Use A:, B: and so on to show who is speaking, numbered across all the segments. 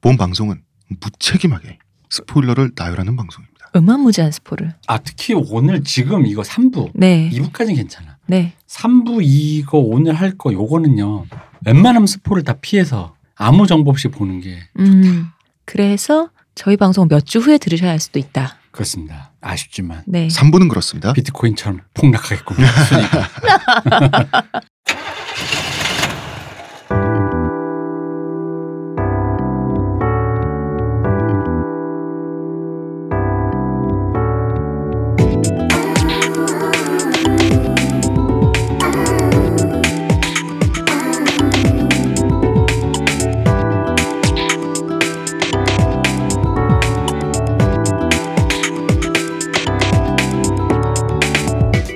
A: 본 방송은 무책임하게 스포일러를 나열하는 방송입니다.
B: 음암무지한 스포를.
C: 아 특히 오늘 지금 이거 3부
B: 네.
C: 2부까지는 괜찮아.
B: 네.
C: 3부 이거 오늘 할 거 요거는요. 웬만하면 스포를 다 피해서 아무 정보 없이 보는 게
B: 음. 그래서 저희 방송 몇 주 후에 들으셔야 할 수도 있다.
C: 그렇습니다. 아쉽지만
B: 네.
A: 3부는 그렇습니다.
C: 비트코인처럼 폭락하겠군요. 순위가.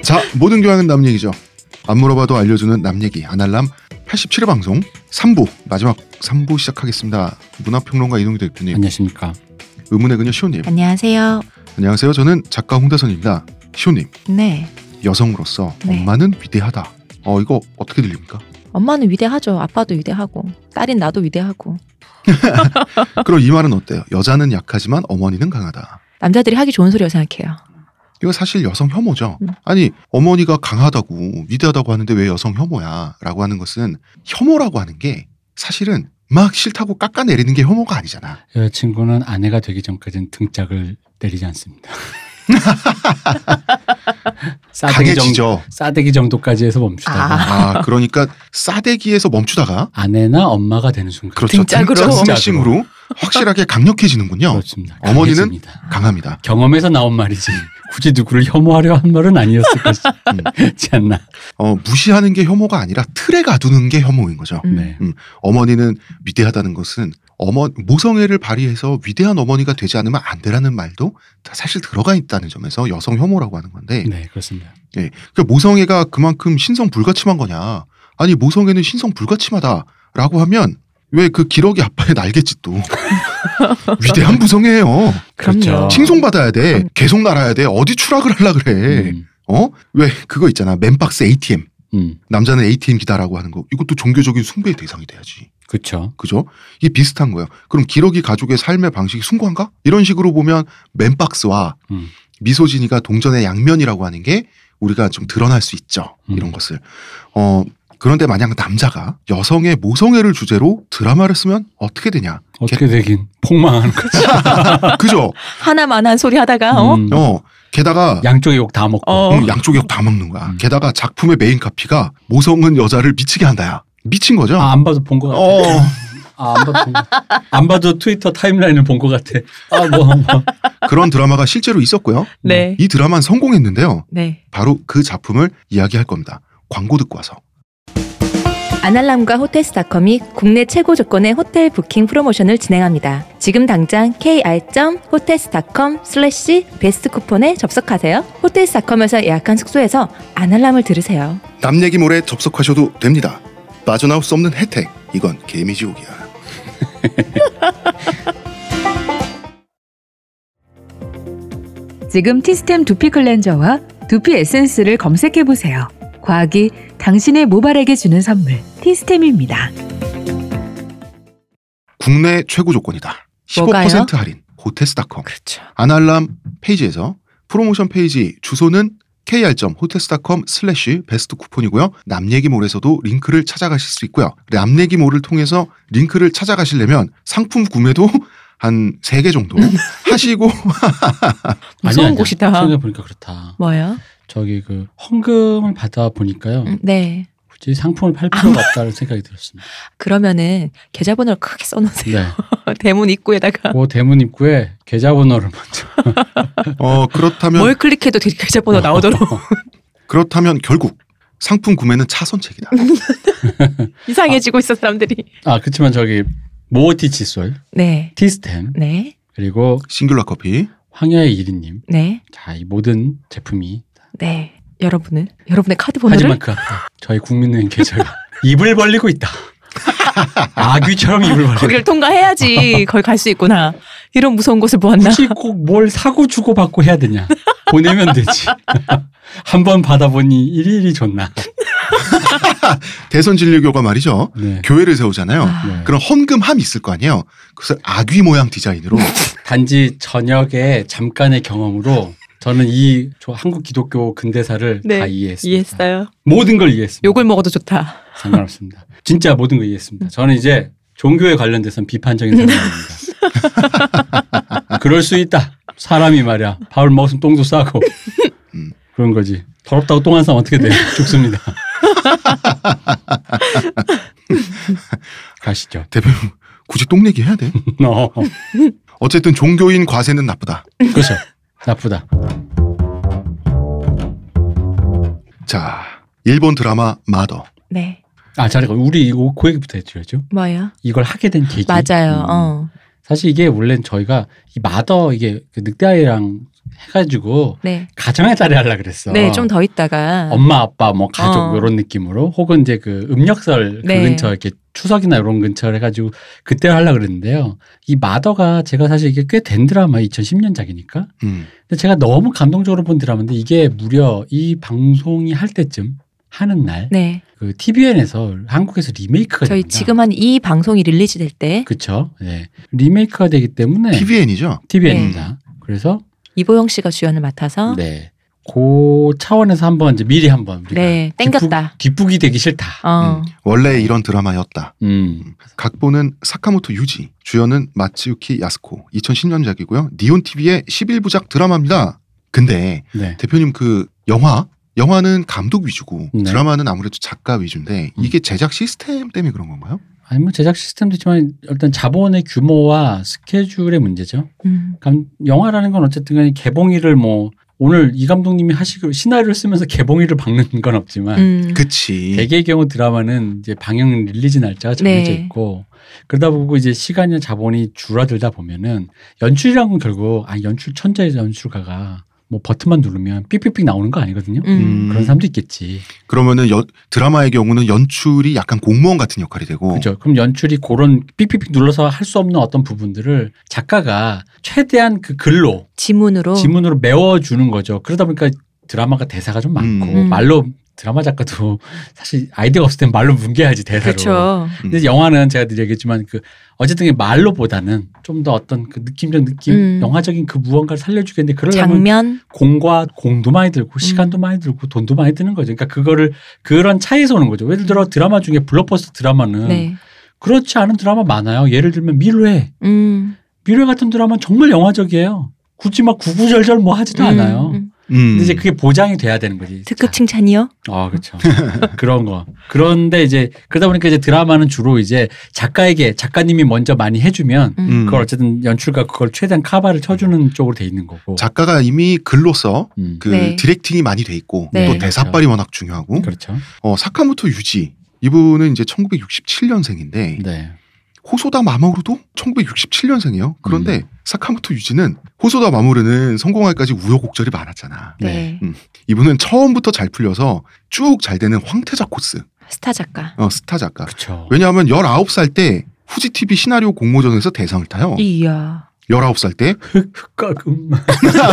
A: 자, 모든 교양은 남 얘기죠. 안 물어봐도 알려주는 남 얘기 아날람 87회 방송 3부 마지막 3부 시작하겠습니다. 문화평론가 이동규 대표님,
C: 안녕하십니까.
A: 의문의 그녀 시호님.
B: 안녕하세요.
A: 안녕하세요. 저는 작가 홍다선입니다. 시호님,
B: 네.
A: 여성으로서
B: 네.
A: 엄마는 위대하다. 어, 이거 어떻게 들립니까?
B: 엄마는 위대하죠. 아빠도 위대하고. 딸인 나도 위대하고.
A: 그럼 이 말은 어때요? 여자는 약하지만 어머니는 강하다.
B: 남자들이 하기 좋은 소리라고 생각해요.
A: 이거 사실 여성 혐오죠.
B: 음.
A: 아니 어머니가 강하다고 위대하다고 하는데 왜 여성 혐오야라고 하는 것은 혐오라고 하는 게 사실은 막 싫다고 깎아내리는 게 혐오가 아니잖아.
C: 여자친구는 아내가 되기 전까지는 등짝을 때리지 않습니다. 싸대기 정도,
A: 강해지죠.
C: 싸대기 정도까지 해서 멈추다가
A: 아 그러니까 싸대기에서 멈추다가
C: 아내나 엄마가 되는 순간
A: 그렇죠.
B: 등짝으로. 그렇죠.
A: 등짝 스매싱으로 확실하게 강력해지는군요.
C: 그렇습니다.
A: 어머니는
C: 강해집니다.
A: 강합니다.
C: 경험에서 나온 말이지 굳이 누구를 혐오하려 한 말은 아니었을 것이지 않나.
A: 어, 무시하는 게 혐오가 아니라 틀에 가두는 게 혐오인 거죠.
B: 음.
C: 네.
A: 어머니는 위대하다는 것은 어머 모성애를 발휘해서 위대한 어머니가 되지 않으면 안 되라는 말도 다 사실 들어가 있다는 점에서 여성 혐오라고 하는 건데
C: 네, 그렇습니다.
A: 그 모성애가 그만큼 신성 불가침한 거냐? 아니 모성애는 신성 불가침하다라고 하면 왜 그 기러기 아빠의 날갯짓도 위대한 무성애예요.
B: 그럼요.
C: 그렇죠.
A: 칭송받아야 돼. 계속 날아야 돼. 어디 추락을 하려 그래.
C: 음,
A: 어? 왜 그거 있잖아. 맨박스 ATM.
C: 음,
A: 남자는 ATM 기다라고 하는 거. 이것도 종교적인 숭배의 대상이 돼야지.
C: 그렇죠.
A: 그죠? 이게 비슷한 거예요. 그럼 기러기 가족의 삶의 방식이 숭고한가? 이런 식으로 보면 맨박스와
C: 음.
A: 미소진이가 동전의 양면이라고 하는 게 우리가 좀 드러날 수 있죠.
C: 음.
A: 이런 것을. 어, 그런데 만약 남자가 여성의 모성애를 주제로 드라마를 쓰면 어떻게 되냐?
C: 어떻게 되긴 폭망하는 거지.
A: 그죠?
B: 하나만 한 소리 하다가, 어?
C: 음,
A: 어, 게다가
C: 양쪽의 욕 다 먹고.
B: 어.
A: 응, 양쪽 역다 먹는 거야.
C: 음.
A: 게다가 작품의 메인 카피가 모성은 여자를 미치게 한다야. 미친 거죠?
C: 아, 안 봐도 본 것 같아.
A: 어,
C: 아, 안 봐도 본 것 같아. 안 봐도 트위터 타임라인을 본 것 같아. 아, 뭐, 뭐.
A: 그런 드라마가 실제로 있었고요.
B: 네.
A: 이 드라마는 성공했는데요.
B: 네.
A: 바로 그 작품을 이야기할 겁니다. 광고 듣고 와서.
D: 아날람과 호텔스닷컴이 국내 최고 조건의 호텔 부킹 프로모션을 진행합니다. 지금 당장 kr.hotels.com/베스트 쿠폰에 접속하세요. 호텔스닷컴에서 예약한 숙소에서 아날람을 들으세요.
A: 남 얘기 모레 접속하셔도 됩니다. 빠져나올 수 없는 혜택. 이건 개미지옥이야.
E: 지금 티스템 두피 클렌저와 두피 에센스를 검색해 보세요. 과학이 당신의 모발에게 주는 선물 티스템입니다.
A: 국내 최고 조건이다. 15%
B: 뭐가요?
A: 할인. 호텔스닷컴.
B: 그렇죠.
A: 아날람 페이지에서 프로모션 페이지 주소는 kr.hotels.com 슬래시 베스트 쿠폰이고요. 남얘기몰에서도 링크를 찾아가실 수 있고요. 남얘기몰을 통해서 링크를 찾아가시려면 상품 구매도 한 3개 정도 하시고
B: 무서운
C: 아니야, 아니야.
B: 곳이다.
C: 생각해 보니까 그렇다.
B: 뭐요?
C: 저기 그 헌금을 받아 보니까요.
B: 음, 네.
C: 굳이 상품을 팔 필요가 없다는 생각이 들었습니다.
B: 그러면은 계좌번호를 크게 써놓으세요.
C: 네.
B: 대문 입구에다가.
C: 그 대문 입구에 계좌번호를 먼저.
A: 어 그렇다면
B: 뭘 클릭해도 되-
C: 어.
B: 계좌번호 나오도록.
A: 그렇다면 결국 상품 구매는 차선책이다.
B: 이상해지고 있어, 사람들이.
C: 아, 그렇지만 저기 모티 칫솔,
B: 네.
C: 티스템,
B: 네.
C: 그리고
A: 싱귤라 커피.
C: 황야의 이리님.
B: 네.
C: 자, 이 모든 제품이
B: 네. 여러분은 여러분의 카드 번호를
C: 하지만 그 앞에 저희 국민은행 계좌가 입을 벌리고 있다. 아귀처럼 입을 벌리고
B: 거기를
C: 있다.
B: 통과해야지 거기 갈 수 있구나. 이런 무서운 곳을 보았나?
C: 굳이 꼭 뭘 사고 주고 받고 해야 되냐. 보내면 되지. 한 번 받아보니 일일이 좋나.
A: 대선 진리교가 말이죠.
C: 네.
A: 교회를 세우잖아요.
C: 네.
A: 그런 헌금함이 있을 거 아니에요. 그래서 아귀 모양 디자인으로
C: 단지 저녁에 잠깐의 경험으로 저는 이 조- 한국 기독교 근대사를
B: 네,
C: 다 이해했습니다.
B: 이해했어요.
C: 모든 걸 이해했습니다.
B: 욕을 먹어도 좋다.
C: 상관없습니다. 진짜 모든 걸 이해했습니다. 저는 이제 종교에 관련돼서는 비판적인 사람입니다. 그럴 수 있다. 사람이 말이야. 밥을 먹었으면 똥도 싸고
A: 음.
C: 그런 거지. 더럽다고 똥 한 사람 어떻게 돼요? 죽습니다. 가시죠.
A: 대표님 굳이 똥 얘기해야 돼?
C: 어,
A: 어쨌든 종교인 과세는 나쁘다.
C: 그렇죠. 나쁘다.
A: 자, 일본 드라마 마더.
B: 네.
C: 아 잘해. 우리 이거 그 얘기부터 해줘야죠.
B: 뭐야?
C: 이걸 하게 된 계기.
B: 맞아요.
C: 음.
B: 어.
C: 사실 이게 원래는 저희가 이 마더 이게 그 늑대아이랑 해가지고
B: 네.
C: 가정의 달이 하려 그랬어.
B: 네, 좀 더 있다가
C: 엄마 아빠 뭐 가족
B: 어.
C: 이런 느낌으로 혹은 이제 그 음력설 그
B: 네.
C: 근처 이렇게 추석이나 이런 근처 해가지고 그때 하려 그랬는데요. 이 마더가 제가 사실 이게 꽤 된 드라마 2010년작이니까.
A: 음.
C: 근데 제가 너무 감동적으로 본 드라마인데 이게 무려 이 방송이 할 때쯤 하는 날
B: 네.
C: 그 TVN에서 한국에서 리메이크가
B: 저희
C: 됩니다.
B: 지금 한 이 방송이 릴리즈 될 때
C: 그쵸. 네. 리메이크가 되기 때문에
A: TVN이죠.
B: 네.
C: TVN입니다. 그래서
B: 이보영 씨가 주연을 맡아서 네.
C: 네. 그 차원에서 한번 이제 미리 한번 우리가
B: 네. 땡겼다.
C: 뒷북, 이 되기 싫다.
B: 어.
A: 음, 원래 이런 드라마였다.
C: 음.
A: 각본은 사카모토 유지, 주연은 마츠유키 야스코. 2010년작이고요. 니온 TV의 11부작 드라마입니다. 근데
C: 네.
A: 대표님 그 영화 영화는 감독 위주고
C: 네. 음.
A: 드라마는 아무래도 작가 위주인데 이게 제작 시스템 때문에 그런 건가요?
C: 아니 뭐 제작 시스템도 있지만 일단 자본의 규모와 스케줄의 문제죠.
B: 음.
C: 감- 영화라는 건 어쨌든 간에 개봉일을 뭐 오늘 이 감독님이 하시고 시나리오를 쓰면서 개봉일을 박는 건 없지만
B: 음.
A: 그치.
C: 대개의 경우 드라마는 이제 방영 릴리즈 날짜가 정해져
B: 네.
C: 있고 그러다 보고 이제 시간이나 자본이 줄어들다 보면은 연출이란 건 결국 아 연출 천재 연출가가 뭐 버튼만 누르면 삑삑삑 나오는 거 아니거든요.
B: 음.
C: 그런 사람도 있겠지.
A: 그러면은 연- 드라마의 경우는 연출이 약간 공무원 같은 역할이 되고
C: 그죠. 그럼 연출이 그런 삑삑삑 눌러서 할 수 없는 어떤 부분들을 작가가 최대한 그 글로
B: 지문으로
C: 지문으로 메워주는 거죠. 그러다 보니까 드라마가 대사가 좀 많고
B: 음.
C: 말로 드라마 작가도 사실 아이디어가 없을 땐 말로 뭉개야지 대사로.
B: 그렇죠.
C: 근데 영화는 제가 늘 얘기했지만 그 어쨌든 말로보다는 좀 더 어떤 그 느낌적 느낌,
B: 음.
C: 영화적인 그 무언가를 살려주겠는데 그러려면
B: 장면
C: 공과 공도 많이
B: 음.
C: 들고 시간도 많이 들고 돈도 많이 드는 거죠. 그러니까 그거를 그런 차이에서 오는 거죠. 예를 들어 드라마 중에 블록버스터 드라마는
B: 네.
C: 그렇지 않은 드라마 많아요. 예를 들면 밀회,
B: 음.
C: 밀회 같은 드라마는 정말 영화적이에요. 굳이 막 구구절절 뭐 하지도
B: 음,
C: 않아요.
B: 음. 그,
A: 음.
C: 근데 이제 그게 보장이 돼야 되는 거지.
B: 특급 칭찬이요?
C: 아, 그렇죠. 그런 거. 그런데 이제 그러다 보니까 이제 드라마는 주로 이제 작가에게 작가님이 먼저 많이 해주면
B: 음.
C: 그걸 어쨌든 연출가 그걸 최대한 카바를 쳐주는 쪽으로 돼 있는 거고.
A: 작가가 이미 글로서
C: 음.
A: 그
B: 네.
A: 디렉팅이 많이 돼 있고
B: 네.
A: 또 대사빨이 워낙 중요하고
C: 그렇죠.
A: 어, 사카모토 유지 이분은 이제 1967년생인데
C: 네.
A: 호소다 마모루도 1967년생이에요. 그런데
C: 음.
A: 사카모토 유지는 호소다 마모루는 성공할까지 우여곡절이 많았잖아.
B: 네.
A: 이분은 처음부터 잘 풀려서 쭉 잘 되는 황태자 코스
B: 스타 작가.
A: 어, 스타 작가.
C: 그렇죠.
A: 왜냐하면 19살 때 후지 TV 시나리오 공모전에서 대상을 타요.
C: 어.
B: 이야.
A: 19살 때
C: 흑과금.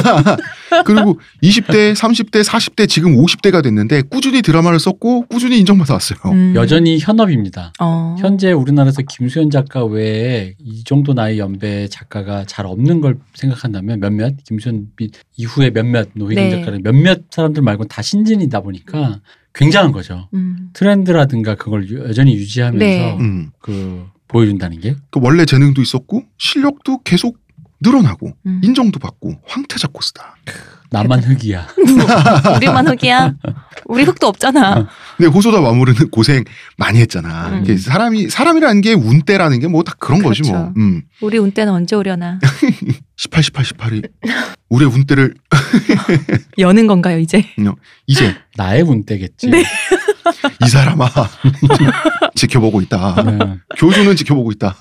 A: 그리고 20대, 30대, 40대, 지금 50대가 됐는데 꾸준히 드라마를 썼고 꾸준히 인정받아왔어요.
B: 음.
C: 여전히 현업입니다.
B: 어.
C: 현재 우리나라에서 김수현 작가 외에 이 정도 나이 연배 작가가 잘 없는 걸 생각한다면 몇몇 김수현 미- 이후에 몇몇 노희정
B: 네.
C: 작가는 몇몇 사람들 말고는 다 신진이다 보니까 굉장한 거죠.
B: 음.
C: 트렌드라든가 그걸 유- 여전히 유지하면서
B: 네.
A: 음.
C: 그 보여준다는 게
A: 그 원래 재능도 있었고 실력도 계속 늘어나고
B: 음.
A: 인정도 받고 황태자 코스다.
C: 나만
B: 그렇죠.
C: 흑이야.
B: 우리만 흑이야. 우리 흑도
C: 어.
B: 없잖아.
A: 근데 호소다 마무리는 고생 많이 했잖아.
B: 음.
A: 이게 사람이 사람이라는 게 운때라는 게 뭐 다 그런 거지 뭐.
B: 그렇죠.
A: 음.
B: 우리 운 때는 언제 오려나.
A: 18, 18, 18이 우리의 운때를
B: 여는 건가요 이제?
A: 이제
C: 나의 운때겠지.
B: 네.
A: 이 사람아 지켜보고 있다.
C: 네.
A: 교주는 지켜보고 있다.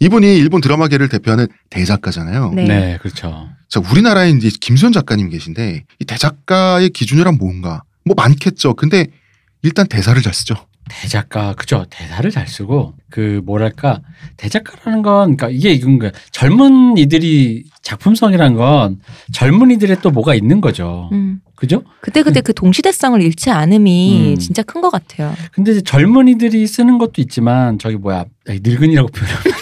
A: 이분이 일본 드라마계를 대표하는 대작가잖아요.
C: 네.
B: 네.
C: 네, 그렇죠.
A: 자, 우리나라에 이제 김수현 작가님 계신데 이 대작가의 기준이란 뭔가? 뭐 많겠죠. 근데 일단 대사를 잘 쓰죠.
C: 대작가 그죠 대사를 잘 쓰고 그 뭐랄까 대작가라는 건 그러니까 그 이게 이건 거야 젊은 이들이 작품성이란 건 젊은이들의 또 뭐가 있는 거죠.
B: 음.
C: 그죠?
B: 그때그때 그 동시대성을 잃지 않음이
C: 음.
B: 진짜 큰 것 같아요.
C: 근데 이제 젊은이들이 쓰는 것도 있지만 저기 뭐야 아니, 늙은이라고 표현하면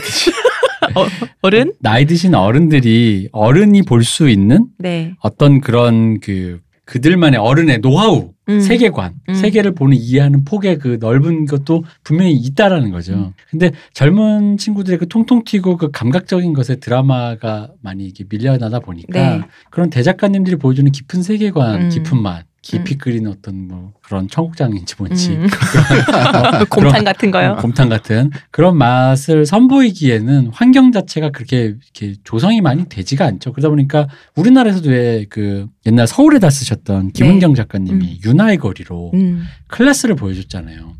B: 어른?
C: 나이 드신 어른들이 어른이 볼 수 있는
B: 네.
C: 어떤 그런 그 그들만의 어른의 노하우
B: 음.
C: 세계관
B: 음.
C: 세계를 보는 이해하는 폭의 그 넓은 것도 분명히 있다라는 거죠
B: 음.
C: 근데 젊은 친구들의 그 통통 튀고 그 감각적인 것에 드라마가 많이 이렇게 밀려나다 보니까
B: 네.
C: 그런 대작가님들이 보여주는 깊은 세계관
B: 음.
C: 깊은 맛 깊이 끓인 어떤 뭐 그런 청국장인지 뭔지
B: 음. 곰탕
C: 그런- 음,
B: 같은 거요.
C: 곰탕 같은 그런 맛을 선보이기에는 환경 자체가 그렇게 이렇게 조성이 많이 되지가 않죠. 그러다 보니까 우리나라에서도 왜 그 옛날 서울에다 쓰셨던
B: 네.
C: 김은경 작가님이 윤하의 거리로
B: 음.
C: 클래스를 보여줬잖아요.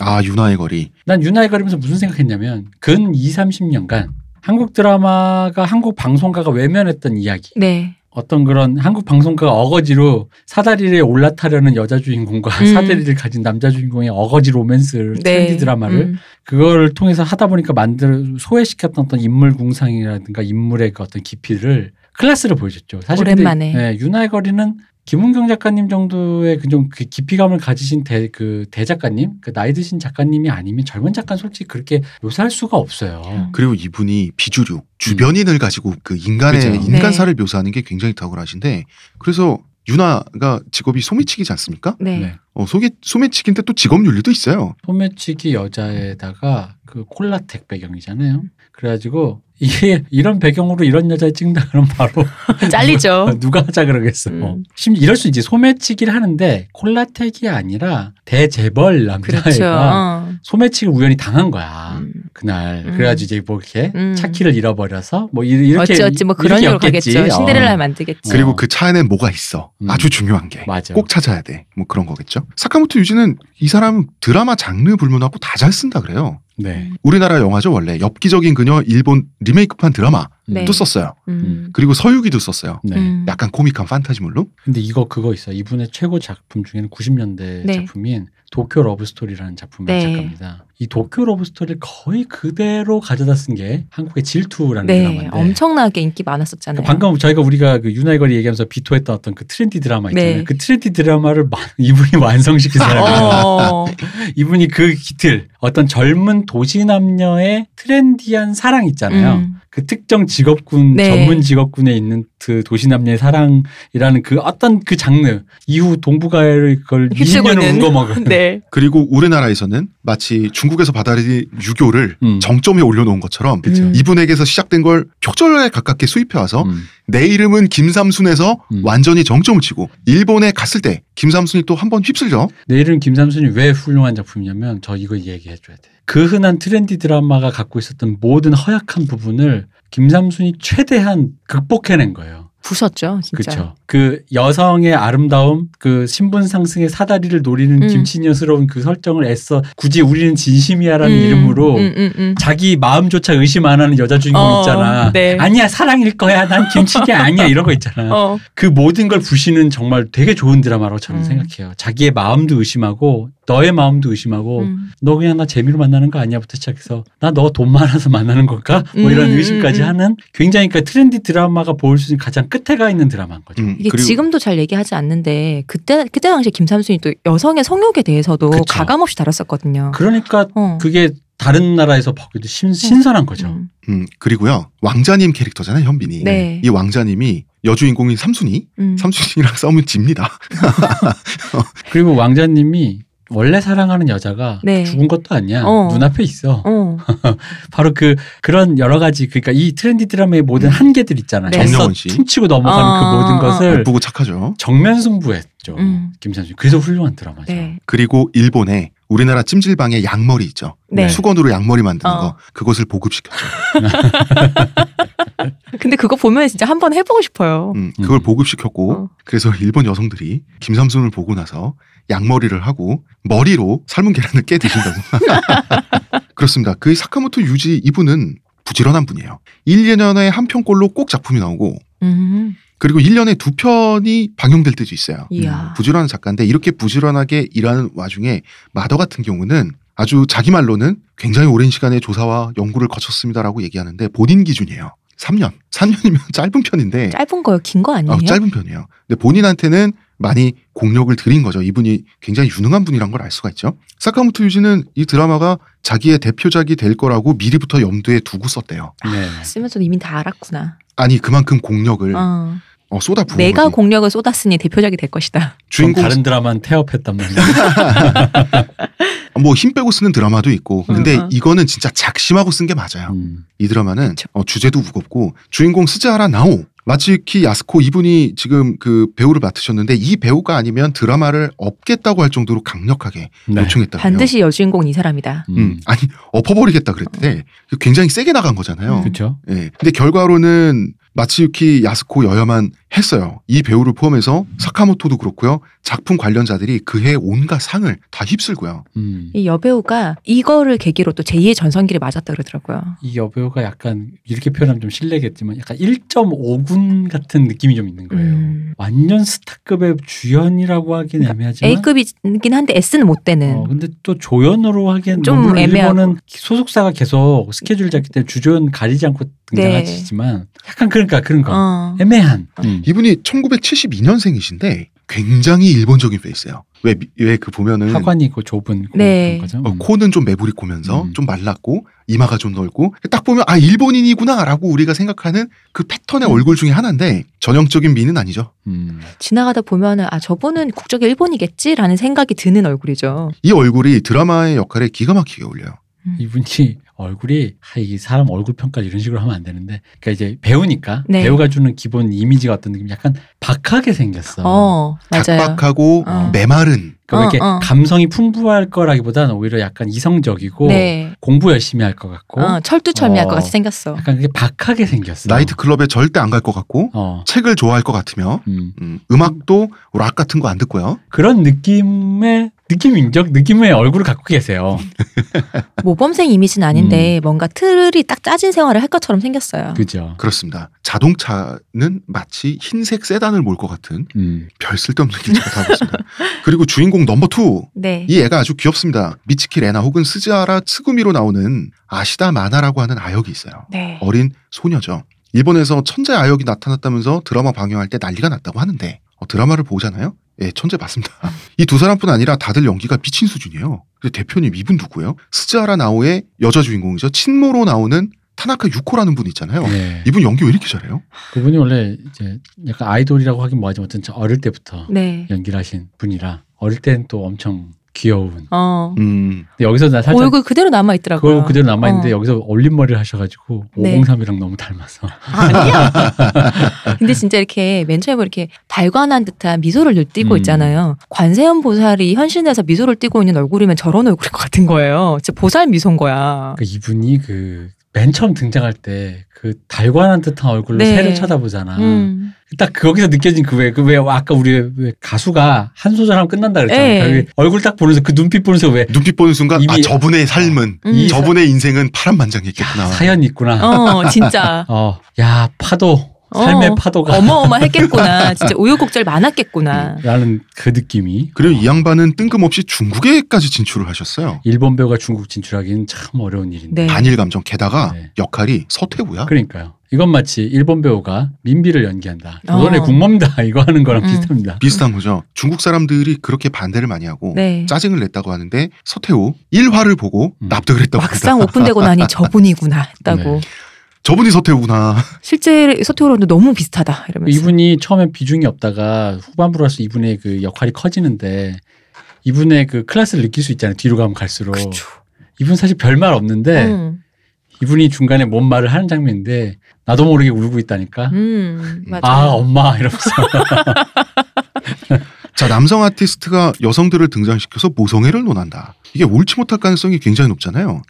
A: 아 윤화의 거리.
C: 난 윤하의 거리면서 무슨 생각했냐면 근 2, 30년간 한국 드라마가 한국 방송가가 외면했던 이야기.
B: 네.
C: 어떤 그런 한국 방송가가 어거지로 사다리를 올라타려는 여자 주인공과
B: 음.
C: 사다리를 가진 남자 주인공의 어거지 로맨스
B: 네.
C: 트렌디 드라마를
B: 음.
C: 그걸 통해서 하다 보니까 만들 소외시켰던 어떤 인물 궁상이라든가 인물의 그 어떤 깊이를 클래스를 보여줬죠. 사실 근데,
B: 오랜만에.
C: 예, 윤하의 거리는 김은경 작가님 정도의 그좀 그 깊이감을 가지신 대, 그 대작가님, 그 나이 드신 작가님이 아니면 젊은 작가는 솔직히 그렇게 묘사할 수가 없어요.
A: 그리고 이분이 비주류 주변인을 가지고 그 인간의
C: 음. 그죠. 네.
A: 인간사를 묘사하는 게 굉장히 탁월하신데 그래서 윤화가 직업이 소매치기지 않습니까?
B: 네.
C: 네.
A: 어 소개 소매치기인데 또 직업 윤리도 있어요.
C: 소매치기 여자에다가 그 콜라텍 배경이잖아요. 그래가지고 이게 이런 배경으로 이런 여자를 찍는다 그러면 바로
B: 잘리죠.
C: 아, 누가 하자 그러겠어.
B: 어? 음.
C: 심지어 이럴 수 있지. 소매치기를 하는데 콜라텍이 아니라 대재벌 남자애가 아,
B: 그렇죠. 어.
C: 소매치기 우연히 당한 거야.
B: 음.
C: 그날
B: 음.
C: 그래가지고 이제 뭐 이렇게
B: 음.
C: 차키를 잃어버려서 뭐 이- 이렇게
B: 어찌 어찌 뭐 그런
C: 이렇게
B: 식으로
C: 엮겠지.
B: 가겠죠. 신데렐라
C: 어.
B: 만들겠지.
A: 그리고 그 차 안에 뭐가 있어.
C: 음.
A: 아주 중요한 게.
C: 맞아.
A: 꼭 찾아야 돼. 뭐 그런 거겠죠. 사카모토 유지는 이 사람은 드라마 장르 불문하고 다 잘 쓴다 그래요.
B: 음.
C: 네.
A: 우리나라 영화죠 원래 엽기적인 그녀 일본 리메이크판 드라마도
B: 네.
A: 썼어요.
B: 음.
A: 그리고 서유기도 썼어요.
C: 네.
B: 음.
A: 약간 코믹한 판타지물로.
C: 근데 이거 그거 있어. 이분의 최고 작품 중에는 90년대
B: 네.
C: 작품인 도쿄 러브 스토리라는 작품의
B: 네.
C: 작가입니다. 이 도쿄 러브 스토리를 거의 그대로 가져다 쓴 게 한국의 질투라는
B: 네.
C: 드라마인데
B: 엄청나게 인기 많았었잖아요.
C: 방금 저희가 우리가 그 유나이거리 얘기하면서 비토했던 어떤 그 트렌디 드라마 있잖아요.
B: 네.
C: 그 트렌디 드라마를 마- 이분이 완성시킨 사람이에요.
B: 어.
C: 이분이 그 기틀 어떤 젊은 도시 남녀의 트렌디한 사랑 있잖아요.
B: 음.
C: 그 특정 직업군
B: 네.
C: 전문 직업군에 있는 그 도시 남녀의 사랑이라는 그 어떤 그 장르 이후 동북아를 그걸
B: 휩쓸고
C: 20년을
B: 있는.
C: 울고 먹은
B: 네.
A: 그리고 우리나라에서는 마치 중국에서 받아들인 유교를
C: 음.
A: 정점에 올려놓은 것처럼
B: 그쵸.
A: 이분에게서 시작된 걸 표절에 가깝게 수입해 와서
C: 음.
A: 내 이름은 김삼순에서
C: 음.
A: 완전히 정점을 치고 일본에 갔을 때 김삼순이 또 한 번 휩쓸죠.
C: 내일은 김삼순이 왜 훌륭한 작품이냐면 저 이거 얘기해 줘야 돼. 그 흔한 트렌디 드라마가 갖고 있었던 모든 허약한 부분을 김삼순이 최대한 극복해낸 거예요.
B: 부셨죠, 진짜. 음.
C: 그렇죠. 그 여성의 아름다움, 그 신분 상승의 사다리를 노리는
B: 음.
C: 김치녀스러운 그 설정을 애써 굳이 우리는 진심이야라는
B: 음,
C: 이름으로
B: 음, 음, 음.
C: 자기 마음조차 의심 안 하는 여자 주인공
B: 어,
C: 있잖아.
B: 네.
C: 아니야 사랑일 거야. 난 김치게 아니야 이런 거 있잖아.
B: 어.
C: 그 모든 걸 부시는 정말 되게 좋은 드라마라고 저는
B: 음.
C: 생각해요. 자기의 마음도 의심하고 너의 마음도 의심하고
B: 음.
C: 너 그냥 나 재미로 만나는 거 아니야부터 시작해서 나 너 돈 많아서 만나는 걸까? 뭐 이런
B: 음,
C: 의심까지
B: 음, 음.
C: 하는 굉장히 그러니까 트렌디 드라마가 보일 수 있는 가장 끝에 가 있는 드라마인 거죠.
A: 음,
B: 이게 지금도 잘 얘기하지 않는데 그때 그때 당시에 김삼순이 또 여성의 성욕에 대해서도
C: 그쵸.
B: 가감 없이 다뤘었거든요.
C: 그러니까
B: 어.
C: 그게 다른 나라에서 보기도 신, 신선한 거죠.
B: 음.
A: 음, 그리고요 왕자님 캐릭터잖아요 현빈이.
B: 네.
A: 이 왕자님이 여주인공인 삼순이
B: 음.
A: 삼순이랑 싸우면 집니다.
C: 그리고 왕자님이 원래 사랑하는 여자가
B: 네.
C: 죽은 것도 아니야.
B: 어.
C: 눈앞에 있어.
B: 어.
C: 바로 그 그런 여러 가지 그러니까 이 트렌디 드라마의 모든 한계들 있잖아요.
B: 음. 네.
C: 애써
A: 정명원 씨.
C: 퉁치고 넘어가는
B: 어,
C: 그 모든
B: 어, 어,
C: 것을
A: 예쁘고 착하죠.
C: 정면 승부했죠.
B: 음.
C: 김삼순. 그래서 훌륭한 드라마죠.
B: 네.
A: 그리고 일본에 우리나라 찜질방에 양머리 있죠.
B: 네.
A: 수건으로 양머리 만드는
B: 어.
A: 거 그것을 보급시켰죠.
B: 근데 그거 보면 진짜 한번 해보고 싶어요.
A: 음, 그걸
C: 음.
A: 보급시켰고
B: 어.
A: 그래서 일본 여성들이 김삼순을 보고 나서 양머리를 하고 머리로 삶은 계란을 깨 드신다고. 그렇습니다. 그 사카모토 유지 이분은 부지런한 분이에요. 1, 2년에 한 편꼴로 꼭 작품이 나오고
B: 음.
A: 그리고 1년에 두 편이 방영될 때도 있어요.
B: 이야.
A: 음, 부지런한 작가인데 이렇게 부지런하게 일하는 와중에 마더 같은 경우는 아주 자기 말로는 굉장히 오랜 시간의 조사와 연구를 거쳤습니다라고 얘기하는데 본인 기준이에요. 3년. 3년이면 짧은 편인데
B: 짧은 거요? 긴 거 아니에요?
A: 아, 짧은 편이에요. 근데 본인한테는 많이 공력을 들인 거죠. 이분이 굉장히 유능한 분이란 걸 알 수가 있죠. 사카모토 유지는 이 드라마가 자기의 대표작이 될 거라고 미리부터 염두에 두고 썼대요.
B: 아,
C: 네.
B: 쓰면서 이미 다 알았구나.
A: 아니 그만큼 공력을
B: 어.
A: 어, 쏟아부은
B: 내가
A: 거지.
B: 공력을 쏟았으니 대표작이 될
A: 네,
B: 것이다.
C: 주인
A: 주인공
C: 다른 드라마는 태업했단 말이야.
A: 뭐 힘 빼고 쓰는 드라마도 있고 근데
B: 응, 응.
A: 이거는 진짜 작심하고 쓴 게 맞아요.
C: 음.
A: 이 드라마는 어, 주제도 무겁고 주인공 스즈하라 나오 마츠키 야스코 이분이 지금 그 배우를 맡으셨는데 이 배우가 아니면 드라마를 없겠다고 할 정도로 강력하게
C: 네.
A: 요청했다고요.
B: 반드시 여주인공은 이 사람이다.
A: 음,
C: 음.
A: 아니 엎어버리겠다 그랬대. 굉장히 세게 나간 거잖아요.
B: 음.
C: 그렇죠.
A: 예. 근데 결과로는 마치유키 야스코 여야만 했어요. 이 배우를 포함해서 사카모토도 그렇고요. 작품 관련자들이 그해 온갖 상을 다 휩쓸고요.
C: 음.
B: 이 여배우가 이거를 계기로 또 제2의 전성기를 맞았다 그러더라고요.
C: 이 여배우가 약간 이렇게 표현하면 좀 실례겠지만 약간 1.5군 같은 느낌이 좀 있는 거예요.
B: 음. 그러니까
C: 완전 스타급의 주연이라고 하긴 애매하지만
B: A급이긴 한데 S는 못 되는.
C: 어, 근데 또 조연으로 하기엔
B: 네. 좀
C: 물론
B: 애매하고.
C: 일본은 소속사가 계속 스케줄 잡기 때문에 주조연 가리지 않고 등장하시지만 약간 그러니까 그런 거
B: 네. 어.
C: 애매한 음.
A: 이분이 1972년생이신데 굉장히 일본적인 페이스예요. 왜왜 그 보면은
C: 하관이 그 좁은 그
B: 네.
C: 그런 거죠.
A: 어,
C: 음.
A: 코는 좀 매부릭 고면서
C: 음.
A: 좀 말랐고 이마가 좀 넓고 딱 보면 아 일본인이구나라고 우리가 생각하는 그
B: 음.
A: 패턴의 얼굴 중에 하나인데 전형적인 미는 아니죠.
C: 음.
B: 지나가다 보면은 아 저분은 국적이 일본이겠지라는 생각이 드는 얼굴이죠.
A: 이 얼굴이 드라마의 역할에 기가 막히게 어울려요.
C: 이분이 얼굴이 아, 이 사람 얼굴 평가 이런 식으로 하면 안 되는데 그러니까 이제 배우니까
B: 네.
C: 배우가 주는 기본 이미지가 어떤 느낌 약간 박하게 생겼어.
B: 어, 맞아요.
A: 각박하고
B: 어.
A: 메마른
C: 그러니까 이렇게
B: 어, 어.
C: 감성이 풍부할 거라기보다는 오히려 약간 이성적이고
B: 네.
C: 공부 열심히 할 것 같고
B: 어, 철두철미할
C: 어.
B: 것 같이 생겼어.
C: 약간 그게 박하게 생겼어.
A: 나이트클럽에 절대 안 갈 것 같고
C: 어.
A: 책을 좋아할 것 같으며
C: 음.
A: 음, 음악도 락 같은 거 안 듣고요.
C: 그런 느낌의 느낌 인적 느낌의 얼굴을 갖고 계세요.
B: 모범생 뭐 이미지는 아닌데 뭔가 틀이 딱 짜진 생활을 할 것처럼 생겼어요.
C: 음. 그죠?
A: 그렇습니다. 자동차는 마치 흰색 세단을 몰 것 같은
C: 음.
A: 별 쓸데없는 길치가 타고 있습니다. 그리고 주인공 넘버 투
B: 네.
A: 이 애가 아주 귀엽습니다. 미츠키 레나 혹은 스즈하라 스구미로 나오는 아시다 마나라고 하는 아역이 있어요.
B: 네.
A: 어린 소녀죠. 일본에서 천재 아역이 나타났다면서 드라마 방영할 때 난리가 났다고 하는데 어, 드라마를 보잖아요. 예, 천재 맞습니다. 이 두 사람뿐 아니라 다들 연기가 미친 수준이에요. 근데 대표님 이분 누구예요? 스즈하라 나오의 여자 주인공이죠. 친모로 나오는 타나카 유코라는 분 있잖아요.
B: 어.
C: 네.
A: 이분 연기 왜 이렇게 잘해요?
C: 그분이 원래 이제 약간 아이돌이라고 하긴 뭐하지 어쨌든 저 어릴 때부터
B: 네.
C: 연기를 하신 분이라 어릴 땐 또 엄청 귀여운.
B: 어.
A: 음,
C: 근데 여기서 나 살짝
B: 얼굴 그대로 남아
C: 그걸
B: 있더라고요. 어.
C: 그대로 남아 있는데 여기서 올린 머리를 하셔가지고
B: 네.
C: 503이랑 너무 닮아서.
B: 아니야. 근데 진짜 이렇게 맨 처음에 뭐 이렇게 달관한 듯한 미소를 늘 띄고
C: 음.
B: 있잖아요. 관세음 보살이 현신에서 미소를 띄고 있는 얼굴이면 저런 얼굴일 것 같은 거예요. 진짜 보살 미소인 거야.
C: 그 이분이 그 맨 처음 등장할 때 그 달관한 듯한 얼굴로
B: 네.
C: 새를 쳐다보잖아.
B: 음.
C: 딱 거기서 느껴진 그 왜 그 왜 아까 우리 왜- 왜 가수가 한 소절 하면 끝난다 그랬잖아.
B: 예.
C: 그 얼굴 딱 보면서 그 눈빛 보면서 왜
A: 눈빛 보는 순간 아
C: 이미-
A: 저분의 삶은
B: 음.
C: 이
A: 저분의 인생은 파란만장했겠구나.
C: 사연이 있구나. 어.
B: 어, 진짜.
C: 야 파도 삶의
B: 어.
C: 파도가
B: 어마어마했겠구나. 진짜 우유곡절 많았겠구나.
C: 라는 그 느낌이.
A: 그리고 이 양반은 뜬금없이 중국에까지 진출을 하셨어요.
C: 일본 배우가 중국 진출하기는 참 어려운 일인데.
B: 네.
A: 반일 감정 게다가
B: 예.
C: 네.
A: 역할이 서태후야.
C: 그러니까요. 이건 마치 일본 배우가 민비를 연기한다.
B: 어.
C: 너네 군몸다 이거 하는 거랑
B: 음.
C: 비슷합니다.
A: 비슷한 거죠. 중국 사람들이 그렇게 반대를 많이 하고
B: 네.
A: 짜증을 냈다고 하는데 서태후 일화를 보고
C: 음.
A: 납득을 했다고 합니다.
B: 막상 오픈되고 나니 저분이구나 했다고.
C: 네.
A: 저분이 서태후구나.
B: 실제 서태후랑도 너무 비슷하다 이러면서.
C: 이분이 처음에 비중이 없다가 후반부로 할수 이분의 그 역할이 커지는데 이분의 그 클래스를 느낄 수 있잖아요. 뒤로 가면 갈수록.
B: 그쵸.
C: 이분 사실 별말 없는데
B: 음.
C: 이분이 중간에 뭔 말을 하는 장면인데 나도 모르게 울고
A: 네.
C: 있다니까.
B: 음, 맞아.
C: 아 엄마 이러면서
A: 자 남성 아티스트가 여성들을 등장시켜서 모성애를 논한다. 이게 옳지 못할 가능성이 굉장히 높잖아요.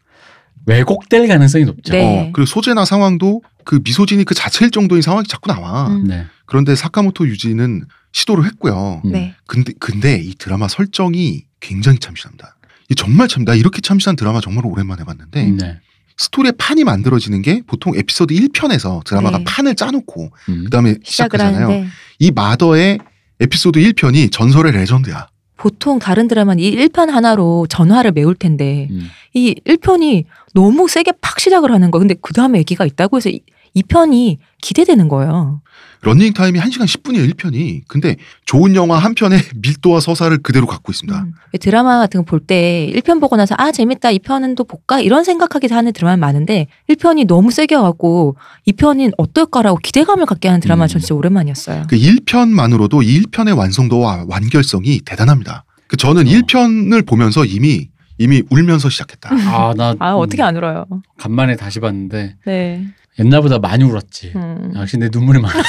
C: 왜곡될 가능성이 높죠.
B: 네.
A: 어, 그리고 소재나 상황도 그 미소진이 그 자체일 정도인 상황이 자꾸 나와.
B: 음.
C: 네.
A: 그런데 사카모토 유지는 시도를 했고요.
C: 음.
B: 네.
A: 근데 근데 이 드라마 설정이 굉장히 참신합니다. 이 정말 참 나 이렇게 참신한 드라마 정말 오랜만에 봤는데
B: 음.
C: 네. 네.
A: 스토리의 판이 만들어지는 게 보통 에피소드 1편에서 드라마가
B: 네.
A: 판을 짜놓고
C: 음.
A: 그다음에
B: 시작을
A: 시작하잖아요.
B: 하는데
A: 이 마더의 에피소드 1편이 전설의 레전드야.
B: 보통 다른 드라마는 이 1편 하나로 전화를 메울 텐데
C: 음.
B: 이 1편이 너무 세게 팍 시작을 하는 거야. 근데 그 다음에 얘기가 있다고 해서 이 이 편이 기대되는 거예요.
A: 런닝 타임이 1시간 10분이에요, 1편이. 근데 좋은 영화 한 편의 밀도와 서사를 그대로 갖고 있습니다.
B: 음. 드라마 같은 거 볼 때 1편 보고 나서 아 재밌다 2편은 또 볼까 이런 생각하게 하는 드라마 많은데 1편이 너무 세게 와갖고 2편이 어떨까라고 기대감을 갖게 하는 드라마
C: 음.
B: 전 진짜 오랜만이었어요.
A: 그 1편만으로도 이 1편의 완성도와 완결성이 대단합니다. 그 저는
C: 어.
B: 그렇죠.
A: 1편을 보면서 이미 이미 울면서 시작했다.
C: 아, 나
B: 아 어떻게
C: 음,
B: 안 울어요?
C: 간만에 다시 봤는데
B: 네.
C: 옛날보다 많이 울었지.
B: 음.
C: 역시 내 눈물이 많았어.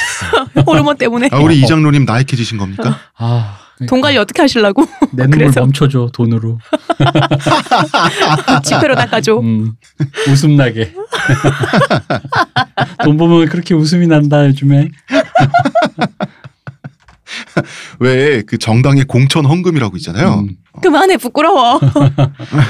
B: 호르몬 때문에
A: 아, 우리 이장로님 나이해지신 겁니까?
C: 아, 그러니까
B: 돈 관리 어떻게 하시려고
C: 내 눈물
B: 그래서-
C: 멈춰줘 돈으로.
B: 지폐로 닦아줘.
C: 음, 웃음 나게. 돈 보면 그렇게 웃음이 난다 요즘에.
A: 왜 그 정당의 공천 헌금이라고 있잖아요.
C: 음,
B: 그만해 부끄러워.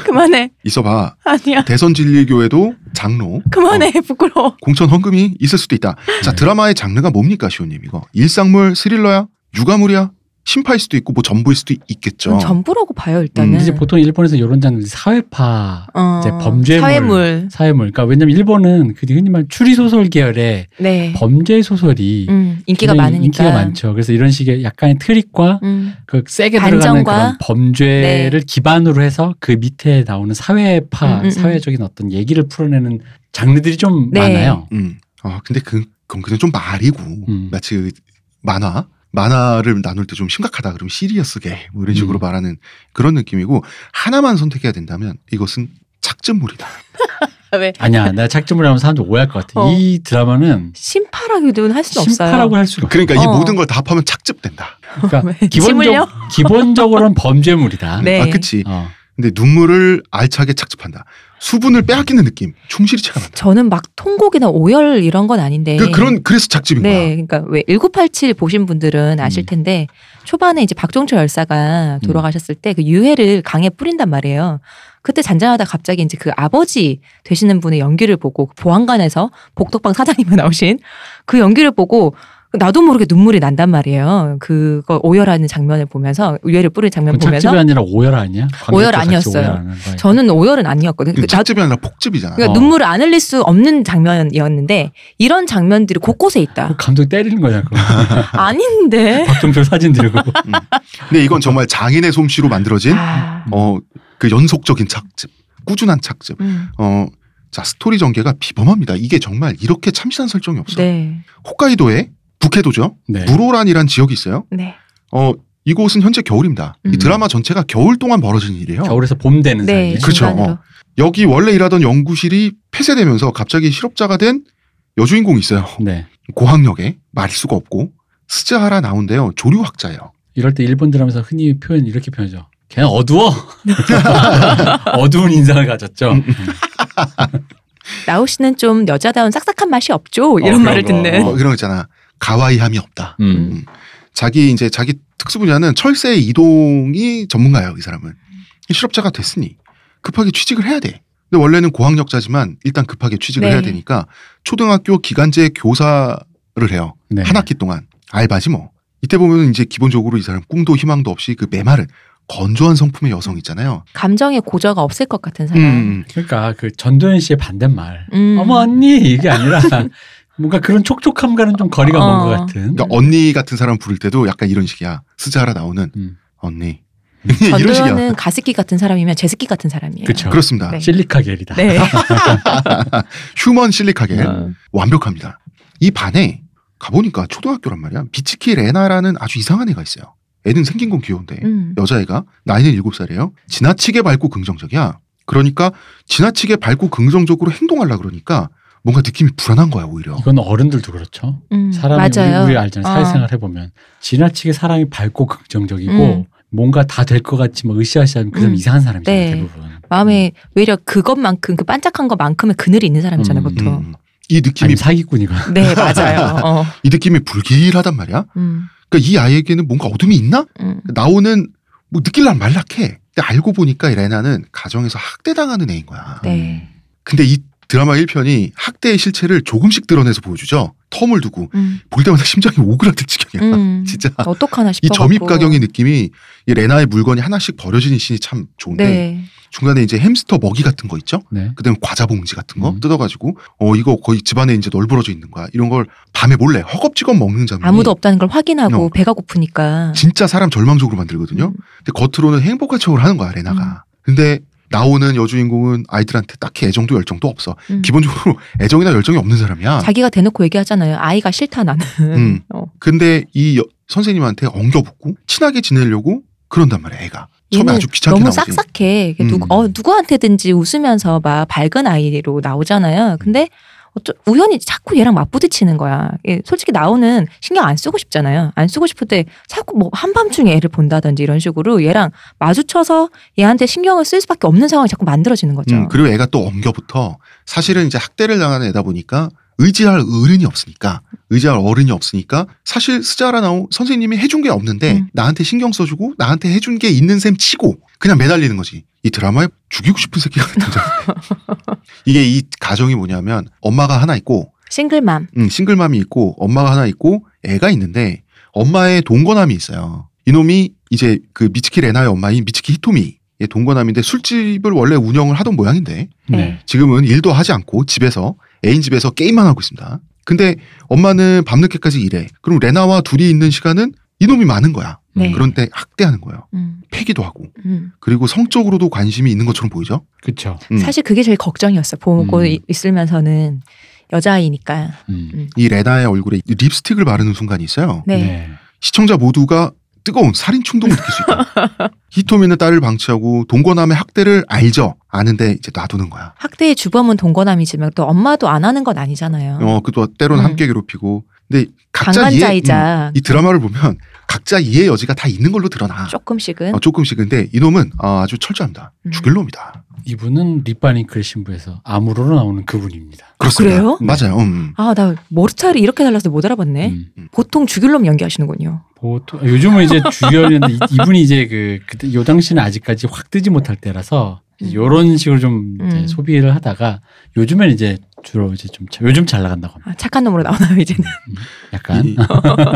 B: 그만해
A: 있어봐.
B: 아니야
A: 대선 진리교회도 장로 어,
B: 그만해
C: 어.
B: 부끄러워.
A: 공천 헌금이 있을 수도 있다. 자
C: 네.
A: 드라마의 장르가 뭡니까 시호님 이거 일상물 스릴러야 유가물이야 심파일 수도 있고 뭐 전부일 수도 있겠죠.
B: 음, 전 전부라고 봐요 일단은.
A: 음,
C: 이제 보통 일본에서 이런 장르 사회파
B: 어,
C: 이제 범죄물.
B: 사회물.
C: 사회물. 그러니까 왜냐면 일본은 그 흔히 말 추리 소설 계열의
B: 네.
C: 범죄 소설이
B: 음, 인기가
C: 굉장히
B: 많으니까.
C: 인기가 많죠. 그래서 이런 식의 약간의 트릭과
B: 음,
C: 그 세게 들어가는
B: 반전과 네.
C: 그런 범죄를 기반으로 해서 그 밑에 나오는 사회파,
B: 음, 음, 음.
C: 사회적인 어떤 얘기를 풀어내는 장르들이 좀
B: 네.
C: 많아요.
A: 음. 아 근데 그, 그건 그냥 좀 말이고
C: 음.
A: 마치 그 만화 만화를 나눌 때 좀 심각하다 그러면 시리어스게 뭐 이런 식으로
C: 음.
A: 말하는 그런 느낌이고 하나만 선택해야 된다면 이것은 작전물이다.
B: 왜
C: 아니야, 나 작전을 하면 사람들 오해할 것 같아.
B: 어.
C: 이 드라마는
B: 심파라고는 할 수는
C: 심파라고
B: 없어요.
C: 할 수가 없어.
A: 그러니까 이
B: 어.
A: 모든 걸 다 합하면 착즙된다.
C: 그러니까
B: 왜?
C: 기본적,
B: 침을요?
C: 기본적으로는 범죄물이다.
B: 네.
A: 아 그치.
C: 어.
A: 근데 눈물을 알차게 착즙한다. 수분을 빼앗기는 느낌. 충실히 체감한다.
B: 저는 막 통곡이나 오열 이런 건 아닌데.
A: 그, 그런 그래서 작집인
B: 네,
A: 거야.
B: 그러니까 왜 1987 보신 분들은 아실
C: 음.
B: 텐데 초반에 이제 박종철 열사가 돌아가셨을 때 그 유해를 강에 뿌린단 말이에요. 그때 잔잔하다 갑자기 이제 그 아버지 되시는 분의 연기를 보고 그 보안관에서 복덕방 사장님이 나오신 그 연기를 보고 나도 모르게 눈물이 난단 말이에요. 그거 오열하는 장면을 보면서 유해를 뿌리는 장면
C: 그럼 착즙이
B: 보면서
C: 아니라 오열 아니야?
B: 오열
C: 관객들 같이
B: 아니었어요.
C: 오열하는 거야.
B: 저는 오열은 아니었거든요. 그
A: 그
B: 나-
A: 작집이 아니라 폭집이잖아.
B: 그러니까
C: 어.
B: 눈물을 안 흘릴 수 없는 장면이었는데 이런 장면들이 곳곳에 있다.
C: 어, 감독이 때리는 거냐, 그럼.
B: 아닌데.
C: 박종철 사진 들고.
A: 근데 이건 정말 장인의 솜씨로 만들어진
B: 아,
A: 어 그 연속적인 착즙, 꾸준한 착즙.
B: 음,
A: 어. 자 스토리 전개가 비범합니다. 이게 정말 이렇게 참신한 설정이 없어.
B: 네,
A: 홋카이도에 북해도죠.
C: 네.
A: 무로란이란 지역이 있어요.
B: 네,
A: 어 이곳은 현재 겨울입니다. 이
B: 음.
A: 드라마 전체가 겨울 동안 벌어진 일이에요.
C: 겨울에서 봄 되는 사이에.
B: 네.
A: 그렇죠.
B: 중간으로.
A: 어. 여기 원래 일하던 연구실이 폐쇄되면서 갑자기 실업자가 된 여주인공이 있어요.
B: 그-
C: 네.
A: 고학력에 말일 수가 없고 스즈하라 나온데요. 조류학자예요.
C: 이럴 때 일본 드라마에서 흔히 표현 이렇게 표현하죠. 걔는 어두워. 어두운 인상을 가졌죠.
A: 음,
B: 나우 씨는 좀 여자다운 싹싹한 맛이 없죠. 이런
C: 어, 그런
B: 말을
C: 거.
B: 듣는.
A: 뭐 이런 거 있잖아. 가와이함이 없다.
C: 음.
A: 자기 이제 자기 특수 분야는 철새 이동이 전문가예요. 이 사람은 실업자가 됐으니 급하게 취직을 해야 돼. 근데 원래는 고학력자지만 일단 급하게 취직을
B: 네.
A: 해야 되니까 초등학교 기간제 교사를 해요.
C: 네.
A: 한 학기 동안 알바지 뭐. 이때 보면 이제 기본적으로 이 사람 꿈도 희망도 없이 그 메마른 건조한 성품의 여성 있잖아요.
B: 감정의 고저가 없을 것 같은 사람.
A: 음.
C: 그러니까 그 전도연 씨의 반대말.
B: 음.
C: 어머 언니 이게 아니라 뭔가 그런 촉촉함과는 좀 거리가 먼 것
B: 어.
C: 같은.
A: 그러니까 언니 같은 사람 부를 때도 약간 이런 식이야. 스자라 나오는
C: 음.
A: 언니.
C: 음.
A: 이런 식이야.
B: 전도연은 가습기 같은 사람이면 제습기 같은 사람이에요.
C: 그렇죠.
A: 그렇습니다.
B: 네.
C: 실리카 겔이다.
B: 네.
A: 휴먼 실리카겔
C: 음.
A: 완벽합니다. 이 반에 가보니까 초등학교란 말이야. 비치키 레나라는 아주 이상한 애가 있어요. 애는 생긴 건 귀여운데
B: 음.
A: 여자애가 나이는 7살이에요. 지나치게 밝고 긍정적이야. 그러니까 지나치게 밝고 긍정적으로 행동하려 그러니까 뭔가 느낌이 불안한 거야 오히려.
C: 이건 어른들도 그렇죠.
B: 음,
C: 사람이
B: 맞아요.
C: 우리, 우리 알잖아요.
B: 어.
C: 사회생활 해보면 지나치게 사람이 밝고 긍정적이고
B: 음.
C: 뭔가 다 될 것 같이 뭐 으쌰으쌰하면 그 사람
B: 음.
C: 이상한 사람이잖아요.
B: 네.
C: 대부분.
B: 마음에 외려 그것만큼 그 반짝한 것만큼의 그늘이 있는 사람이잖아요,
C: 음.
B: 보통.
A: 음. 이 느낌이
C: 아니 사기꾼이가.
B: 네, 맞아요. 어.
A: 이 느낌이 불길하단 말이야.
B: 음,
A: 그러니까 이 아이에게는 뭔가 어둠이 있나?
B: 음.
A: 나오는 뭐 느낄란
C: 아,
A: 말락해. 근데 알고 보니까 이 레나는 가정에서 학대당하는 애인 거야.
B: 네.
A: 근데 이 드라마 1편이 학대의 실체를 조금씩 드러내서 보여주죠. 텀을 두고
B: 음.
A: 볼 때마다 심장이 오그라들
C: 아,
A: 지경이야.
B: 음.
A: 진짜
B: 어떡하나
A: 이
B: 싶어.
A: 점입 가경의 느낌이 이 레나의 물건이 하나씩 버려지는 신이 참 좋은데
B: 네.
A: 중간에 이제 햄스터 먹이 같은 거 있죠.
C: 네.
A: 그다음에 과자 봉지 같은 거
C: 음.
A: 뜯어가지고 어 이거 거의 집안에 이제 널브러져 있는 거야. 이런 걸 밤에 몰래 허겁지겁 먹는 장면이
C: 음.
B: 아무도 없다는 걸 확인하고
A: 어.
B: 배가 고프니까.
A: 진짜 사람 절망적으로 만들거든요.
B: 음.
A: 근데 겉으로는 행복한 척을 하는 거야 레나가. 근데 나오는 여주인공은 아이들한테 딱히 애정도 열정도 없어.
B: 음.
A: 기본적으로 애정이나 열정이 없는 사람이야.
B: 자기가 대놓고 얘기하잖아요. 아이가 싫다 나는.
A: 아. 음.
B: 어.
A: 근데 이 여- 선생님한테 엉겨붙고 친하게 지내려고 그런단 말이야 애가. 처음에
B: 얘는
A: 아주 귀찮게
B: 너무
A: 나오지.
B: 싹싹해. 이게 누구,
A: 음.
B: 어, 누구한테든지 웃으면서 막 밝은 아이로 나오잖아요. 근데 어쩌, 우연히 자꾸 얘랑 맞부딪히는 거야. 예, 솔직히 나오는 신경 안 쓰고 싶잖아요. 안 쓰고 싶을 때 자꾸 뭐 한밤중에 애를 본다든지 이런 식으로 얘랑 마주쳐서 얘한테 신경을 쓸 수밖에 없는 상황이 자꾸 만들어지는 거죠.
A: 음, 그리고 애가 또 엉겨붙어. 사실은 이제 학대를 당한 애다 보니까 의지할 어른이 없으니까 의지할 어른이 없으니까 사실 스자라나오 선생님이 해준 게 없는데
B: 음.
A: 나한테 신경 써주고 나한테 해준 게 있는 셈 치고 그냥 매달리는 거지. 이 드라마에 죽이고 싶은 새끼가 등장해. 이게 이 가정이 뭐냐면 엄마가 하나 있고
B: 싱글맘.
A: 음, 싱글맘이 있고 엄마가 하나 있고 애가 있는데 엄마의 동거남이 있어요. 이놈이 이제 그 미츠키 레나의 엄마인 미츠키 히토미의 동거남인데 술집을 원래 운영을 하던 모양인데
C: 네.
A: 지금은 일도 하지 않고 집에서 애인 집에서 게임만 하고 있습니다. 근데 엄마는 밤늦게까지 일해. 그럼 레나와 둘이 있는 시간은 이놈이 많은 거야.
B: 네.
C: 음.
A: 그런데 학대하는 거예요.
B: 음,
A: 패기도 하고
B: 음.
A: 그리고 성적으로도 관심이 있는 것처럼 보이죠.
C: 그렇죠.
A: 음.
B: 사실 그게 제일 걱정이었어요. 보고
C: 음.
B: 이- 있으면서는 여자아이니까.
C: 음.
A: 이 레나의 얼굴에 립스틱을 바르는 순간이 있어요.
B: 네.
A: 시청자 모두가 뜨거운 살인 충동을 느낄 수 있다. 히토미는 딸을 방치하고 동거남의 학대를 알죠. 아는데 이제 놔두는 거야.
B: 학대의 주범은 동거남이지만 또 엄마도 안 하는 건 아니잖아요.
A: 어, 그또 때로는
B: 음.
A: 함께 괴롭히고. 근데 각자 이해, 음,
B: 강간자이자
A: 이 드라마를 보면 각자 이해 여지가 다 있는 걸로 드러나.
B: 조금씩은
A: 어, 조금씩 근데 이놈은 아, 아주 철저합니다.
B: 음.
A: 죽일 놈이다.
C: 이분은 립바링클 신부에서 암으로 나오는 그분입니다.
A: 그렇습니다.
B: 그래요? 네.
A: 맞아요. 음.
B: 아 나 머리차를 이렇게 달라서 못 알아봤네.
C: 음.
B: 보통 죽일 놈 연기하시는군요.
C: 보통 요즘은 이제 주연인데 이- 이분이 이제 그 그때 요 당시는 아직까지 확 뜨지 못할 때라서
B: 음.
C: 이런 식으로 좀 이제
B: 음.
C: 소비를 하다가 요즘엔 이제 주로 이제 좀 자- 요즘 잘 나간다고 합니다.
B: 아, 착한 놈으로 나오나요 이제는?
C: 약간
B: 음.
A: 이,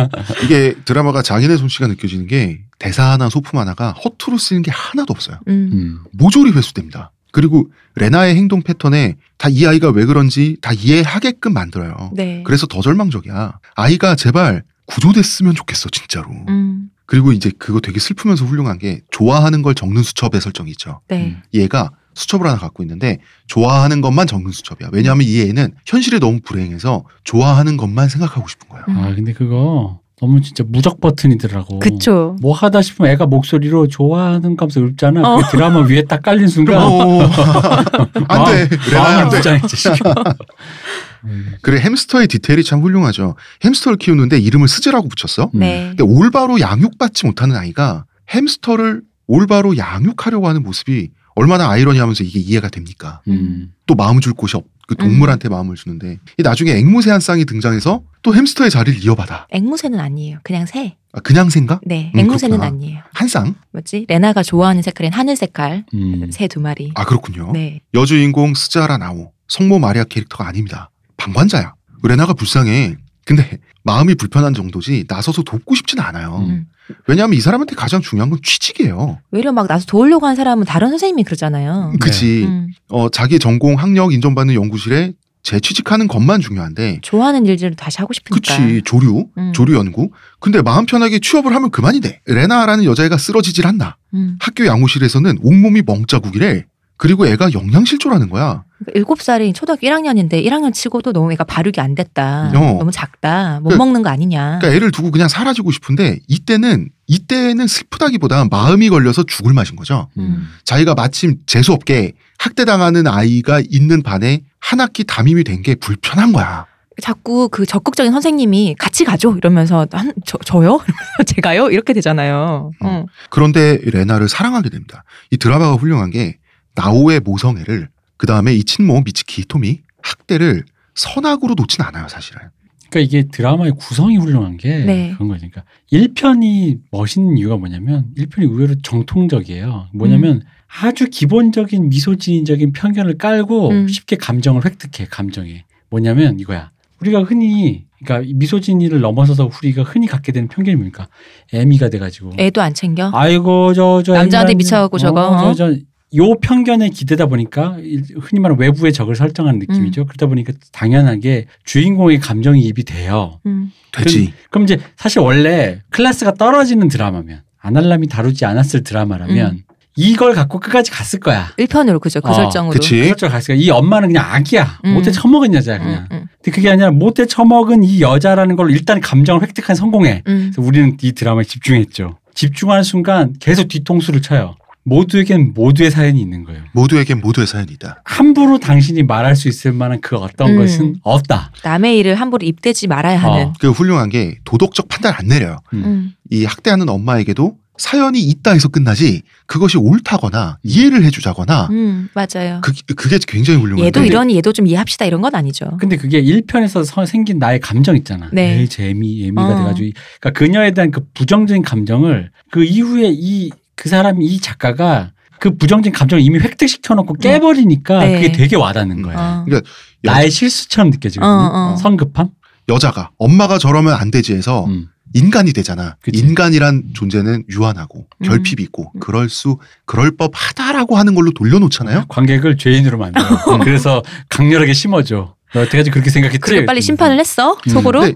A: 이게 드라마가 장인의 솜씨가 느껴지는 게 대사 하나 소품 하나가 허투루 쓰는 게 하나도 없어요.
B: 음.
C: 음.
A: 모조리 회수됩니다. 그리고 레나의 행동 패턴에 다 이 아이가 왜 그런지 다 이해하게끔 만들어요.
B: 네.
A: 음, 그래서 더 절망적이야. 아이가 제발 구조됐으면 좋겠어, 진짜로.
B: 음.
A: 그리고 이제 그거 되게 슬프면서 훌륭한 게 좋아하는 걸 적는 수첩의 설정이 있죠.
B: 네.
C: 음.
A: 얘가 수첩을 하나 갖고 있는데 좋아하는 것만 적는 수첩이야. 왜냐하면 이 애는 현실이 너무 불행해서 좋아하는 것만 생각하고 싶은 거야.
B: 음.
C: 아 근데 그거 너무 진짜 무적 버튼이더라고.
B: 그쵸.
C: 뭐 하다 싶으면 애가 목소리로 좋아하는 감성 읊잖아.
B: 어.
C: 그 드라마 위에 딱 깔린 순간
A: 어, 안 돼. 레나야,
C: 그러니까. 마음을
A: 안 돼.
C: 부장했지. 지금. 음.
A: 그래, 햄스터의 디테일이 참 훌륭하죠. hamster를 키우는데 이름을 스즈라고 붙였어?
B: 네.
A: 음. 근데 올바로 양육받지 못하는 아이가 햄스터를 올바로 양육하려고 하는 모습이 얼마나 아이러니하면서 이게 이해가 됩니까?
C: 음.
A: 또 마음 줄 곳이 없. 그 동물한테 마음을 주는데 이 나중에 앵무새 한 쌍이 등장해서 또 햄스터의 자리를 이어받아.
B: 앵무새는 아니에요. 그냥 새.
A: 아, 그냥 생각?
B: 네.
A: 음,
B: 앵무새는
A: 그렇구나.
B: 아니에요.
A: 한 쌍?
B: 뭐지? 레나가 좋아하는 색깔인 하늘 색깔.
C: 음.
B: 새 두 마리.
A: 아 그렇군요.
B: 네.
A: 여주인공 스자라 나오 성모 마리아 캐릭터가 아닙니다. 방관자야. 레나가 불쌍해. 근데 마음이 불편한 정도지 나서서 돕고 싶진 않아요.
B: 음.
A: 왜냐하면 이 사람한테 가장 중요한 건 취직이에요.
B: 외려 막 나서 도우려고 한 사람은 다른 선생님이 그러잖아요.
A: 그치.
B: 음.
A: 어, 자기 전공 학력 인정받는 연구실에 재취직하는 것만 중요한데
B: 좋아하는 일들을 다시 하고 싶으니까.
A: 그치 조류
B: 음.
A: 조류 연구 근데 마음 편하게 취업을 하면 그만이네 레나라는 여자애가 쓰러지질 않나
B: 음.
A: 학교 양호실에서는 온몸이 멍자국이래 그리고 애가 영양실조라는 거야
B: 그러니까 일곱 살이 초등학교 1학년인데 1학년 치고도 너무 애가 발육이 안 됐다.
A: 어.
B: 너무 작다. 못
A: 그-
B: 먹는 거 아니냐.
A: 그러니까 애를 두고 그냥 사라지고 싶은데 이때는 이때는 슬프다기보다 마음이 걸려서 죽을 맛인 거죠
C: 음.
A: 자기가 마침 재수없게 학대당하는 아이가 있는 반에 한 학기 담임이 된 게 불편한 거야
B: 자꾸 그 적극적인 선생님이 같이 가죠 이러면서 한, 저, 저요? 이러면서 제가요? 이렇게 되잖아요.
A: 어.
B: 응.
A: 그런데 레나를 사랑하게 됩니다. 이 드라마가 훌륭한 게 나오의 모성애를 그 다음에 이 친모 미츠키 히토미 학대를 선악으로 놓진 않아요 사실은.
C: 그러니까 이게 드라마의 구성이 훌륭한 게
B: 네.
C: 그런 거죠.
B: 음.
C: 그러니까 1편이 멋있는 이유가 뭐냐면 1편이 의외로 정통적이에요. 뭐냐면 아주 기본적인 미소지인적인 편견을 깔고
B: 음.
C: 쉽게 감정을 획득해 감정에 뭐냐면 이거야 우리가 흔히 그러니까 이 미소진이를 넘어서서 우리가 흔히 갖게 되는 편견이 뭡니까 애미가 돼가지고
B: 애도 안 챙겨.
C: 아이고 저저
B: 남자한테 미쳐갖고 저거, 어?
C: 저, 요 편견에 기대다 보니까 일- 흔히 말하는 외부의 적을
B: 음.
C: 설정하는 느낌이죠 그러다 보니까 당연하게 주인공의 감정이 입이 돼요
B: 음.
A: 되지.
C: 그럼 이제 사실 원래 클래스가 떨어지는 드라마면 아날람이 다루지 않았을 드라마라면
B: 음.
C: 이걸 갖고 끝까지 갔을 거야.
B: 1편으로 그죠. 그
C: 어,
B: 설정으로.
A: 아, 그치?
C: 그렇죠 갔을 거야. 이 엄마는 그냥 아기야.
B: 음.
C: 못해 처먹은 여자야
B: 음,
A: 네.
C: 그냥.
B: 음,
C: 근데 그게 아니라 못해 처먹은 이 여자라는 걸로 일단 감정을 획득한 성공해.
B: 음.
C: 그래서 우리는 이 드라마에 집중했죠. 집중하는 순간 계속 뒤통수를 쳐요. 모두에겐 모두의 사연이 있는 거예요.
A: 모두에겐 모두의 사연이다.
C: 함부로 당신이 말할 수 있을 만한 그 어떤
B: 음.
C: 것은 없다.
B: 남의 일을 함부로 입대지 말아야 하는.
A: 그 훌륭한 게 도덕적 판단 안 내려요.
B: 음.
A: 이 학대하는 엄마에게도 사연이 있다 해서 끝나지 그것이 옳다거나 이해를 해주자거나
B: 음, 맞아요.
A: 그, 그게 굉장히 훌륭한데
B: 얘도 이러니 얘도 좀 이해합시다 이런 건 아니죠.
C: 근데 그게 일편에서 생긴 나의 감정 있잖아.
B: 네.
C: 에이, 재미, 예미가
B: 어.
C: 돼가지고. 이- 그러니까 그녀에 대한 그 부정적인 감정을 그 이후에 이, 그 사람이, 이 작가가 그 부정적인 감정을 이미 획득시켜놓고 깨버리니까
B: 네.
C: 그게 되게 와닿는 거야.
B: 어.
A: 네.
C: 나의 실수처럼 느껴지거든요.
B: 어, 어.
C: 성급함?
A: 여자가 엄마가 저러면 안 되지 해서
C: 음.
A: 인간이 되잖아.
C: 그치.
A: 인간이란 존재는 유한하고
B: 음.
A: 결핍이 있고 그럴 수 그럴 법하다라고 하는 걸로
B: 음.
A: 돌려놓잖아요.
C: 네, 관객을 죄인으로 만들어. 음. 그래서 강렬하게 심어줘. 너 여태까지 그렇게 생각했지?
B: 그리고 빨리 심판을 했어
C: 음.
B: 속으로.
A: 네.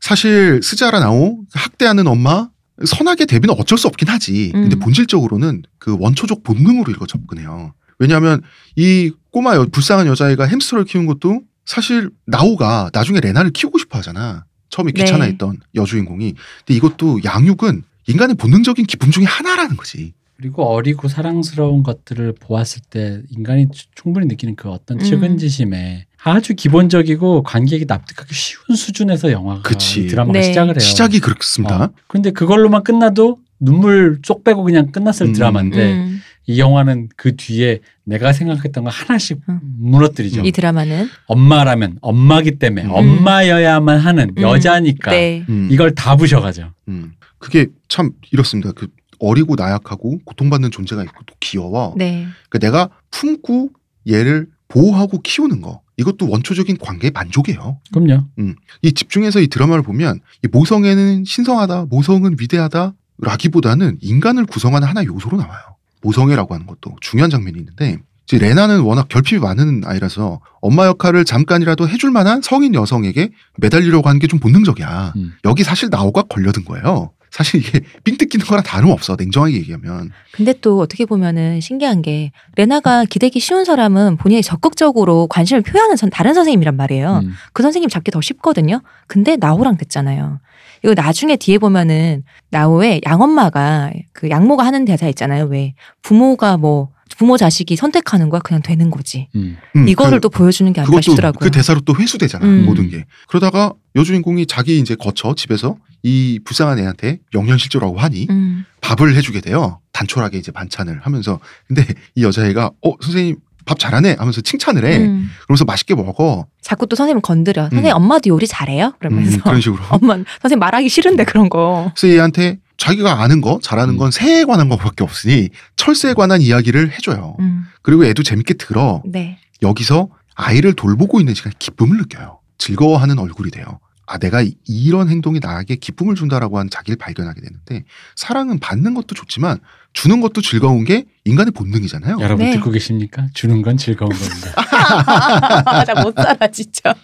A: 사실 스자라 나오 학대하는 엄마 선하게 대비는 어쩔 수 없긴 하지. 근데
B: 음.
A: 본질적으로는 그 원초적 본능으로 이거 접근해요. 왜냐하면 이 꼬마 여, 불쌍한 여자애가 햄스터를 키운 것도 사실 나오가 나중에 레나를 키우고 싶어 하잖아. 처음에
B: 네.
A: 귀찮아했던 여주인공이. 근데 이것도 양육은 인간의 본능적인 기쁨 중에 하나라는 거지.
C: 그리고 어리고 사랑스러운 것들을 보았을 때 인간이 추- 충분히 느끼는 그 어떤
B: 음.
C: 측은지심에 아주 기본적이고 관객이 납득하기 쉬운 수준에서 영화가
A: 그치.
C: 이 드라마가
B: 네.
C: 시작을 해요.
A: 시작이 그렇습니다.
C: 어. 근데 그걸로만 끝나도 눈물 쏙 빼고 그냥 끝났을
A: 음.
C: 드라마인데
B: 음.
C: 이 영화는 그 뒤에 내가 생각했던 거 하나씩
B: 음.
C: 무너뜨리죠.
B: 이 드라마는
C: 엄마라면 엄마기 때문에
A: 음.
C: 엄마여야만 하는
B: 음.
C: 여자니까
B: 네.
A: 음.
C: 이걸 다 부셔가죠.
A: 음. 그게 참 이렇습니다. 그 어리고 나약하고 고통받는 존재가 있고 또 귀여워.
B: 네.
A: 그러니까 내가 품고 얘를 보호하고 키우는 거 이것도 원초적인 관계의 만족이에요.
C: 그럼요.
A: 이 집중해서 이 드라마를 보면 이 모성애는 신성하다, 모성은 위대하다 라기보다는 인간을 구성하는 하나의 요소로 나와요. 모성애라고 하는 것도 중요한 장면이 있는데 이제 레나는 워낙 결핍이 많은 아이라서 엄마 역할을 잠깐이라도 해줄 만한 성인 여성에게 매달리려고 하는 게 좀 본능적이야.
C: 음.
A: 여기 사실 나오가 걸려든 거예요. 사실 이게 삥 뜯기는 거랑 다름없어. 냉정하게 얘기하면.
B: 근데 또 어떻게 보면은 신기한 게 레나가 기대기 쉬운 사람은 본인이 적극적으로 관심을 표하는 선, 다른 선생님이란 말이에요.
C: 음.
B: 그 선생님 잡기 더 쉽거든요. 근데 나호랑 됐잖아요. 이거 나중에 뒤에 보면은 나호의 양엄마가 그 양모가 하는 대사 있잖아요. 왜 부모가 뭐 부모 자식이 선택하는 거야 그냥 되는 거지.
C: 음.
A: 음,
B: 이거를
A: 그-
B: 또 보여주는 게 아까
A: 그것도
B: 싶더라고요.
A: 그 대사로 또 회수되잖아
B: 음.
A: 모든 게 그러다가 여주인공이 자기 이제 거처 집에서 이 불쌍한 애한테 영현실조라고 하니
B: 음.
A: 밥을 해주게 돼요 단촐하게 이제 반찬을 하면서 근데 이 여자애가 어 선생님 밥 잘하네 하면서 칭찬을 해
B: 음.
A: 그러면서 맛있게 먹어
B: 자꾸 또 선생님 건드려. 선생님
A: 음.
B: 엄마도 요리 잘해요? 그러면서 어.
A: 음, 그런 식으로
B: 엄마 선생님 말하기 싫은데 그런 거.
A: 그래서 얘한테 자기가 아는 거 잘하는 건 새에 관한 것밖에 없으니 철새에 관한 이야기를 해줘요
B: 음.
A: 그리고 애도 재밌게 들어
B: 네.
A: 여기서 아이를 돌보고 있는 시간에 기쁨을 느껴요. 즐거워하는 얼굴이 돼요. 아, 내가 이- 이런 행동이 나에게 기쁨을 준다라고 하는 자기를 발견하게 되는데 사랑은 받는 것도 좋지만 주는 것도 즐거운 게 인간의 본능이잖아요.
C: 여러분
B: 네.
C: 듣고 계십니까? 주는 건 즐거운 겁니다.
B: 나 못 살아 진짜.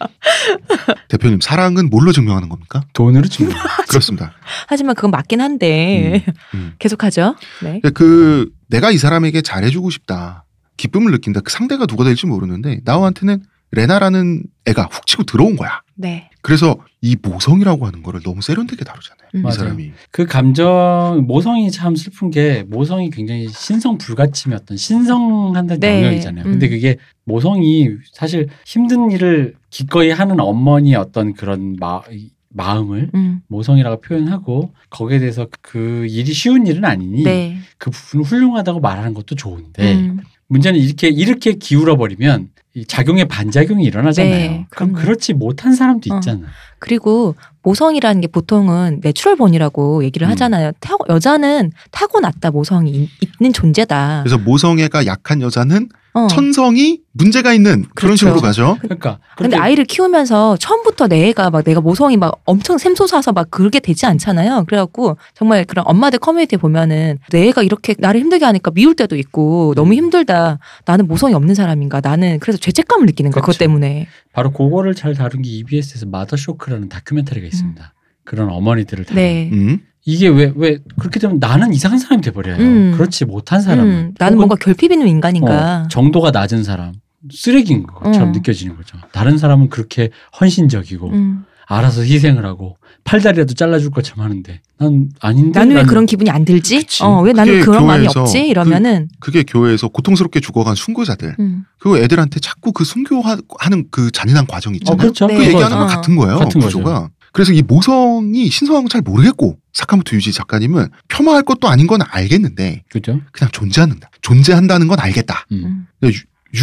A: 대표님, 사랑은 뭘로 증명하는 겁니까?
C: 돈으로 주는
A: 그렇습니다.
B: 하지만 그건 맞긴 한데
A: 음.
B: 계속하죠. 네.
A: 그 내가 이 사람에게 잘해주고 싶다, 기쁨을 느낀다. 그 상대가 누가 될지 모르는데 나한테는 레나라는 애가 훅 치고 들어온 거야.
B: 네.
A: 그래서 이 모성이라고 하는 거를 너무 세련되게 다루잖아요.
B: 음.
A: 이
C: 맞아요.
A: 사람이.
C: 그 감정 모성이 참 슬픈 게 모성이 굉장히 신성 불가침이 어떤 신성한다는
B: 네.
C: 영역이잖아요.
B: 음.
C: 근데 그게 모성이 사실 힘든 일을 기꺼이 하는 어머니의 어떤 그런 마, 이 마음을
B: 음.
C: 모성이라고 표현하고 거기에 대해서 그 일이 쉬운 일은 아니니
B: 네.
A: 네.
C: 그 부분을 훌륭하다고 말하는 것도 좋은데
B: 음.
C: 문제는 이렇게 이렇게 기울어 버리면 이 작용의 반작용이 일어나잖아요.
B: 네,
C: 그럼
B: 그럼요.
C: 그렇지 못한 사람도
B: 어.
C: 있잖아.
B: 그리고 모성이라는 게 보통은 내추럴 본이라고 얘기를
C: 음.
B: 하잖아요. 타- 여자는 타고났다 모성이 있- 있는 존재다.
A: 그래서 모성애가 약한 여자는
B: 어.
A: 천성이 문제가 있는 그런
B: 그렇죠.
A: 식으로 가죠.
C: 그러니까
B: 근데
C: 그렇게
B: 아이를 키우면서 처음부터 내가 막 내가 모성이 막 엄청 샘솟아서 막 그렇게 되지 않잖아요. 그래갖고 정말 그런 엄마들 커뮤니티 보면은 내가 이렇게 나를 힘들게 하니까 미울 때도 있고
C: 음.
B: 너무 힘들다. 나는 모성이 없는 사람인가. 나는 그래서 죄책감을 느끼는 거야. 그것
C: 그렇죠.
B: 때문에.
C: 바로 그거를 잘 다룬 게 EBS에서 마더 쇼크라는 다큐멘터리가 있습니다. 그런 어머니들을 다룬
B: 네.
A: 음.
C: 이게 왜 왜 그렇게 되면 나는 이상한 사람이 돼버려요.
B: 음.
C: 그렇지 못한 사람,
B: 음, 나는 뭔가 결핍 있는
C: 어,
B: 인간인가.
C: 정도가 낮은 사람, 쓰레기인 것처럼
B: 음.
C: 느껴지는 거죠. 다른 사람은 그렇게 헌신적이고
B: 음.
C: 알아서 희생을 하고 팔다리라도 잘라줄 것처럼 하는데 난 아닌데.
B: 나는 왜 그런 기분이 안 들지?
C: 그치.
B: 어, 왜 나는
A: 그게
B: 그런 마음이
A: 교회에서
B: 없지? 이러면은
A: 그게 교회에서 고통스럽게 죽어간 순교자들
B: 음.
A: 그리고 애들한테 자꾸 그 순교하는 그 잔인한 과정
C: 어,
A: 있잖아요.
C: 그렇죠.
B: 네.
A: 그
B: 그거죠.
A: 얘기하는 건
B: 어.
A: 같은 거예요.
C: 같은 거죠.
A: 구조가. 그래서 이 모성이 신성한 건 잘 모르겠고 사카모토 유지 작가님은 폄하할 것도 아닌 건 알겠는데
C: 그죠.
A: 그냥 존재한다. 존재한다는 건 알겠다.
C: 음.
A: 유,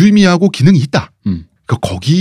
A: 의미하고 기능이 있다.
C: 음.
A: 그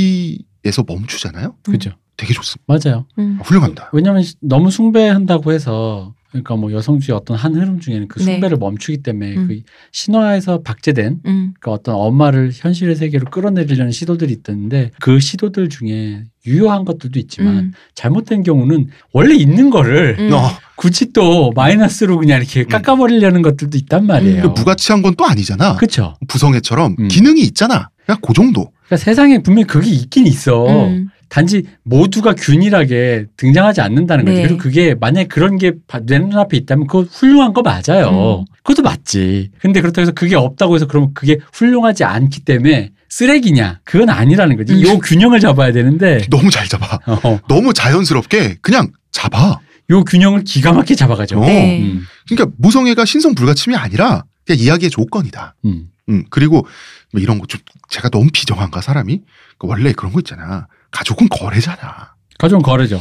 A: 거기에서 멈추잖아요.
C: 그죠.
A: 되게 좋습니다.
C: 맞아요.
B: 음.
A: 훌륭합니다.
C: 왜냐하면 너무 숭배한다고 해서 그러니까 뭐 여성주의 어떤 한 흐름 중에는 그
B: 네.
C: 숭배를 멈추기 때문에
B: 음.
C: 그 신화에서 박제된
B: 음.
C: 그 어떤 엄마를 현실의 세계로 끌어내리려는 시도들이 있던데 그 시도들 중에 유효한 것들도 있지만
B: 음.
C: 잘못된 경우는 원래 있는 거를
B: 음.
A: 어,
C: 굳이 또 마이너스로 그냥 이렇게 깎아버리려는 것들도 있단 말이에요.
A: 음. 그 무가치한 건 또 아니잖아.
C: 그렇죠.
A: 부성애처럼
C: 음.
A: 기능이 있잖아. 그냥 그 정도.
C: 그러니까 세상에 분명히 그게 있긴 있어.
B: 음.
C: 단지 모두가 균일하게 등장하지 않는다는 거지.
B: 네.
C: 그리고 그게 만약에 그런 게 내 눈앞에 있다면 그거 훌륭한 거 맞아요.
B: 음.
C: 그것도 맞지. 근데 그렇다고 해서 그게 없다고 해서 그러면 그게 훌륭하지 않기 때문에 쓰레기냐. 그건 아니라는 거지.
B: 음.
C: 요 균형을 잡아야 되는데
A: 너무 잘 잡아.
C: 어,
A: 너무 자연스럽게 그냥 잡아.
C: 요 균형을 기가 막히게 잡아가죠.
A: 어.
B: 네.
C: 음,
A: 그러니까 무성애가 신성 불가침이 아니라 그냥 이야기의 조건이다.
C: 음.
A: 음, 그리고 뭐 이런 거 좀 제가 너무 비정한가 사람이 그 원래 그런 거 있잖아. 가족은 거래잖아.
C: 가좀 거래죠.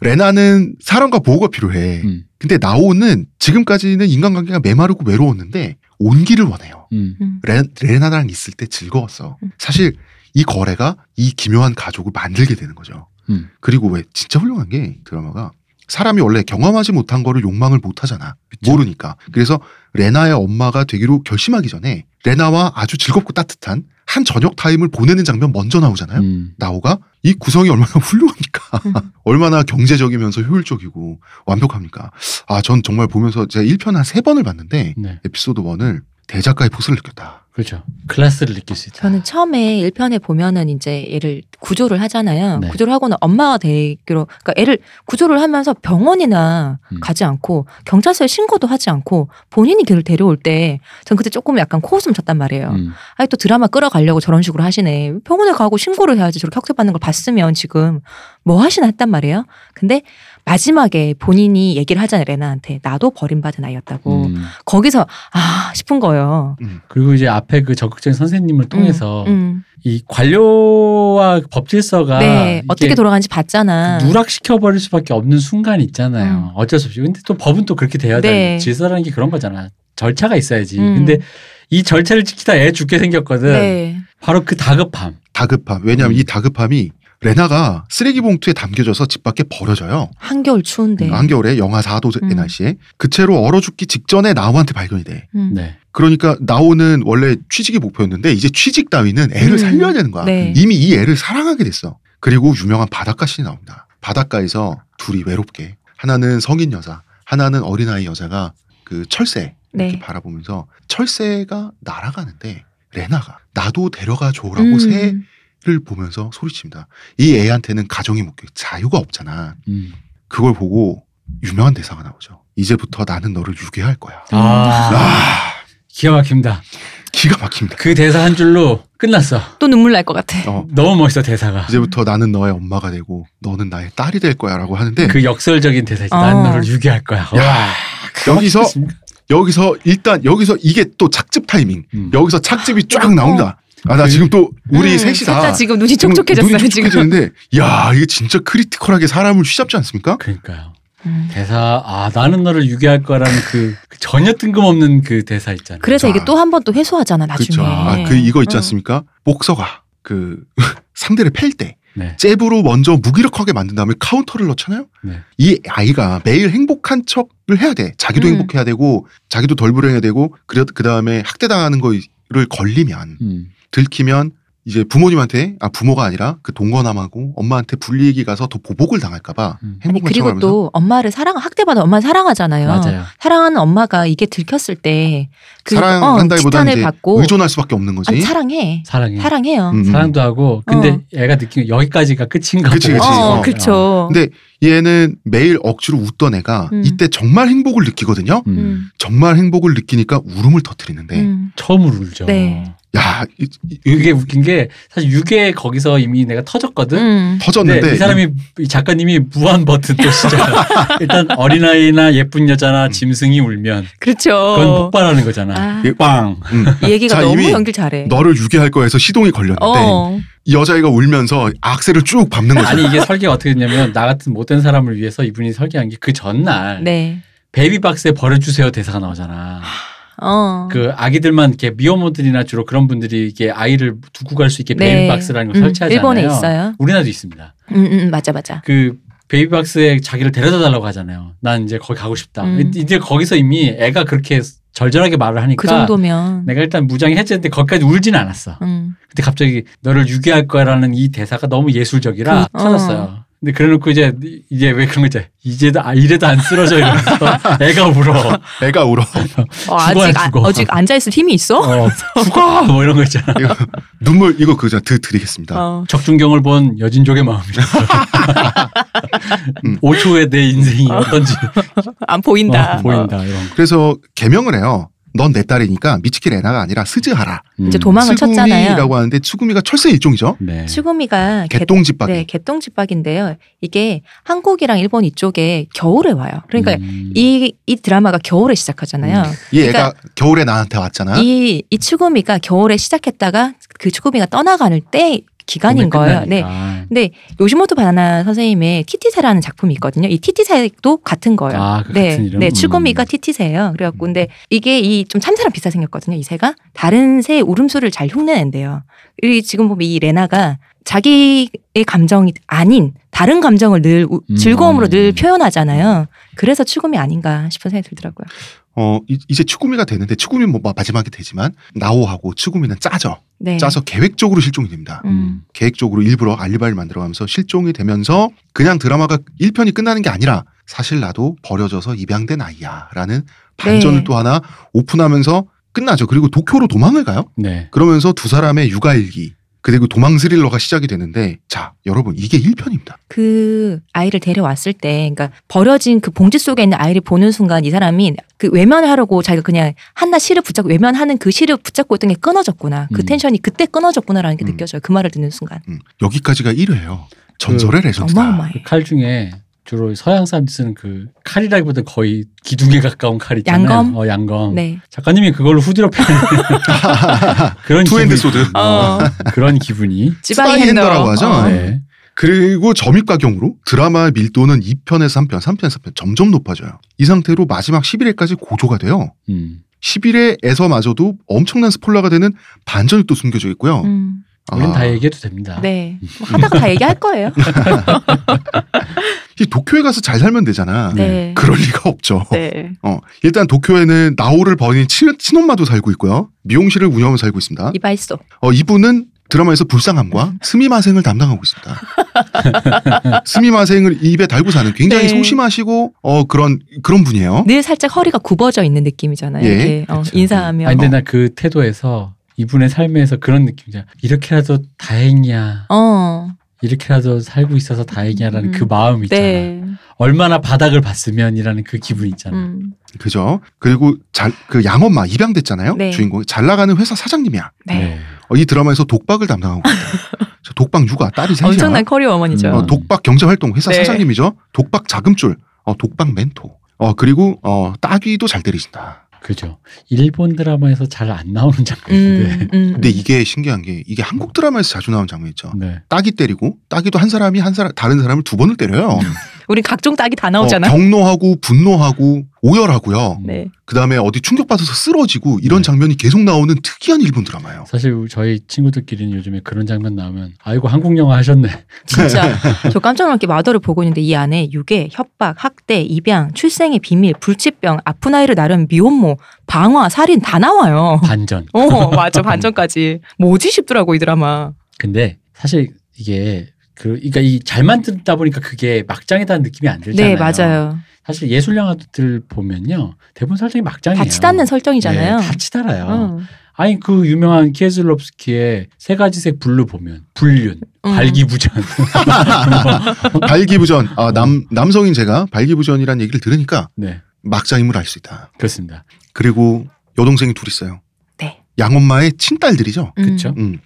A: 레나는 사람과 보호가 필요해.
C: 음,
A: 근데 나오는 지금까지는 인간관계가 메마르고 외로웠는데 온기를 원해요.
C: 음.
A: 레, 레나랑 있을 때 즐거웠어. 사실 이 거래가 이 기묘한 가족을 만들게 되는 거죠.
C: 음.
A: 그리고 왜 진짜 훌륭한 게 드라마가 사람이 원래 경험하지 못한 거를 욕망을 못 하잖아.
C: 그쵸.
A: 모르니까. 그래서 레나의 엄마가 되기로 결심하기 전에 레나와 아주 즐겁고 따뜻한 한 저녁 타임을 보내는 장면 먼저 나오잖아요.
C: 음.
A: 나오가 이 구성이 얼마나 훌륭합니까?
B: 음.
A: 얼마나 경제적이면서 효율적이고 완벽합니까? 아, 전 정말 보면서 제가 1편 한 세번을 봤는데
C: 네.
A: 에피소드 1을 대작가의 복수를 느꼈다.
C: 그렇죠. 클래스를 느낄 수 있다.
B: 저는 처음에 1편에 보면은 이제 애를 구조를 하잖아요.
C: 네.
B: 구조를 하고는 엄마가 되기로, 그러니까 애를 구조를 하면서 병원이나
C: 음.
B: 가지 않고 경찰서에 신고도 하지 않고 본인이 걔를 데려올 때 전 그때 조금 약간 코웃음 쳤단 말이에요.
C: 음.
B: 아니 또 드라마 끌어가려고 저런 식으로 하시네. 병원에 가고 신고를 해야지 저렇게 학대받는 걸 봤으면 지금 뭐 하시나 했단 말이에요. 근데 마지막에 본인이 얘기를 하잖아요. 레나한테. 나도 버림받은 아이였다고.
C: 음.
B: 거기서 아 싶은 거예요.
C: 그리고 이제 앞에 그 적극적인 선생님을 통해서
B: 음.
C: 이 관료와 법
A: 아,
C: 질서가
B: 네.
C: 이게
B: 어떻게 돌아가는지 봤잖아.
A: 그
B: 음.
C: 누락시켜 버릴 수밖에 없는 순간이 있잖아요. 어쩔 수 없이. 근데 또 법은 또 그렇게 돼야
B: 네.
C: 되는 질서라는 게 그런 거잖아. 절차가 있어야지.
B: 음.
C: 근데 이 절차를 지키다 애 죽게 생겼거든.
B: 네.
C: 바로 그 다급함.
A: 다급함. 왜냐하면
C: 음.
A: 이 다급함이 레나가 쓰레기 봉투에 담겨져서 집 밖에 버려져요.
B: 한겨울 추운데.
C: 네.
A: 한겨울에 영하 4도의
B: 음.
A: 날씨에 그 채로 얼어 죽기 직전에 나우한테 발견이 돼.
B: 음.
C: 네.
A: 그러니까 나우는 원래 취직이 목표였는데 이제 취직 따위는 애를
B: 음.
A: 살려야 되는 거야.
B: 네.
A: 이미 이 애를 사랑하게 됐어. 그리고 유명한 바닷가 씬이 나옵니다. 바닷가에서 둘이 외롭게 하나는 성인 여자, 하나는 어린아이 여자가 그 철새 이렇게
B: 네.
A: 바라보면서 철새가 날아가는데 레나가 나도 데려가 줘라고
B: 음.
A: 새를 보면서 소리칩니다. 이 애한테는 가정이 묶여 자유가 없잖아.
C: 음.
A: 그걸 보고 유명한 대사가 나오죠. 이제부터 나는 너를 유괴할 거야.
B: 음.
C: 아,
A: 아,
C: 기가 막힙니다.
A: 기가 막힙니다.
C: 그 대사 한 줄로 끝났어.
B: 또 눈물 날 것 같아.
A: 어,
C: 너무 멋있어 대사가.
A: 이제부터 나는 너의 엄마가 되고 너는 나의 딸이 될 거야라고 하는데
C: 그 역설적인 대사지.
B: 어.
C: 난 너를 유괴할 거야.
A: 야,
B: 아,
A: 여기서 여기서 일단 여기서 이게 또 착즙 타이밍.
C: 음.
A: 여기서 착즙이 쫙 나온다. 아 나
C: 그-
A: 지금 또 우리
B: 어. 음,
A: 셋이다.
B: 셋다 지금 눈이 촉촉해졌어요.
A: 눈이
B: 지금.
A: 촉촉해지는데 야 이게 진짜 크리티컬하게 사람을 휘잡지 않습니까?
C: 그러니까요.
B: 음.
C: 대사 아 나는 너를 유괴할 거라는 그, 그 전혀 뜬금없는 그 대사 있잖아요.
B: 그래서 이게
A: 자.
B: 또 한 번 또 회수하잖아 나중에.
A: 그
B: 음. 어.
A: 그렇죠. 아, 그 이거 있지 않습니까? 복서가 그 상대를 팰 때
C: 네.
A: 잽으로 먼저 무기력하게 만든 다음에 카운터를 넣잖아요.
C: 네.
A: 이 아이가 매일 행복한 척을 해야 돼. 자기도
B: 음.
A: 행복해야 되고 자기도 덜부려야 되고 그래 그다음에 학대당하는 거를 걸리면
C: 음.
A: 들키면 이제 부모님한테 아 부모가 아니라 그 동거남하고 엄마한테 불리기 가서 더 보복을 당할까봐
C: 음.
B: 아니
A: 행복한
B: 그리고
A: 척하면서
B: 또 엄마를 사랑 학대받은 엄마는 사랑하잖아요.
C: 맞아요.
B: 사랑하는 엄마가 이게 들켰을 때 그,
A: 사랑한다기보다는
B: 어,
A: 이제
B: 비판을 받고
A: 의존할 수밖에 없는 거지.
B: 아니, 사랑해
C: 사랑해.
B: 사랑해요.
A: 음, 음.
C: 사랑도 하고 근데 애가 느끼면 여기까지가 끝인가
A: 그치, 그치.
C: 보다.
B: 어,
A: 어.
B: 그렇죠.
A: 근데 얘는 매일 억지로 웃던 애가
B: 음.
A: 이때 정말 행복을 느끼거든요.
C: 음.
B: 음,
A: 정말 행복을 느끼니까 울음을 터뜨리는데
B: 음.
C: 처음으로 울죠.
B: 네.
A: 야 이, 이- 이-
C: 그게 웃긴 게 사실 6에 거기서 이미 내가
A: 네.
C: 터졌거든.
B: 음.
A: 터졌는데
C: 근데 네, 이 사람이 이 작가님이 무한 버튼 또 시작. 일단 어린아이나 예쁜 여자나 짐승이 울면 그건
A: 뭐
B: 그렇죠.
C: 폭발하는 거잖아.
B: 아,
A: 음. 예.
C: 빵.
A: 음,
B: 이 얘기가
A: 자,
B: 너무
A: 이미
B: 연결 잘해.
A: 너를 유괴할 거에서 시동이 걸렸는데
B: 어.
A: 이 여자애가 울면서 악셀을 쭉 밟는 거죠.
C: 아니 이게 설계가 어떻게 됐냐면 나 같은 못된 사람을 위해서 이분이 설계한 게 그 전날
B: 네.
C: 베이비박스에 버려주세요 대사가 나오잖아.
B: 어.
C: 그 아기들만 이렇게 미어모들이나 주로 그런 분들이 이렇게 아이를 두고 갈 수 있게
B: 네.
C: 베이비박스라는 걸
B: 음,
C: 설치하잖아요.
B: 일본에 있어요.
C: 우리나라도 있습니다.
B: 음, 음, 맞아, 맞아.
C: 그 베이비박스에 자기를 데려다 달라고 하잖아요. 난 이제 거기 가고 싶다.
B: 음.
C: 이제 거기서 이미 애가 그렇게 절절하게 말을 하니까
B: 그 정도면.
C: 내가 일단 무장이 해제했는데 거기까지 울진 않았어.
B: 음.
C: 근데 갑자기 너를 유괴할 거야라는 이 대사가 너무 예술적이라
B: 그-
C: 찾았어요. 근데 그래놓고 이제 이제 왜 그런 거 이제 이제도 아, 이래도 안 쓰러져 이러면서 애가 울어.
A: 애가 울어.
B: 어,
C: 죽어야
B: 아직, 아,
C: 죽어.
B: 아직 앉아있을 힘이 있어?
C: 어, 죽어 뭐 이런 거 있잖아.
A: 이거 눈물 이거 그저 드 드리겠습니다.
B: 어.
C: 적중경을 본 여진족의 마음이
A: 음.
C: 5초에 내 인생이 어떤지
B: 안 보인다.
C: 어, 보인다 이런 거.
A: 그래서 개명을 해요. 넌 내 딸이니까 미츠키 레나가 아니라 스즈하라.
B: 이제
C: 음.
B: 도망을 쳤잖아요.
A: 츠구미라고 하는데 츠구미가 철새 일종이죠.
C: 네.
B: 추구미가 개-
A: 개똥집밖에.
B: 네, 개똥집박인데요. 이게 한국이랑 일본 이쪽에 겨울에 와요. 그러니까
C: 음.
B: 이, 이 드라마가 겨울에 시작하잖아요.
A: 이 애가 겨울에 나한테 왔잖아.
B: 이, 이 추구미가 겨울에 시작했다가 그 추구미가 떠나가는 때 기간인
C: 봄에
B: 거예요. 네.
C: 끝나니까.
B: 근데 요시모토 바나나 선생님의 티티세라는 작품이 있거든요. 이 티티세도 같은 거예요.
C: 아, 그
B: 네,
C: 같은 이름.
B: 네,
C: 음.
B: 추구미가 티티새예요. 그래갖고 근데 이게 이 좀 참새랑 비슷하게 생겼거든요. 이 새가 다른 새의 울음소리를 잘 흉내낸대요. 이 지금 보면 이 레나가 자기의 감정이 아닌 다른 감정을 늘 우-
C: 음.
B: 즐거움으로 늘 표현하잖아요. 그래서 추구미 아닌가 싶은 생각이 들더라고요.
A: 어 이- 이제 츠구미가 되는데 츠구미 뭐 마- 마지막에 되지만 나오하고 츠구미는 짜죠.
B: 네.
A: 짜서 계획적으로 실종이 됩니다.
B: 음.
A: 계획적으로 일부러 알리바이를 만들어가면서 실종이 되면서 그냥 드라마가 1편이 끝나는 게 아니라 사실 나도 버려져서 입양된 아이야라는 반전을
B: 네.
A: 또 하나 오픈하면서 끝나죠. 그리고 도쿄로 도망을 가요.
C: 네.
A: 그러면서 두 사람의 육아일기 그리고 도망 스릴러가 시작이 되는데 자 여러분 이게 1편입니다.
B: 그 아이를 데려왔을 때, 그러니까 버려진 그 봉지 속에 있는 아이를 보는 순간 이 사람이 그 외면하려고 자기가 그냥 한나 실을 붙잡고 외면하는 그 실을 붙잡고 있던 게 끊어졌구나. 그
C: 음.
B: 텐션이 그때 끊어졌구나라는 게
A: 음.
B: 느껴져요. 그 말을 듣는 순간.
A: 여기까지가 1회예요. 전설의 레전드다.
B: 어마어마해.
C: 그 칼 중에 주로 서양 사람들이 쓰는 그 칼이라기보다 거의 기둥에 가까운 칼 있잖아요.
B: 양검?
C: 어, 양검.
B: 네.
C: 작가님이 그걸로 후드로 표현 그런
A: 투핸드
C: 기분이-
A: 소드.
B: 어.
C: 그런 기분이.
B: 지바이
A: 스파이
B: 핸더.
A: 핸더라고 하죠?
B: 어.
C: 네.
A: 그리고 점입가경으로 드라마의 밀도는 2편에서 3편, 3편에서 4편 점점 높아져요. 이 상태로 마지막 11회까지 고조가 돼요.
C: 음.
A: 11회에서마저도 엄청난 스포일러가 되는 반전이 또 숨겨져 있고요.
B: 음.
C: 우린
A: 아,
C: 다 얘기해도 됩니다.
B: 네. 뭐 하다가 다 얘기할 거예요.
A: 이 도쿄에 가서 잘 살면 되잖아.
B: 네.
A: 그럴 리가 없죠.
B: 네.
A: 어, 일단 도쿄에는 나오를 버린 친, 친엄마도 살고 있고요. 미용실을 운영하며 살고 있습니다.
B: 이발소.
A: 어, 이분은 드라마에서 불쌍함과 스미마생을 담당하고 있습니다. 스미마생을 입에 달고 사는 굉장히
B: 네.
A: 소심하시고 어, 그런 그런 분이에요.
B: 늘 살짝 허리가 굽어져 있는 느낌이잖아요.
A: 예,
B: 이렇게 어,
C: 그렇죠.
B: 인사하면.
C: 아니, 근데 나 그 태도에서 이분의 삶에서 그런 느낌이야. 이렇게라도 다행이야.
B: 어.
C: 이렇게라도 살고 있어서 다행이야라는
B: 음.
C: 그 마음 있잖아.
B: 네.
C: 얼마나 바닥을 봤으면이라는 그 기분 있잖아.
B: 음.
A: 그죠? 그리고 잘 그 양엄마 입양됐잖아요.
B: 네.
A: 주인공이 잘 나가는 회사 사장님이야.
B: 네.
A: 어, 이 드라마에서 독박을 담당하고 있어요. 저 독박 육아 딸이 셋이야.
B: 엄청난 커리어 어머니죠.
A: 어,
C: 음.
A: 독박 경제 활동 회사
B: 네.
A: 사장님이죠. 독박 자금줄, 어, 독박 멘토. 어 그리고 어 따귀도 잘 때리신다.
C: 그죠. 일본 드라마에서 잘 안 나오는
A: 네.
C: 장면인데.
B: 음, 음.
A: 근데 이게 신기한 게 이게 한국 드라마에서 자주 나오는 장면 있죠.
C: 네.
A: 따귀 때리고 따귀도 한 사람이 한 사람 다른 사람을 두 번을 때려요.
B: 우리 각종 딱이 다 음, 나오잖아.
A: 어, 경로하고 분노하고 오열하고요.
B: 네.
A: 그 다음에 어디 충격받아서 쓰러지고 이런
C: 네.
A: 장면이 계속 나오는 특이한 일본 드라마예요.
C: 사실 저희 친구들끼리는 요즘에 그런 장면 나오면 아이고 한국 영화 하셨네.
B: 진짜 저 깜짝 놀랄 게 마더를 보고 있는데 이 안에 유괴, 협박, 학대, 입양, 출생의 비밀, 불치병, 아픈 아이를 나름 미혼모, 방화, 살인 다 나와요.
C: 반전.
B: 어 맞아 반전까지 뭐지 싶더라고 이 드라마.
C: 근데 사실 이게 그, 그러니까 이 잘 만들다 보니까 그게 막장이다는 느낌이 안 들잖아요.
B: 네 맞아요.
C: 사실 예술 영화들 보면요, 대부분 설정이 막장이에요.
B: 다 치닫는 설정이잖아요.
C: 네, 다 치달아요.
B: 어.
C: 아니 그 유명한 키에슬롭스키의 세 가지색 블루 보면 불륜,
B: 음.
C: 발기부전,
A: 발기부전 아, 남 남성인 제가 발기부전이라는 얘기를 들으니까
C: 네
A: 막장임을 알 수 있다.
C: 그렇습니다.
A: 그리고 여동생이 둘 있어요.
B: 네.
A: 양엄마의 친딸들이죠.
B: 음.
C: 그쵸?
A: 음.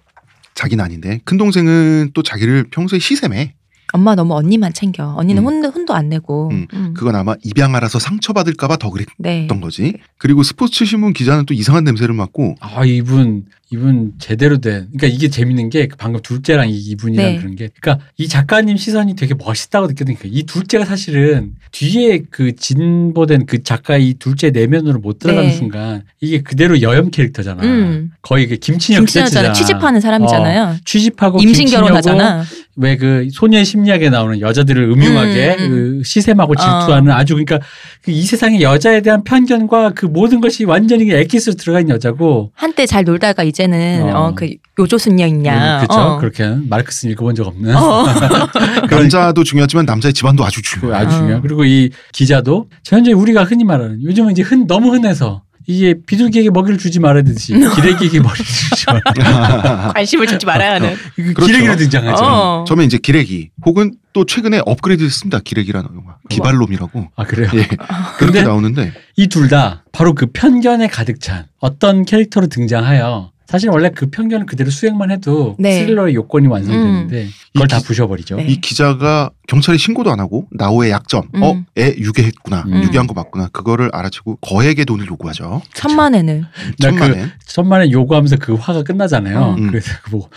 A: 자기는 아닌데 큰 동생은 또 자기를 평소에 시샘해.
B: 엄마 너무 언니만 챙겨. 언니는
A: 음.
B: 혼, 혼도 안 내고.
A: 음.
B: 음.
A: 그건 아마 입양하라서 상처받을까봐 더 그랬던
B: 네.
A: 거지. 그리고 스포츠 신문 기자는 또 이상한 냄새를 맡고
C: 아 이분 이분 제대로 된 그러니까 이게 재밌는 게 방금 둘째랑 이- 이분이랑
B: 네.
C: 그런 게 그러니까 이 작가님 시선이 되게 멋있다고 느꼈던 게 이 둘째가 사실은 뒤에 그 진보된 그 작가의 이 둘째 내면으로 못 들어가는
B: 네.
C: 순간 이게 그대로 여혐 캐릭터잖아.
B: 음.
C: 거의 그 김치녀
B: 김치녀잖아.
C: 세트잖아.
B: 취집하는 어. 사람이잖아요.
C: 취집하고
B: 임신
C: 김치녀고
B: 결혼하잖아.
C: 왜 그 소녀의 심리학에 나오는 여자들을 음흉하게
B: 음, 음.
C: 그 시샘하고 질투하는 아주 그러니까 그 이 세상의 여자에 대한 편견과 그 모든 것이 완전히 엑기스로 들어간 여자고
B: 한때 잘 놀다가 이제는
C: 어.
B: 어, 그 요조순녀있냐.
C: 음, 그렇죠
B: 어.
C: 그렇게 하는 마르크스는 읽어본 적 없는
B: 어.
A: 남자도 중요하지만 남자의 집안도 아주
C: 그
A: 중요해.
C: 아주
B: 어.
C: 중요한 그리고 이 기자도 현재 우리가 흔히 말하는 요즘은 이제 흔 너무 흔해서 이게 비둘기에게 먹이를 주지 말아야 되듯이 기레기에게 먹이를 주지 말아야
B: 관심을 주지 말아야 하는.
C: 되듯이
A: 그렇죠.
C: 기레기로 등장하죠
B: 어.
A: 처음에 이제 기레기 혹은 또 최근에 업그레이드 됐습니다. 기레기라는 영화 기발놈이라고
C: 아 그래요
A: 예 그렇게
C: 근데
A: 나오는데
C: 이 둘 다 바로 그 편견에 가득 찬 어떤 캐릭터로 등장하여 사실 원래 그 편견을 그대로 수행만 해도
B: 네. 음.
C: 스릴러의 요건이 완성되는데 그걸
A: 이
C: 다
A: 기-
C: 부셔버리죠.
B: 네.
A: 이 기자가 경찰에 신고도 안 하고 나오의 약점
B: 음.
A: 어 애 유괴했구나
C: 음.
A: 유괴한 거 맞구나 그거를 알아채고 거액의 돈을 요구하죠.
B: 천만에는.
C: 나 그-
A: 천만엔
C: 천만에 요구하면서 그 화가 끝나잖아요.
A: 음.
C: 그래서 보고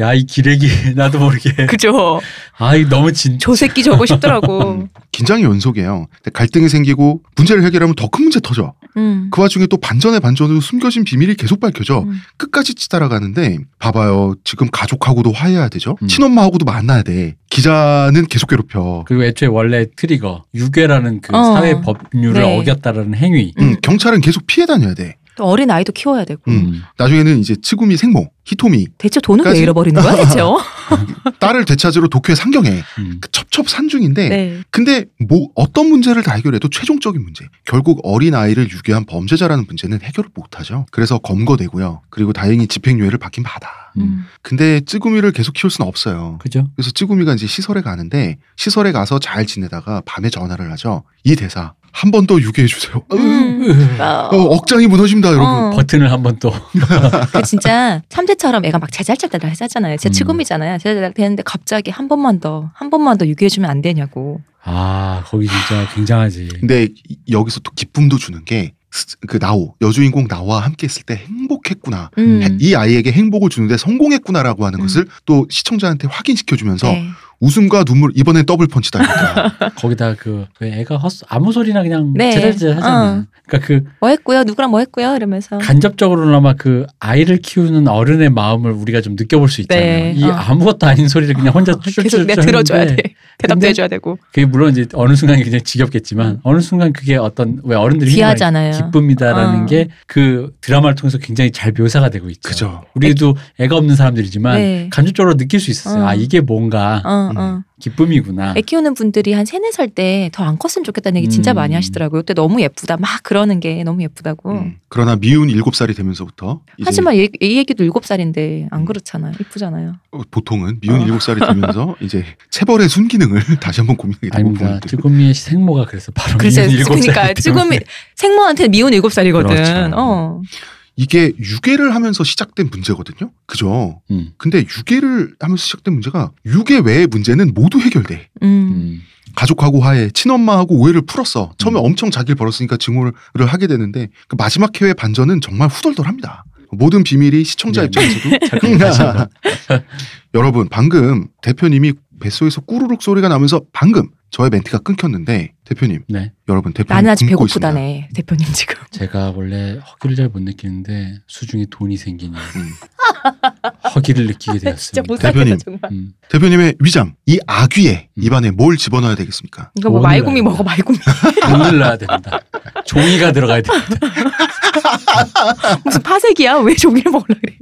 C: 야 이 기레기 나도 모르게
B: 그죠.
C: 아이 너무 진
B: 저 새끼 저거 싶더라고.
A: 음. 긴장이 연속이에요. 근데 갈등이 생기고 문제를 해결하면 더 큰 문제 터져.
B: 음.
A: 그 와중에 또 반전에 반전으로 숨겨진 비밀이 계속 밝혀져
B: 음.
A: 끝까지 치달아가는데 봐봐요. 지금 가족하고도 화해해야 되죠.
C: 음.
A: 친엄마하고도 만나야 돼. 기자는 계속 괴롭혀.
C: 그리고 애초에 원래 트리거 유괴라는 그
B: 어.
C: 사회 법률을
B: 네.
C: 어겼다라는 행위.
A: 음, 경찰은 계속 피해 다녀야 돼.
B: 또 어린 아이도 키워야 되고.
A: 음. 나중에는 이제 츠구미 생모 히토미
B: 대체 돈을
A: 까지-
B: 왜 잃어버리는 거야 대체? 어?
A: 딸을 되찾으러 도쿄에 상경해.
C: 음.
A: 그 첩첩산중인데
B: 네.
A: 근데 뭐 어떤 문제를 다 해결해도 최종적인 문제 결국 어린 아이를 유괴한 범죄자라는 문제는 해결을 못하죠. 그래서 검거되고요. 그리고 다행히 집행유예를 받긴 받아.
B: 음.
A: 근데 찌구미를 계속 키울 수는 없어요.
C: 그죠?
A: 그래서 찌구미가 이제 시설에 가는데 시설에 가서 잘 지내다가 밤에 전화를 하죠. 이 대사 한 번 더 유괴해 주세요.
B: 음.
A: 어, 억장이 무너집니다, 여러분.
B: 어.
C: 버튼을 한번 또
B: 그 진짜 삼재처럼 애가 막 제잘잘달 했잖아요. 제
C: 음.
B: 치금이잖아요. 제잘잘 했는데 갑자기 한 번만 더, 한 번만 더 유기해주면 안 되냐고.
C: 아 거기 진짜 굉장하지.
A: 근데 이- 여기서 또 기쁨도 주는 게 그 나오 여주인공 나와 함께 있을 때 행복했구나.
B: 음.
C: 음.
A: 이 아이에게 행복을 주는데 성공했구나라고 하는
B: 음.
A: 것을 또 시청자한테 확인시켜주면서
B: 네.
A: 웃음과 눈물 이번엔 더블 펀치다. 이거다.
C: 거기다 그, 그 애가 헛 아무 소리나 그냥
B: 네.
C: 제잘제잘 하잖아. 요 그러니까 그
B: 뭐 했고요? 누구랑 뭐 했고요? 이러면서.
C: 간접적으로나마 그 아이를 키우는 어른의 마음을 우리가 좀 느껴볼 수 있잖아요.
B: 네.
C: 이
B: 어.
C: 아무것도 아닌 소리를 그냥 혼자
B: 계속 내
C: 쭈쭈쭈
B: 들어줘야 돼.
C: 하는데
B: 대답도
C: 근데
B: 해줘야 되고.
C: 그게 물론 이제 어느 순간 굉장히 지겹겠지만 어느 순간 그게 어떤 왜 어른들이 흔히
B: 음.
C: 말하는
B: 귀하잖아요.
C: 기쁨이다라는
B: 어.
C: 게 그 드라마를 통해서 굉장히 잘 묘사가 되고 있죠.
B: 그렇죠.
A: 그죠.
C: 우리도 애가 없는 사람들이지만
B: 네.
C: 간접적으로 느낄 수 있었어요.
B: 어.
C: 아 이게 뭔가
B: 어, 어.
A: 음.
C: 기쁨이구나.
B: 애 키우는 분들이 한 세네 살 때 더 안 컸으면 좋겠다는 얘기 진짜
C: 음.
B: 많이 하시더라고요. 그때 너무 예쁘다. 막 그러는 게 너무 예쁘다고.
A: 음. 그러나 미운 일곱 살이 되면서부터 이제
B: 어. 하지만 이, 이 얘기도 일곱 살인데
A: 음.
B: 안 그렇잖아요. 이쁘잖아요.
A: 어, 보통은 미운
B: 어.
A: 일곱 살이 되면서 이제 체벌의 순기능을 다시 한번 고민하게 되는
C: 아닙니다.
A: 부분들.
C: 쭈꾸미의 생모가 그래서
A: 아,
C: 바로
B: 그래서
C: 미운 일곱 살
B: 그러니까
C: 때문에.
B: 지금 생모한테 미운 일곱 살이거든.
C: 그렇죠.
B: 어.
A: 이게 유괴를 하면서 시작된 문제거든요. 그죠?
C: 음.
A: 근데 유괴를 하면서 시작된 문제가 유괴 외의 문제는 모두 해결돼.
B: 음.
C: 음.
A: 가족하고 화해, 친엄마하고 오해를 풀었어. 처음에
C: 음.
A: 엄청 자기를 벌었으니까 증오를 하게 되는데 그 마지막 회의 반전은 정말 후덜덜합니다. 모든 비밀이 시청자
C: 네.
A: 입장에서도 음.
C: 잠깐만 다시 한번.
A: 여러분 방금 대표님이 뱃속에서 꾸르륵 소리가 나면서 방금 저의 멘트가 끊겼는데 대표님,
C: 네.
A: 여러분 대표님
B: 나는 아직
A: 굶고 있습니다.
B: 배고프다네 대표님 지금.
C: 제가 원래 허기를 잘 못 느끼는데 수중에 돈이 생기니
A: 음.
C: 허기를 느끼게 되었습니다.
B: 진짜 못
A: 대표님.
B: 살겠다 정말.
C: 음.
A: 대표님의 위장, 이 아귀의
C: 음.
A: 입안에 뭘 집어넣어야 되겠습니까?
B: 이거 뭐
C: 오늘
B: 말구미
C: 날이다.
B: 먹어 말구미.
C: 돈을 넣어야 됩니다. 종이가 들어가야 됩니다.
B: 무슨 파색이야? 왜 종이를 먹으려 그래?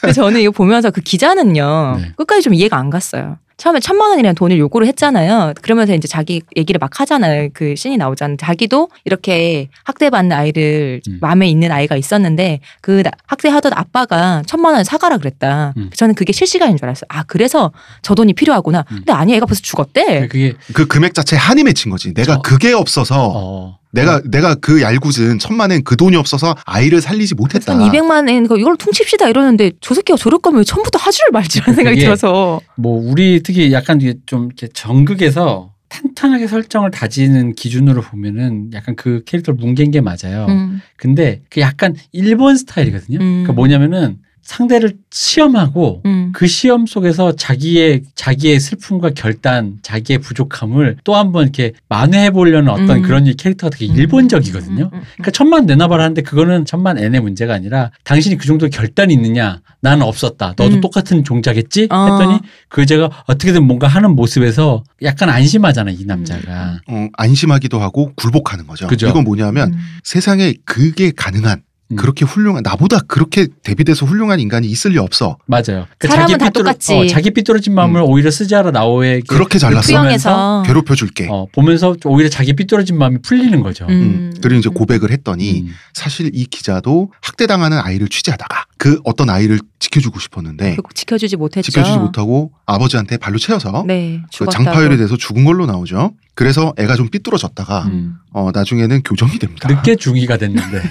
B: 근데 저는 이거 보면서 그 기자는요
C: 네.
B: 끝까지 좀 이해가 안 갔어요. 처음에 천만 원이라는 돈을 요구를 했잖아요. 그러면서 이제 자기 얘기를 막 하잖아요. 그 신이 나오잖아요. 자기도 이렇게 학대받는 아이를
C: 음.
B: 마음에 있는 아이가 있었는데 그 나- 학대하던 아빠가 천만 원을 사가라 그랬다.
C: 음.
B: 저는 그게 실시간인 줄 알았어요. 아 그래서 저 돈이 필요하구나.
C: 음. 네,
B: 근데 아니 애가 벌써 죽었대.
C: 그게
A: 그 금액 자체에 한이 맺힌 거지. 내가
C: 저-
A: 그게 없어서
C: 어
A: 내가 내가 그 얄궂은 천만엔 그 돈이 없어서 아이를 살리지 못했다.
B: 한 200만 엔 이걸 퉁칩시다 이러는데 저 새끼가 저럴 거면 왜 처음부터 하지를 말지라는 생각이
C: 그게-
B: 들어서
C: 뭐 우리 특히 약간 이게 좀 이렇게 정극에서 탄탄하게 설정을 다지는 기준으로 보면은 약간 그 캐릭터를 뭉갠 게 맞아요.
B: 음.
C: 근데 그 약간 일본 스타일이거든요.
B: 음.
C: 그러니까 뭐냐면은 상대를 시험하고
B: 음.
C: 그 시험 속에서 자기의 자기의 슬픔과 결단, 자기의 부족함을 또 한번 이렇게 만회해 보려는 어떤
B: 음.
C: 그런 캐릭터가 되게 일본적이거든요.
B: 음, 음, 음.
C: 그러니까 천만 내놔봐라 하는데 그거는 천만 N의 문제가 아니라 당신이 그 정도 결단이 있느냐 나는 없었다 너도
B: 음.
C: 똑같은 종자겠지
B: 어.
C: 했더니 그 여자가 어떻게든 뭔가 하는 모습에서 약간 안심하잖아 이 남자가
A: 어, 안심하기도 하고 굴복하는 거죠.
C: 그죠.
A: 이건 뭐냐면
B: 음.
A: 세상에 그게 가능한
C: 음.
A: 그렇게 훌륭한 나보다 그렇게 대비돼서 훌륭한 인간이 있을 리 없어.
C: 맞아요 그러니까
B: 사람은 다
C: 삐뚤어-
B: 똑같지.
C: 어, 자기 삐뚤어진 마음을 오히려 쓰지하라 나오에
A: 그렇게 잘났어.
B: 투영해서
A: 괴롭혀 줄게.
C: 어, 보면서 오히려 자기 삐뚤어진 마음이 풀리는 거죠
A: 음. 그리고 이제 고백을 했더니
C: 음.
A: 사실 이 기자도 학대당하는 아이를 취재하다가 그 어떤 아이를 지켜주고 싶었는데
B: 음, 결국 지켜주지 못했죠.
A: 지켜주지 못하고 아버지한테 발로 채워서
B: 네,
A: 그
B: 죽었다고.
A: 장파열에 대해서 죽은 걸로 나오죠. 그래서 애가 좀 삐뚤어졌다가
C: 음.
A: 어, 나중에는 교정이
B: 그러니까.
A: 됩니다.
C: 늦게 중이가 됐는데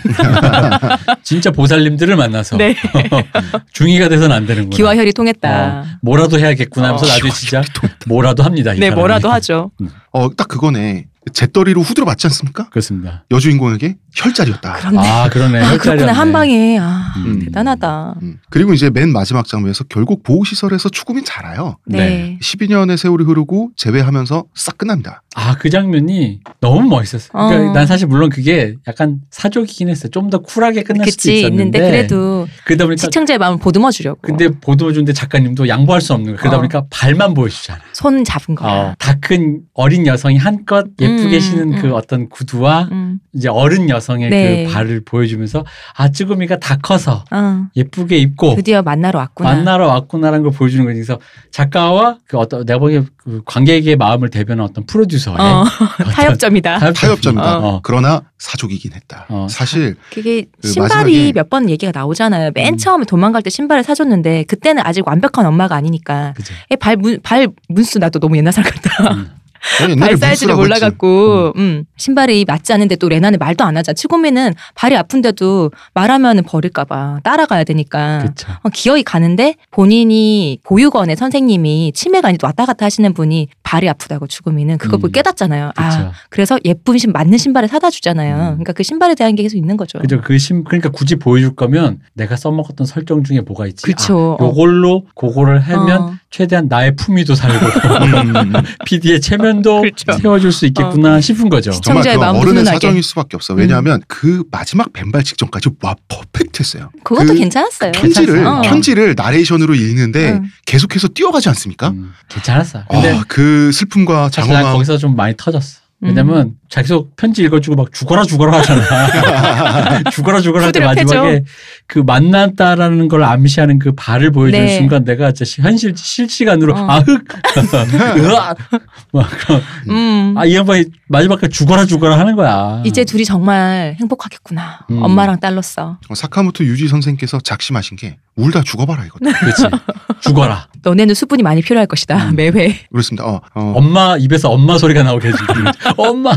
C: 진짜 보살님들을 만나서
B: 네.
C: 중이가 돼선 안 되는구나
B: 기와혈이
C: 어.
B: 통했다. 아,
C: 뭐라도 해야겠구나 하면서
B: 어.
C: 나중에 진짜 뭐라도 합니다 이
B: 네,
C: 사람이.
B: 뭐라도 하죠.
A: 어, 딱 그거네. 잿더리로 후드려 맞지 않습니까?
C: 그렇습니다
A: 여주인공에게 혈자리였다.
B: 그런데
C: 아 그러네.
B: 아, 그렇구나
C: 혈자리였네.
B: 한 방에 아
C: 음.
B: 대단하다.
A: 음. 그리고 이제 맨 마지막 장면에서 결국 보호시설에서 죽음이 자라요.
B: 네.
A: 12년의 세월이 흐르고 재회하면서 싹 끝납니다.
C: 아그 장면이 너무 멋있었어. 그러니까
B: 어.
C: 난 사실 물론 그게 약간 사족이긴 했어. 요 좀 더 쿨하게 끝날 수도
B: 그치
C: 있었는데.
B: 있는데 그래도
C: 그러다 보니까
B: 시청자의 마음을 보듬어 주려고.
C: 근데 보도 준데 작가님도 양보할 수 없는 거야. 그러다
B: 어.
C: 보니까 발만 보여주잖아.
B: 손 잡은 거야.
C: 다 큰 어린 여성이 한껏 예쁘게
B: 음,
C: 신은
B: 음.
C: 그 어떤 구두와
B: 음.
C: 이제 어른 여성의
B: 네.
C: 그 발을 보여주면서 아 쭈구미가 다 커서
B: 어,
C: 예쁘게 입고
B: 드디어 만나러 왔구나.
C: 만나러 왔구나라는 걸 보여주는 거지. 그래서 작가와 그 어떤 내가 보기에 그 관객의 마음을 대변한 어떤 프로듀서의
B: 어,
C: 어떤
B: 타협점이다.
A: 타협점이다.
C: 어.
A: 그러나 사족이긴 했다.
C: 어.
A: 사실
B: 그게
A: 그 마지막에-
B: 신발이 몇 번 얘기가 나오잖아요. 맨
C: 음.
B: 처음에 도망갈 때 신발을 사줬는데 그때는 아직 완벽한 엄마가 아니니까
C: 그죠.
B: 애 발, 문, 발 문수 나도 너무 옛날 사람 같다.
C: 음.
A: 옛날에
B: 발
A: 문수라고 했지.
B: 사이즈를
A: 어.
B: 몰라갖고 음, 신발이 맞지 않는데 또 레나는 말도 안 하잖아. 치고미는 발이 아픈데도 말하면 버릴까봐 따라가야 되니까.
C: 그렇죠.
B: 어, 기어이 가는데 본인이 보육원의 선생님이 치매가 아니 왔다 갔다 하시는 분이 발이 아프다고 죽음이는 그걸 보고
C: 음.
B: 깨닫잖아요. 아
C: 그렇죠.
B: 그래서 예쁜 신 맞는 신발을 사다 주잖아요.
C: 음.
B: 그러니까 그 신발에 대한 게 계속 있는 거죠.
C: 그죠. 그 심, 그러니까 굳이 보여줄 거면 내가 써먹었던 설정 중에 뭐가 있지.
B: 그쵸.
C: 아, 요걸로 그거를 하면
B: 어.
C: 최대한 나의 품위도 살고
A: 음, 음, 음.
C: PD의 체면도
B: 그렇죠.
C: 세워줄 수 있겠구나 싶은 거죠.
B: 시청-
A: 정말
B: 청자의
A: 그
B: 마음
A: 어른의
B: 훈훈하게. 음.
A: 사정일 수밖에 없어. 왜냐하면 그 마지막 뱀발 직전까지 와 퍼펙트했어요.
B: 그것도
A: 그
B: 괜찮았어요.
A: 편지를
B: 괜찮았어요.
A: 편지를 나레이션으로 읽는데
B: 음.
A: 계속해서 뛰어가지 않습니까?
C: 음, 괜찮았어. 근데
A: 아, 그 슬픔과
C: 사실 난
A: 장엄함
C: 거기서 좀 많이 터졌어.
B: 음.
C: 왜냐면 자기속 편지 읽어주고 막 죽어라 죽어라 하잖아. 죽어라 죽어라 할때
B: 후드려 패죠.
C: 마지막에 그 만났다라는 걸 암시하는 그 발을 보여주는
B: 네.
C: 순간 내가 진짜 시- 현실 실시간으로
B: 어.
C: 아흑 으악 막 그런
B: 음.
C: 아, 이 양반이 마지막까지 죽어라 죽어라 하는 거야.
B: 이제 둘이 정말 행복하겠구나.
C: 음.
B: 엄마랑 딸로서.
A: 어, 사카모토 유지 선생께서 작심하신 게 울다 죽어봐라 이거다.
B: 네.
C: 그렇지. 죽어라.
B: 너네는 수분이 많이 필요할 것이다.
C: 음.
B: 매회.
A: 그렇습니다. 어, 어,
C: 엄마 입에서 엄마 소리가 나오게 해주고. 엄마.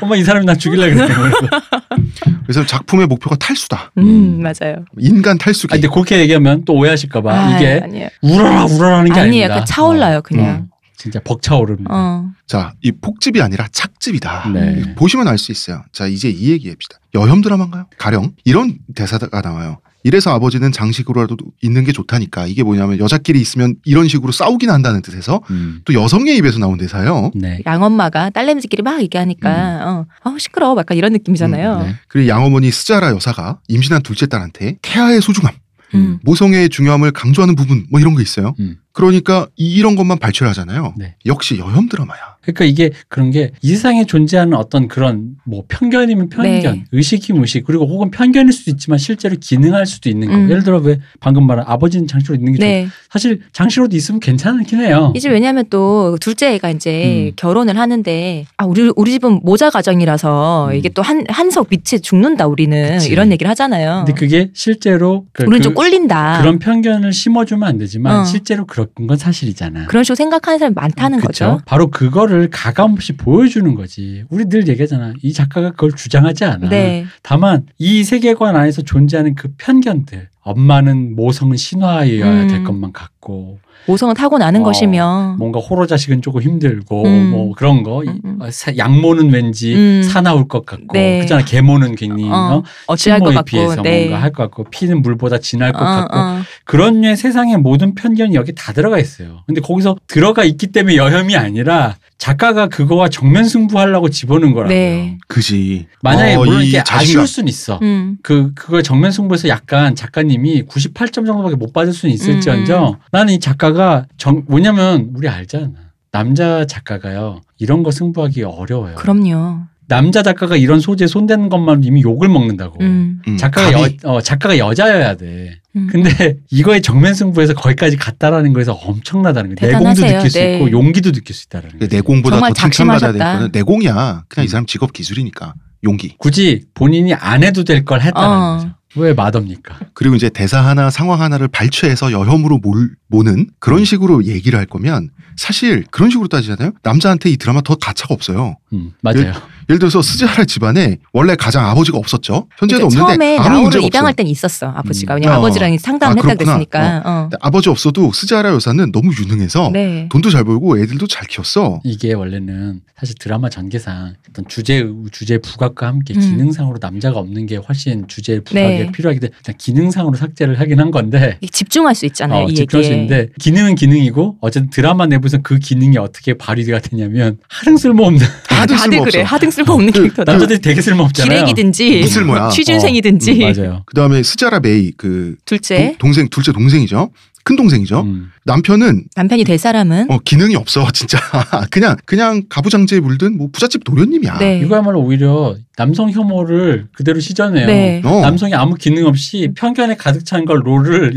C: 엄마 이 사람이 나 죽일라 그랬대. 아,
A: 그래서 작품의 목표가 탈수다.
B: 음,
C: 음.
B: 맞아요.
A: 인간 탈수기.
C: 근데 그렇게 얘기하면 또 오해하실까봐 이게
B: 아니에요.
C: 울어라 울어라 하는 게
B: 아니
C: 아닙니다.
B: 약간 차올라요 그냥.
C: 어, 진짜 벅차오릅니다.
B: 어.
A: 자, 이 폭집이 아니라 착집이다. 예,
C: 네.
A: 보시면 알 수 있어요. 자, 이제 이 얘기합시다. 여혐 드라마인가요? 가령 이런 대사가 나와요. 이래서 아버지는 장식으로라도 있는 게 좋다니까 이게 뭐냐면 여자끼리 있으면 이런 식으로 싸우긴 한다는 뜻에서
C: 음.
A: 또 여성의 입에서 나온 대사예요.
C: 네.
B: 양엄마가 딸내미들끼리 막 얘기하니까 어, 아우 시끄러워 막 약간 이런 느낌이잖아요.
C: 음, 네.
A: 그리고 양어머니 스자라 여사가 임신한 둘째 딸한테 태아의 소중함,
C: 네.
B: 음.
A: 모성애의 중요함을 강조하는 부분 뭐 이런 거 있어요.
C: 음.
A: 그러니까 이- 이런 것만 발췌를 하잖아요.
C: 네.
A: 역시 여혐 드라마야.
C: 그러니까 이게 그런 게 이 세상에 존재하는 어떤 그런 뭐 편견이면 편견,
B: 네.
C: 의식이면 의식, 그리고 혹은 편견일 수도 있지만 실제로 기능할 수도 있는 거.
B: 음.
C: 예를 들어 왜 방금 말한 아버지는 장시로 있는 게 좋-
B: 네.
C: 사실 장시로도 있으면 괜찮긴 해요.
B: 이제 왜냐하면 또 둘째 애가 이제
C: 음.
B: 결혼을 하는데 아 우리 우리 집은 모자 가정이라서
C: 음.
B: 이게 또 한 한석 밑에 죽는다 우리는
C: 그치.
B: 이런 얘기를 하잖아요.
C: 근데 그게 실제로 그,
B: 어. 우리는 좀
C: 그,
B: 꿀린다. 아.
C: 그런 편견을 심어주면 안 되지만
B: 어.
C: 실제로 그런 건 사실이잖아.
B: 그런 식으로 생각하는 사람이 많다는
C: 그쵸?
B: 거죠.
C: 바로 그거를 가감 없이 보여주는 거지. 우리 늘 얘기하잖아. 이 작가가 그걸 주장하지 않아.
B: 네.
C: 다만 이 세계관 안에서 존재하는 그 편견들. 엄마는 모성은 신화여야 될
B: 음.
C: 것만 같고
B: 모성은 타고나는
C: 어,
B: 것이며
C: 뭔가 호로 자식은 조금 힘들고
B: 음.
C: 뭐 그런 거. 이-
B: 음, 음.
C: 어, 사- 양모는 왠지
B: 음.
C: 사나울 것 같고
B: 네.
C: 그잖아. 개모는 괜히
B: 어,
C: 어,
B: 어찌할 것
C: 친모에
B: 같고 네.
C: 비해서 뭔가 할 것 같고 피는 물보다 진할 것
B: 어,
C: 같고
B: 어.
C: 그런 류의 세상의 모든 편견이 여기 다 들어가 있어요. 근데 거기서 들어가 있기 때문에 여혐이 아니라 작가가 그거와 정면 승부하려고 집어넣은 거라고요.
B: 네.
A: 그지.
C: 만약에
A: 어,
C: 물론
A: 이
C: 이게
A: 자신감.
C: 아쉬울 순 있어.
B: 음.
C: 그 그걸 정면 승부에서 약간 작가님이 98점 정도밖에 못 받을 수는
B: 음,
C: 있을지언정 나는 이 작가가 정 뭐냐면 우리 알잖아. 남자 작가가요. 이런 거 승부하기 어려워요. 뭐
B: 그럼요.
C: 남자 작가가 이런 소재에 손대는 것만 이미 욕을 먹는다고.
B: 음.
A: 음,
C: 작가가
A: 감히.
C: 여, 어, 작가가 여자여야 돼.
B: 음.
C: 근데 이거의 정면 승부에서 거기까지 갔다라는 거에서 엄청나다는 거예요. 내공도
B: 대단하세요.
C: 느낄 수
B: 네.
C: 있고 용기도 느낄 수 있다라는 거예요.
A: 네, 내공보다
B: 정말
A: 더 칭찬받아야 되는
B: 작심하셨다.
A: 거는 내공이야. 그냥 이
C: 음.
A: 사람 직업 기술이니까 용기.
C: 굳이 본인이 안 해도 될 걸 했다는
B: 어.
C: 거죠. 왜 마덥니까?
A: 그리고 이제 대사 하나 상황 하나를 발췌해서 여혐으로 몰, 모는 그런 식으로 얘기를 할 거면 사실 그런 식으로 따지잖아요. 남자한테 이 드라마 더 가차가 없어요.
C: 음, 맞아요.
A: 예를 들어서 스즈하라 집안에 원래 가장 아버지가 없었죠. 현재도
B: 그러니까
A: 없는데
B: 처음에
A: 아무
B: 나우를
A: 문제가
B: 입양할
A: 없어요.
B: 땐 있었어 아버지가
C: 음.
B: 왜냐
A: 어.
B: 면 아버지랑 상담을
A: 아,
B: 했다
A: 그렇구나.
B: 그랬으니까. 어.
A: 근데 아버지 없어도 스즈하라 여사는 너무 유능해서
B: 네.
A: 어. 돈도 잘 벌고 애들도 잘 키웠어.
C: 이게 원래는 사실 드라마 전개상 어떤 주제 주제 부각과 함께
B: 음.
C: 기능상으로 남자가 없는 게 훨씬 주제 부각에
B: 네.
C: 필요하기 때문에 일단 기능상으로 삭제를 하긴 한 건데
B: 이게 집중할 수 있잖아요 네,
C: 어,
B: 이
C: 집중할 수
B: 얘기에.
C: 있는데 기능은 기능이고 어쨌든 드라마 내부에서 그 기능이 어떻게 발휘가 되냐면 하등 쓸모없는
A: 다들
B: 다들
A: 쓸모없어.
B: 그래 하등 쓸모없는
A: 그-
B: 캐릭터다.
C: 남자들이 되게 쓸모없잖아요.
B: 기레기든지
A: 무슨 뭐야.
B: 취준생이든지
C: 어, 음, 맞아요.
A: 그다음에 스자라 메이 그
B: 둘째
A: 동, 생 둘째 동생이죠. 큰 동생이죠.
C: 음.
A: 남편은
B: 남편이 될 사람은
A: 어, 기능이 없어 진짜. 그냥 그냥 가부장제에 물든 뭐 부잣집 도련님이야.
B: 네.
C: 이거야말로 오히려 남성 혐오를 그대로 시전해요.
B: 네.
A: 어.
C: 남성이 아무 기능 없이 편견에 가득 찬 걸 롤을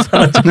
C: 살았죠.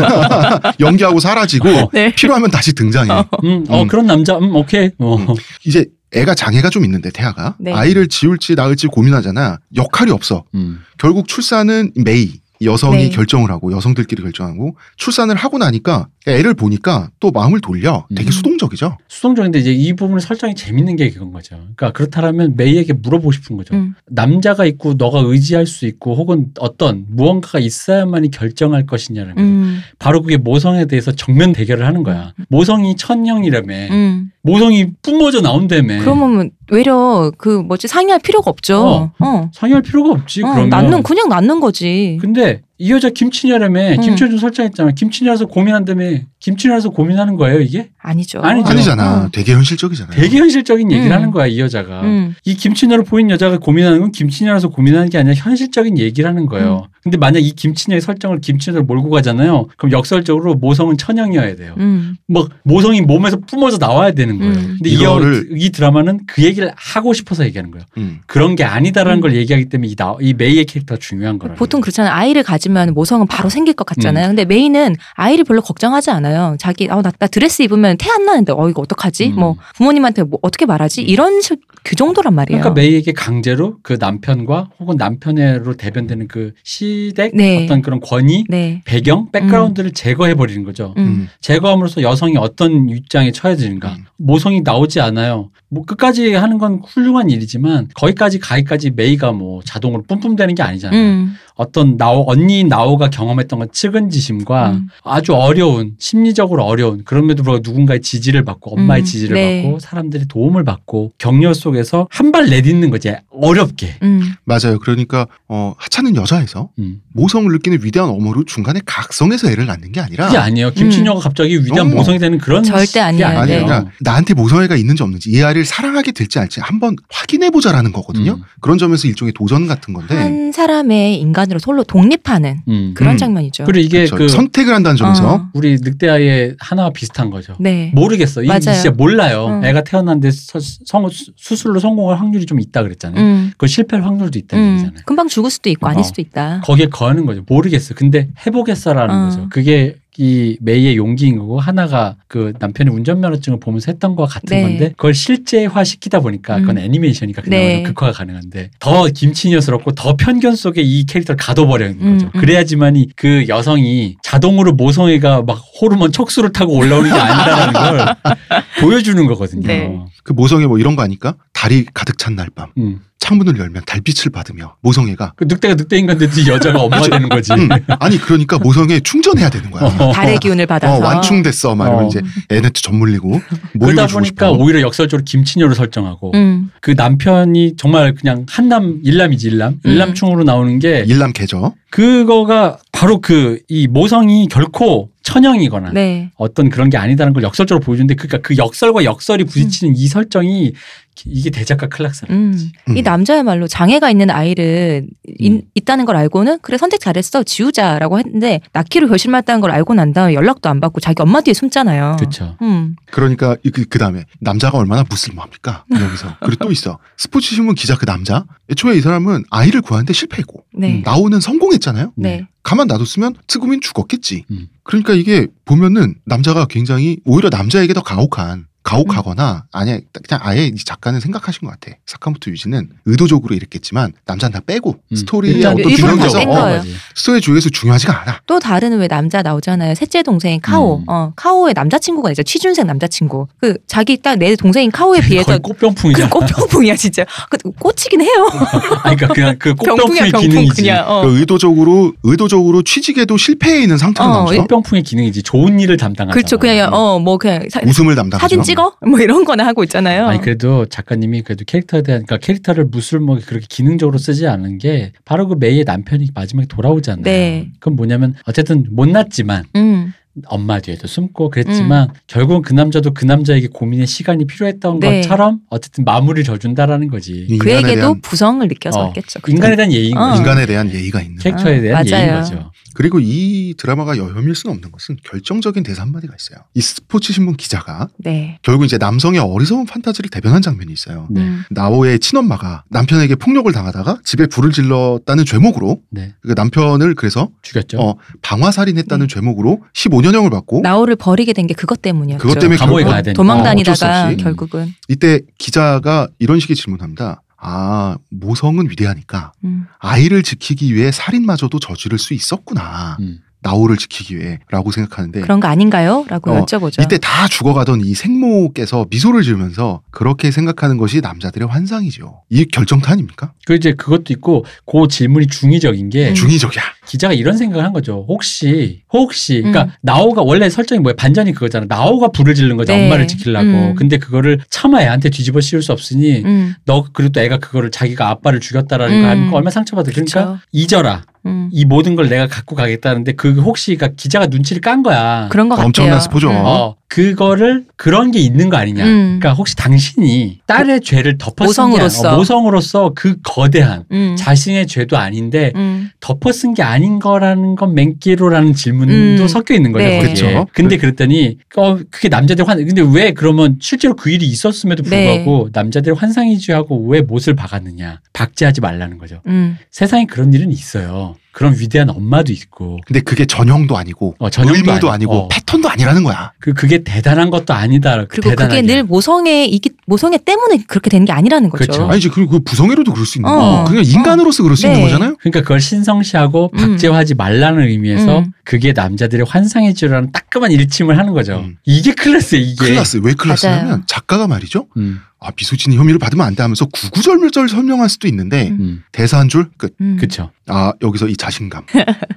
A: 연기하고 사라지고
B: 네.
A: 필요하면 다시 등장해.
C: 음, 어,
A: 음.
C: 그런 남자, 음, 오케이. 어.
A: 음. 이제 애가 장애가 좀 있는데 태아가
B: 네.
A: 아이를 지울지 낳을지 고민하잖아. 역할이 없어.
C: 음.
A: 결국 출산은 메이 여성이
B: 네.
A: 결정을 하고 여성들끼리 결정하고 출산을 하고 나니까 애를 보니까 또 마음을 돌려. 되게
C: 음.
A: 수동적이죠.
C: 수동적인데 이제 이 부분을 설정이 재밌는 게 그건 거죠. 그러니까 그렇다면 메이에게 물어보고 싶은 거죠.
B: 음.
C: 남자가 있고 너가 의지할 수 있고 혹은 어떤 무언가가 있어야만이 결정할 것이냐는 거죠.
B: 음,
C: 바로 그게 모성에 대해서 정면 대결을 하는 거야. 모성이 천형이라며
B: 음. 뭐
C: 모성이 뿜어져 나온다며
B: 그러면 외려 그 뭐지 상의할 필요가 없죠. 어.
C: 상의할 필요가 없지.
B: 어,
C: 그러면
B: 낳는 그냥 낳는 거지.
C: 근데 이 여자 김친여라며
B: 음.
C: 김친여 좀 설정했잖아. 김친여라서 고민한다며 김친여라서 고민하는 거예요 이게?
B: 아니죠.
C: 아니죠.
A: 아니잖아.
B: 어.
A: 되게 현실적이잖아요.
C: 되게 현실적인
B: 음.
C: 얘기를 하는 거야 이 여자가.
B: 음.
C: 이 김친여로 보인 여자가 고민하는 건 김친여라서 고민하는 게 아니라 현실적인 얘기를 하는 거예요.
B: 음.
C: 근데 만약 이 김친여의 설정을 김친여로 몰고 가잖아요. 그럼 역설적으로 모성은 천형이어야 돼요.
B: 음.
C: 막 모성이 몸에서 뿜어져 나와야 되는 거예요.
B: 음.
C: 근데
A: 이거를-
C: 이, 여- 이 드라마는 그 얘기를 하고 싶어서 얘기하는 거예요.
A: 음.
C: 그런 게 아니다라는
B: 음.
C: 걸 얘기하기 때문에 이, 나, 이 메이의 캐릭터가 중요한 거라는
B: 보통
C: 거죠.
B: 그렇잖아요. 아이를 가지면 모성은 바로 생길 것 같잖아요.
C: 음.
B: 근데 메이는 아이를 별로 걱정하지 않아요. 자기 아, 나, 나 드레스 입으면 태 안 나는데 어 이거 어떡하지?
C: 음.
B: 뭐 부모님한테 뭐 어떻게 말하지?
C: 음.
B: 이런 식 그 정도란 말이에요.
C: 그러니까 메이에게 강제로 그 남편과 혹은 남편으로 대변되는 그 시댁
B: 네.
C: 어떤 그런 권위
B: 네.
C: 배경 백그라운드를 제거해 버리는 거죠.
B: 음.
A: 음.
C: 제거함으로써 여성이 어떤 입장에 처해지는가
A: 음.
C: 모성이 나오지 않아요. 뭐 끝까지 하는 건 훌륭한 일이지만 거기까지 가기까지 메이가 뭐 자동으로 뿜뿜대는 게 아니잖아요.
B: 음.
C: 어떤 나오 언니인 나오가 경험했던 건 측은지심과
B: 음.
C: 아주 어려운 심리적으로 어려운 그럼에도 불구하고 누군가의 지지를 받고 엄마의
B: 음,
C: 지지를
B: 네.
C: 받고 사람들이 도움을 받고 격려 속에서 한 발 내딛는 거지 어렵게.
B: 음.
A: 맞아요. 그러니까 어, 하찮은 여자에서
C: 음.
A: 모성을 느끼는 위대한 어머로 중간에 각성해서 애를 낳는 게 아니라
C: 그게 아니에요. 김춘녀가 갑자기 위대한
A: 어.
C: 모성이 되는 그런
B: 음. 절대
C: 게
B: 아니에요.
A: 아니
B: 아니에요.
C: 네.
A: 그러니까 나한테 모성애가 있는지 없는지 이 아이를 사랑하게 될지 않을지 한번 확인해 보자라는 거거든요.
C: 음.
A: 그런 점에서 일종의 도전 같은 건데
B: 한 사람의 인간으로 솔로 독립하는
C: 네. 음.
B: 그런
A: 음.
B: 장면이죠.
C: 그리고 이게
A: 저
C: 그
A: 선택을 한다는 점에서
B: 어.
C: 우리 늑대아의 하나와 비슷한 거죠.
B: 네.
C: 모르겠어. 이게
B: 맞아요.
C: 진짜 몰라요.
B: 음.
C: 애가 태어났는데 서- 성, 수- 수술로 성공할 확률이 좀 있다 그랬잖아요.
B: 음.
C: 그 실패할 확률도 있다는
B: 음.
C: 얘기잖아요.
B: 금방 죽을 수도 있고 아닐
C: 어.
B: 수도 있다.
C: 거기에 거하는 거죠. 모르겠어. 근데 해보겠어라는
B: 어.
C: 거죠. 그게 이 메이의 용기인 거고 하나가 그 남편의 운전면허증을 보면서 했던 거와 같은
B: 네.
C: 건데 그걸 실제화 시키다 보니까
B: 음.
C: 그건 애니메이션이니까 그나마
B: 네.
C: 좀 극화가 가능한데 더 김치녀스럽고 더 편견 속에 이 캐릭터를 가둬버리는
B: 음,
C: 거죠.
B: 음.
C: 그래야지만이 그 여성이 자동으로 모성애가 막 호르몬 척수를 타고 올라오는 게 아니라는 걸 보여주는 거거든요.
B: 네.
A: 그 모성애 뭐 이런 거 아니까 달이 가득 찬 날 밤
C: 음.
A: 창문을 열면 달빛을 받으며 모성애가
C: 그 늑대가 늑대인 건데 이 여자가 엄마가 되는 거지.
A: 음, 아니 그러니까 모성애 충전해야 되는 거야.
C: 어.
B: 달의 기운을 받아서.
A: 어, 완충됐어. 막 이러면
C: 어.
A: 이제 애는 또 전물리고 모임을
C: 그러다
A: 주고
C: 보니까
A: 싶어.
C: 오히려 역설적으로 김치녀를 설정하고
B: 음.
C: 그 남편이 정말 그냥 한남 일남이지 일남
B: 음.
C: 일남충으로 나오는 게
A: 일남 개죠.
C: 그거가 바로 그 이 모성이 결코 천형이거나
B: 네.
C: 어떤 그런 게 아니다는 걸 역설적으로 보여주는데 그러니까 그 역설과 역설이 부딪히는 이 설정이 이게 대작가 클락스라는
B: 음.
C: 거지.
B: 이
A: 음.
B: 남자야말로 장애가 있는 아이를 인-
C: 음.
B: 있다는 걸 알고는 그래 선택 잘했어 지우자라고 했는데 낳기로 결심했다는 걸 알고 난 다음에 연락도 안 받고 자기 엄마 뒤에 숨잖아요.
C: 그렇죠.
B: 음.
A: 그러니까 이- 그 다음에 남자가 얼마나 무슬모합니까 여기서 그리고 또 있어 스포츠 신문 기자 그 남자 애초에 이 사람은 아이를 구하는데 실패했고
C: 음,
B: 네.
A: 나오는 성공했잖아요.
B: 네.
A: 가만 놔뒀으면 트구민 죽었겠지.
C: 음.
A: 그러니까 이게 보면은 남자가 굉장히 오히려 남자에게 더 가혹한
B: 음.
A: 가혹하거나 아니 그냥 아예 이 작가는 생각하신 것 같아. 사카모토 유지는 의도적으로 이랬겠지만 남자는 다 빼고
C: 음.
A: 스토리의
B: 일단
A: 어떤
B: 일부러 다
A: 균형에서
B: 뺀
A: 어,
B: 거예요.
A: 스토리의 주에서 중요하지가 않아.
B: 또 다른 왜 남자 나오잖아요. 셋째 동생인 카오.
C: 음.
B: 어, 카오의 남자친구가 이제 취준생 남자친구. 그 자기 딱 내 동생인 카오에 비해서
C: 거의
B: 그
C: 꽃병풍이잖아.
B: 꽃병풍이야 진짜. 그 꽂히긴 해요.
C: 아니, 그러니까 그냥 그
B: 병풍이야
C: 꽃병풍의
B: 병풍
C: 기능이지.
B: 그냥. 어.
A: 그러니까 의도적으로 의도적으로 취직에도 실패해 있는 상태로
B: 어,
A: 나오죠.
C: 꽃병풍의 기능이지. 좋은 일을 담당하잖아.
B: 그렇죠. 그냥 어뭐 그냥 사,
A: 웃음을 담당하죠.
B: 사진 찍어 뭐 이런 거나 하고 있잖아요.
C: 아니 그래도 작가님이 그래도 캐릭터에 대한 그러니까 캐릭터를 무술목에 그렇게 기능적으로 쓰지 않은 게 바로 그 메이의 남편이 마지막에 돌아오잖아요.
B: 네.
C: 그건 뭐냐면 어쨌든 못났지만
B: 음.
C: 엄마 뒤에도 숨고 그랬지만 결국은 그 남자도 그 남자에게 고민의 시간이 필요했던
B: 네.
C: 것처럼 어쨌든 마무리를 져준다라는 거지.
A: 인간에
B: 그에게도
A: 대한 어,
B: 부성을 느껴서겠죠. 그때.
C: 인간에 대한 예의인
B: 어.
C: 거지.
A: 인간에 대한 예의가 있는.
C: 캐릭터에
B: 어,
C: 대한 예의인
B: 맞아요.
C: 거죠.
A: 그리고 이 드라마가 여혐일 수는 없는 것은 결정적인 대사 한 마디가 있어요. 이 스포츠 신문 기자가
B: 네.
A: 결국 이제 남성의 어리석은 판타지를 대변한 장면이 있어요.
C: 네.
B: 음.
A: 나오의 친엄마가 남편에게 폭력을 당하다가 집에 불을 질렀다는 죄목으로
C: 네.
A: 그 남편을 그래서
C: 죽였죠.
A: 어, 방화살인했다는 죄목으로 15년형을 받고
B: 음. 나오를 버리게 된 게 그것 때문이었죠. 어,
A: 그것 때문에
C: 감옥에
A: 결국
C: 가야 되니까.
A: 어쩔 수
B: 도망다니다가
A: 없이.
B: 결국은
A: 이때 기자가 이런 식의 질문합니다. 아 모성은 위대하니까
B: 음.
A: 아이를 지키기 위해 살인마저도 저지를 수 있었구나.
C: 음.
A: 나오를 지키기 위해라고 생각하는데
B: 그런 거 아닌가요?라고
A: 네. 어,
B: 여쭤보죠.
A: 이때 다 죽어가던 이 생모께서 미소를 지으면서 그렇게 생각하는 것이 남자들의 환상이죠. 이 결정타 아닙니까?
C: 그 이제 그것도 있고 그 질문이 중의적인 게
B: 음.
A: 중의적이야.
C: 기자가 이런 생각을 한 거죠. 혹시 혹시 그러니까
B: 음.
C: 나오가 원래 설정이 뭐야? 반전이 그거잖아. 나오가 불을 지른 거죠.
B: 네.
C: 엄마를 지키려고.
B: 음.
C: 근데 그거를 차마 애한테 뒤집어 씌울 수 없으니
B: 음.
C: 너 그리고 또 애가 그거를 자기가 아빠를 죽였다라는
B: 음.
C: 거 하는 거 얼마나 상처받을 그러니까
B: 그쵸.
C: 잊어라.
B: 음.
C: 이 모든 걸 내가 갖고 가겠다는데 그 혹시 그러니까 기자가 눈치를 깐 거야.
B: 그런 거 같아요.
A: 엄청난 스포죠.
B: 음.
C: 어, 그거를 그런 게 있는 거 아니냐.
B: 음.
C: 그러니까 혹시 당신이 딸의 죄를 덮어쓴 게
B: 모성으로서.
C: 아니- 어, 모성으로서 그 거대한
B: 음.
C: 자신의 죄도 아닌데
B: 음.
C: 덮어쓴 게 아닌 거라는 건 맹기로라는 질문도
B: 음.
C: 섞여 있는 거죠.
B: 네.
C: 거기에.
A: 그렇죠.
C: 근데 그랬더니 어, 그게 남자들 환. 근데 왜 그러면 실제로 그 일이 있었음에도
B: 네.
C: 불구하고 남자들 환상이지 하고 왜 못을 박았느냐. 박제하지 말라는 거죠.
B: 음.
C: 세상에 그런 일은 있어요. 그런 위대한 엄마도 있고.
A: 근데 그게 전형도 아니고
C: 어, 전형도
A: 의미도
C: 아니-
A: 아니고
C: 어.
A: 패턴도 아니라는 거야.
C: 그 그게 대단한 것도 아니다.
B: 그리고
C: 대단하게.
B: 그게 늘 모성애 이기 모성애 때문에 그렇게 되는 게 아니라는 거죠.
C: 그렇죠.
A: 아니지 그리고 그 부성애로도 그럴 수 있는
B: 어.
A: 거야. 그냥 인간으로서 그럴 수
B: 네.
A: 있는 거잖아요.
C: 그러니까 그걸 신성시하고
B: 음.
C: 박제화하지 말라는 의미에서
B: 음.
C: 그게 남자들의 환상의 지루라는 따끔한 일침을 하는 거죠.
A: 음.
C: 이게 클래스예요. 이게.
A: 클라스 왜 클라스냐면
B: 맞아요.
A: 작가가 말이죠.
C: 음.
A: 아, 비소진이 혐의를 받으면 안 돼 하면서 구구절절절 설명할 수도 있는데
B: 음.
C: 음.
A: 대사 한 줄 끝.
B: 음.
C: 그쵸.
A: 아, 여기서 이 자신감.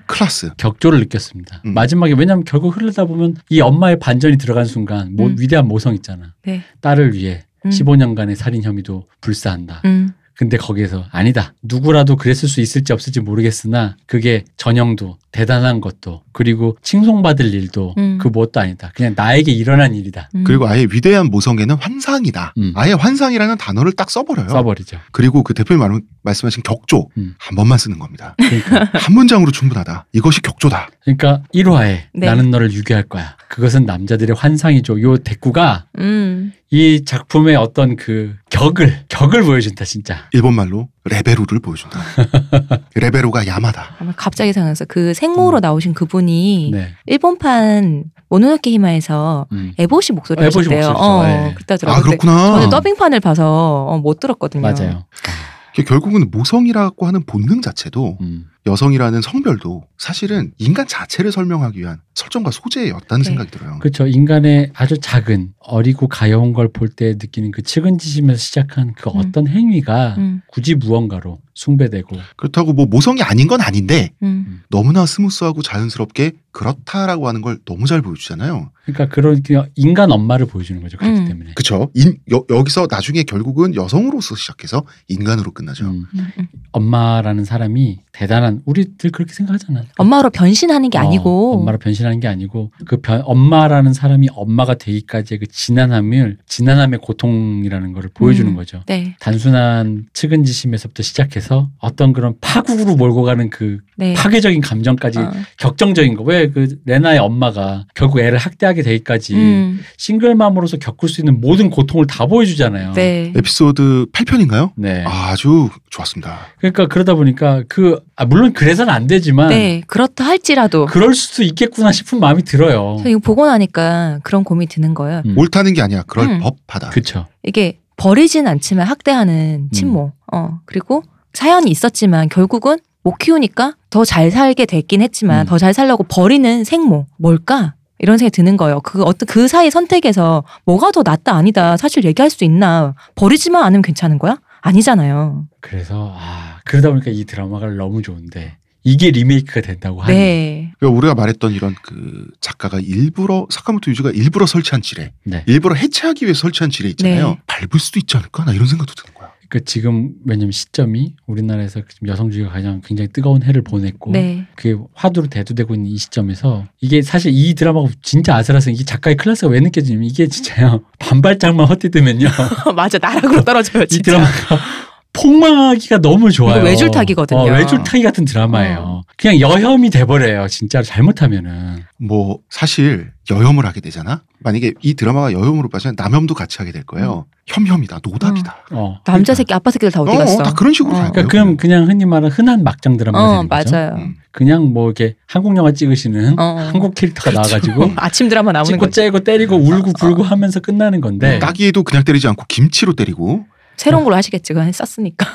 A: 클라스.
C: 격조를 느꼈습니다.
A: 음.
C: 마지막에 왜냐하면 결국 흐르다 보면 이 엄마의 반전이 들어간 순간 모-
B: 음.
C: 위대한 모성 있잖아.
B: 네.
C: 딸을 위해
B: 음.
C: 15년간의 살인 혐의도 불사한다.
B: 음.
C: 근데 거기에서 아니다. 누구라도 그랬을 수 있을지 없을지 모르겠으나 그게 전형도 대단한 것도 그리고 칭송받을 일도
B: 음.
C: 그 무엇도 아니다. 그냥 나에게 일어난 일이다.
B: 음.
A: 그리고 아예 위대한 모성애는 환상이다.
C: 음.
A: 아예 환상이라는 단어를 딱 써버려요.
C: 써버리죠.
A: 그리고 그 대표님 말, 말씀하신 격조
C: 음.
A: 한 번만 쓰는 겁니다.
C: 그러니까,
A: 한 문장으로 충분하다. 이것이 격조다.
C: 그러니까 1화에
B: 네.
C: 나는 너를 유괴할 거야. 그것은 남자들의 환상이죠. 요 대꾸가
B: 음.
C: 이 작품의 어떤 그 격을 격을 보여준다 진짜.
A: 일본 말로 레베로를 보여준다. 레베로가 야마다.
B: 아마 갑자기 생각나서 그 생모로 나오신 그분이
C: 음. 네.
B: 일본판 모노노케 히마에서
C: 음.
B: 에보시 목소리를
C: 에보시
B: 하셨대요.
C: 목소리죠.
B: 어,
C: 네.
B: 그때
A: 아
B: 들었는데
A: 그렇구나.
B: 저는 더빙판을 봐서 어, 못 들었거든요.
C: 맞아요.
A: 결국은 모성이라고 하는 본능 자체도
C: 음.
A: 여성이라는 성별도 사실은 인간 자체를 설명하기 위한 설정과 소재였다는
B: 네.
A: 생각이 들어요.
C: 그렇죠. 인간의 아주 작은 어리고 가여운 걸 볼 때 느끼는 그 측은지심에서 시작한 그
B: 음.
C: 어떤 행위가
B: 음,
C: 굳이 무언가로 숭배되고
A: 그렇다고 뭐 모성이 아닌 건 아닌데
B: 음.
A: 너무나 스무스하고 자연스럽게 그렇다라고 하는 걸 너무 잘 보여주잖아요.
C: 그러니까 그런 그냥 인간 엄마를 보여주는 거죠. 그렇기
B: 음.
C: 때문에.
A: 그쵸? 인, 여, 여기서 나중에 결국은 여성으로서 시작해서 인간으로 끝나죠.
C: 음.
B: 음.
C: 엄마라는 사람이 대단한 우리들 그렇게 생각하잖아.
B: 엄마로 변신하는 게
C: 어,
B: 아니고
C: 엄마로 변신하는 게 아니고 그 변, 엄마라는 사람이 엄마가 되기까지의 그 진한함을 진한함의 고통이라는 거를 보여주는
B: 음.
C: 거죠.
B: 네,
C: 단순한 측은지심에서부터 시작해서 어떤 그런 파국으로 몰고 가는 그
B: 네.
C: 파괴적인 감정까지
B: 어,
C: 격정적인 거. 왜 그 레나의 엄마가 결국 애를 학대하게 되기까지
B: 음,
C: 싱글맘으로서 겪을 수 있는 모든 고통을 다 보여주잖아요.
B: 네.
A: 에피소드 8편인가요?
C: 네.
A: 아주 좋았습니다.
C: 그러니까 그러다 보니까 그 아, 물론 그래서는 안 되지만
B: 네, 그렇다 할지라도
C: 그럴 수도 있겠구나 싶은 마음이 들어요.
B: 저 이거 보고 나니까 그런 고민이 드는 거예요.
C: 음.
A: 옳다는 게 아니야. 그럴
B: 음.
A: 법하다.
C: 그쵸.
B: 이게 버리진 않지만 학대하는 친모. 어, 그리고 사연이 있었지만 결국은 못 키우니까 더 잘 살게 됐긴 했지만
C: 음.
B: 더 잘 살려고 버리는 생모. 뭘까? 이런 생각이 드는 거예요. 그 어떤 그 사이 선택에서 뭐가 더 낫다 아니다 사실 얘기할 수 있나 버리지만 않으면 괜찮은 거야? 아니잖아요.
C: 그래서 아 그러다 보니까 이 드라마가 너무 좋은데 이게 리메이크가 된다고 하는
B: 네.
A: 그러니까 우리가 말했던 이런 그 작가가 일부러 사카모토 유지가 일부러 설치한 지뢰,
C: 네.
A: 일부러 해체하기 위해 설치한 지뢰 있잖아요.
B: 네.
A: 밟을 수도 있지 않을까? 나 이런 생각도 드는 거야.
C: 그 지금 왜냐면 시점이 우리나라에서 지금 여성주의가 가장 굉장히 뜨거운 해를 보냈고
B: 네.
C: 그게 화두로 대두되고 있는 이 시점에서 이게 사실 이 드라마가 진짜 아슬아슬 이게 작가의 클래스가 왜 느껴지냐면 이게 진짜요 반발짝만 헛디디면요
B: 맞아 나락으로 떨어져요
C: 이
B: 진짜.
C: 드라마가 폭망하기가 너무 좋아요.
B: 이거 외줄타기거든요. 어.
C: 어, 외줄타기 같은 드라마예요. 그냥 여혐이 돼버려요. 진짜로 잘못하면은
A: 뭐 사실 여혐을 하게 되잖아. 만약에 이 드라마가 여혐으로 빠지면 남혐도 같이 하게 될 거예요. 협혐이다, 노답이다.
C: 어.
B: 남자 새끼 아빠 새끼들 다 어디 갔어?
A: 다 그런 식으로
B: 어.
A: 가요.
C: 그러니까 그럼 그냥 흔히 말하는 흔한 막장 드라마가
B: 어
C: 되는 거죠.
B: 맞아요.
A: 음.
C: 그냥 뭐 이렇게 한국 영화 찍으시는
B: 어.
C: 한국 캐릭터가 나와가지고
B: 아침 드라마 나오는
C: 찍고
B: 거죠. 어, 음.
C: 째고 때리고 울고 불고 하면서 끝나는 건데
A: 따기에도 그냥 때리지 않고 김치로 때리고
B: 새로운 걸로 하시겠지 그건 썼으니까.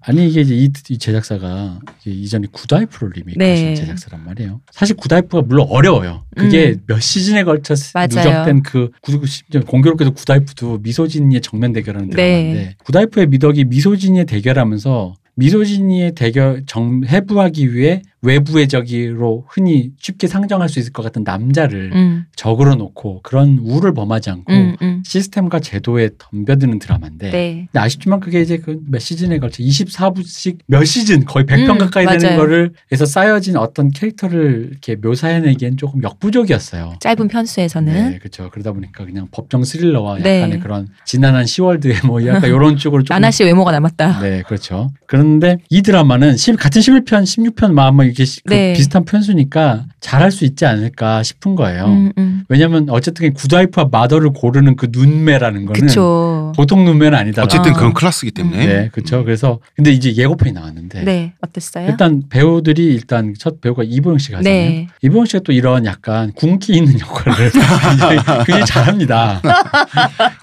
C: 아니 이게 이제 이, 이 제작사가 이게 이전에 구다이프로 리메이크하신
B: 네.
C: 제작사란 말이에요. 사실 구다이프가 물론 어려워요. 그게
B: 음.
C: 몇 시즌에 걸쳐서
B: 맞아요.
C: 누적된 그 구- 심지어 공교롭게도 구다이프도 미소진이의 정면 대결하는
B: 네.
C: 드라마인데 구다이프의 미덕이 미소진이의 대결하면서 미소진이의 대결 정 해부하기 위해 외부의 적으로 흔히 쉽게 상정할 수 있을 것 같은 남자를
B: 음,
C: 적으로 놓고 그런 우를 범하지 않고
B: 음, 음.
C: 시스템과 제도에 덤벼드는 드라마인데
B: 네.
C: 근데 아쉽지만 그게 이제 그 몇 시즌에 걸쳐 24부씩 몇 시즌 거의 100편
B: 음,
C: 가까이 되는
B: 맞아요.
C: 거를 해서 쌓여진 어떤 캐릭터를 이렇게 묘사해내기엔 조금 역부족이었어요.
B: 짧은 편수에서는
C: 네, 그렇죠. 그러다 보니까 그냥 법정 스릴러와
B: 네.
C: 약간의 그런 지난한 10월드의 뭐 약간 이런 쪽으로 조금
B: 나나 씨 외모가 남았다.
C: 네, 그렇죠. 그런데 이 드라마는 십- 같은 11편, 16편 마음은 이렇게 시- 그
B: 네.
C: 비슷한 편수니까 잘할 수 있지 않을까 싶은 거예요.
B: 음, 음.
C: 왜냐면 어쨌든 구다이프와 마더를 고르는 그 눈매라는 거는
B: 그쵸.
C: 보통 눈매는 아니다.
A: 어쨌든
B: 아.
A: 그런 클래스이기 때문에
C: 네, 그렇죠. 그래서 근데 이제 예고편이 나왔는데
B: 네. 어땠어요?
C: 일단 배우들이 일단 첫 배우가 이보영 씨가 하잖아요.
B: 네.
C: 이보영 씨가 또 이런 약간 군기 있는 역할을 굉장히, 굉장히 잘합니다.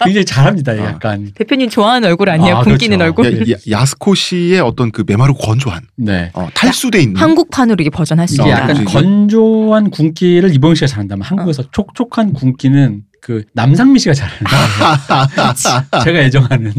C: 굉장히 잘합니다.
A: 아.
C: 약간
B: 대표님 좋아하는 얼굴 아니에요?
C: 아,
B: 굶기는
C: 그렇죠.
B: 얼굴?
A: 야, 스코 씨의 어떤 그 메마르 건조한
C: 네.
A: 어, 탈수돼 있는
B: 한국판으로 이게 버전할 수
C: 이게
B: 있다.
A: 아,
C: 약간
A: 그렇죠.
C: 건조한 군기를 이보영 씨가 잘한다면 한국에서 촉촉한 군기는 그 남상미 씨가 잘하는
B: 아.
C: 거예요. 제가 애정하는.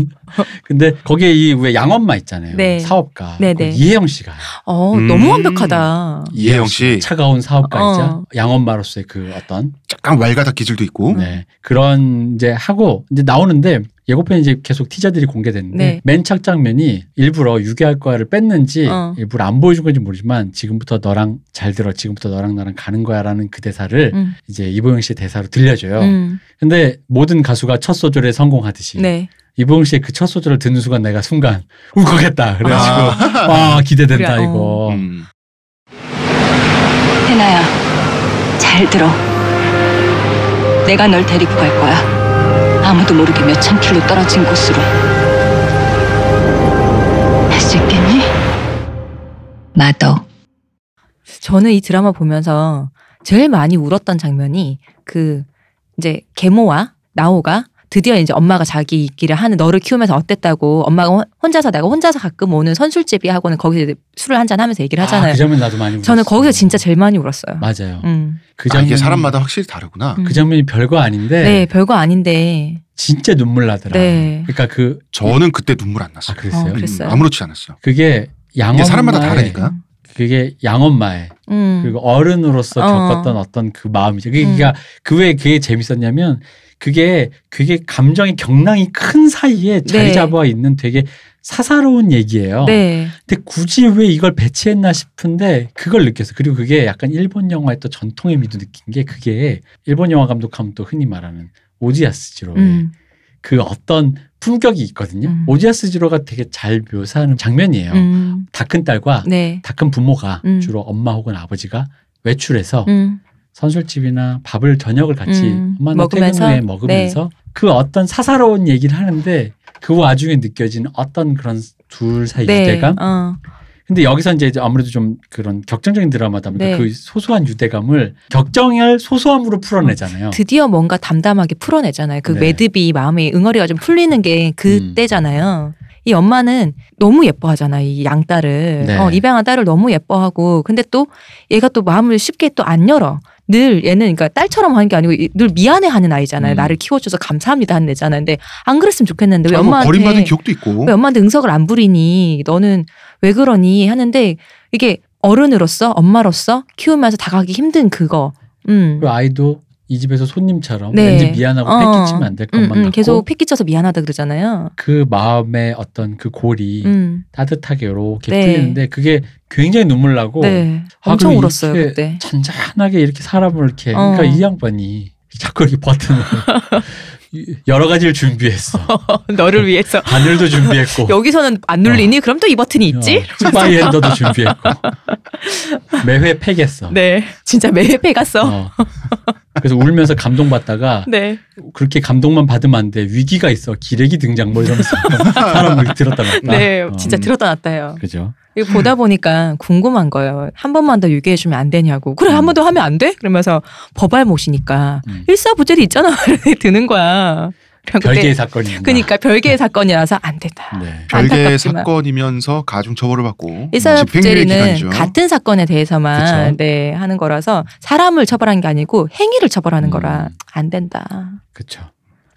C: 근데 거기에 이 왜 양엄마 있잖아요.
B: 네.
C: 사업가
B: 네,
C: 그
B: 네.
C: 이혜영 씨가
B: 어,
A: 음.
B: 너무 완벽하다.
A: 이혜영
C: 예.
A: 씨
C: 차가운 사업가이자
B: 어.
C: 양엄마로서의 그 어떤
A: 약간 왈가닥 기질도
B: 음?
A: 있고
C: 네, 그런 이제 하고 이제 나오는데 예고편 이제 계속 티저들이 공개됐는데
B: 네.
C: 맨 첫 장면이 일부러 유기할거야를 뺐는지
B: 어.
C: 일부러 안 보여준 건지 모르지만 지금부터 너랑 잘 들어 지금부터 너랑 나랑 가는 거야라는 그 대사를
B: 음.
C: 이제 이보영 씨의 대사로 들려줘요.
B: 음.
C: 근데 모든 가수가 첫 소절에 성공하듯이
B: 네.
C: 이보영 씨의 그 첫 소절을 듣는 순간 내가 순간 울컥했다. 그래가지고 아, 기대된다
B: 그래, 어.
C: 이거. 아,
A: 음.
F: 해나야, 잘 들어. 내가 널 데리고 갈 거야. 아무도 모르게 몇 천 킬로 떨어진 곳으로. 할 수 있겠니? 마더.
B: 저는 이 드라마 보면서 제일 많이 울었던 장면이 그 이제 계모와 나오가 드디어 이제 엄마가 자기 있기를 하는 너를 키우면서 어땠다고 엄마가 혼- 혼자서 내가 혼자서 가끔 오는 선술집이 하고는 거기서 이제 술을 한잔 하면서 얘기를
C: 아,
B: 하잖아요.
C: 그 장면 나도 많이 울었어.
B: 저는 거기서 진짜 제일 많이 울었어요.
C: 맞아요.
B: 음.
C: 그
A: 아,
C: 장면
A: 이게 사람마다 확실히 다르구나.
B: 음.
C: 그 장면이 별거 아닌데
B: 네. 별거 아닌데.
C: 진짜 눈물 나더라.
B: 네.
C: 그러니까 그
A: 저는 그때 눈물 안
C: 아,
A: 났어요. 음,
C: 그랬어요.
B: 어, 그랬어요?
A: 아무렇지 않았어요.
C: 그게 양엄마
A: 이게 사람마다 다르니까.
C: 그게 양엄마의
B: 음.
C: 그리고 어른으로서
B: 어.
C: 겪었던 어떤 그 마음이죠. 그게
B: 음.
C: 그러니까 그왜 그게 재밌었냐면 그게 그게 감정의 경랑이 큰 사이에 자리
B: 네.
C: 잡아 있는 되게 사사로운 얘기예요.
B: 네.
C: 근데 굳이 왜 이걸 배치했나 싶은데 그걸 느꼈어. 그리고 그게 약간 일본 영화의 또 전통의 미도 느낀 게 그게 일본 영화 감독하면 또 흔히 말하는 오지아스지로의
B: 음.
C: 그 어떤 품격이 있거든요.
B: 음.
C: 오지아스 지로가 되게 잘 묘사하는 장면이에요.
B: 음.
C: 다 큰 딸과
B: 네.
C: 다 큰 부모가
B: 음.
C: 주로 엄마 혹은 아버지가 외출해서
B: 음.
C: 선술집이나 밥을 저녁을 같이
B: 음.
C: 엄마나 퇴근
B: 먹으면서?
C: 후에 먹으면서 그 어떤 사사로운 얘기를 하는데 그 와중에 느껴지는 어떤 그런 둘 아, 사이 의 유대감.
B: 어.
C: 근데 여기서 이제 아무래도 좀 그런 격정적인 드라마다 보니까
B: 네.
C: 그 소소한 유대감을 격정을 소소함으로 풀어내잖아요.
B: 드디어 뭔가 담담하게 풀어내잖아요. 그
C: 네.
B: 매듭이 마음의 응어리가 좀 풀리는 게 그때잖아요.
C: 음.
B: 이 엄마는 너무 예뻐하잖아요. 이 양딸을
C: 네.
B: 어, 입양한 딸을 너무 예뻐하고 근데 또 얘가 또 마음을 쉽게 또 안 열어. 늘 얘는 그러니까 딸처럼 하는 게 아니고 이- 늘 미안해하는 아이잖아요.
C: 음.
B: 나를 키워줘서 감사합니다 하는 애잖아요. 근데 안 그랬으면 좋겠는데 왜
A: 아, 뭐
B: 엄마한테
A: 버림받은 기억도
C: 어?
A: 있고.
B: 왜 엄마한테 응석을 안 부리니 너는 왜 그러니 하는데 이게 어른으로서 엄마로서 키우면서 다가기 힘든 그거. 음.
C: 그 아이도 이 집에서 손님처럼
B: 네.
C: 왠지 미안하고
B: 어.
C: 패키치면 안 될 것만
B: 음,
C: 같고
B: 음, 계속 피 끼쳐서 미안하다 그러잖아요.
C: 그 마음의 어떤 그 골이
B: 음,
C: 따뜻하게 이렇게
B: 네.
C: 풀리는데 그게 굉장히 눈물 나고
B: 네,
C: 아,
B: 엄청
C: 그럼
B: 울었어요
C: 이렇게
B: 그때.
C: 잔잔하게 이렇게 사람을 이렇게
B: 어.
C: 그러니까 이 양반이 자꾸 이렇게 버튼을 여러 가지를 준비했어
B: 너를 위해서
C: 바늘도 준비했고
B: 여기서는 안
C: 어.
B: 눌리니? 그럼 또 이 버튼이 있지?
C: 스파이핸더도 준비했고 매회 패겠어
B: 네, 진짜 매일 패 갔어.
C: 어. 그래서 울면서 감동받다가
B: 네,
C: 그렇게 감동만 받으면 안 돼 위기가 있어 기레기 등장 뭐 이러면서 사람을 들었다 놨다
B: 네,
C: 어.
B: 진짜 들었다 놨다요.
C: 그죠
B: 이거 보다 보니까 궁금한 거예요. 한 번만 더 유기해주면 안 되냐고. 그래, 한 번 더 하면 안 돼? 그러면서 법알 모시니까
C: 음.
B: 일사부재리 있잖아. 드는 거야.
C: 별개의 사건이
B: 그러니까 별개의 사건이라서 안 된다.
C: 네.
A: 별개의
B: 안타깝지만.
A: 사건이면서 가중 처벌을 받고 집행유예
B: 일사부재리는
A: 기간이죠.
B: 같은 사건에 대해서만
C: 그쵸.
B: 네, 하는 거라서 사람을 처벌한 게 아니고 행위를 처벌하는
C: 음.
B: 거라 안 된다. 그러니까
C: 그렇죠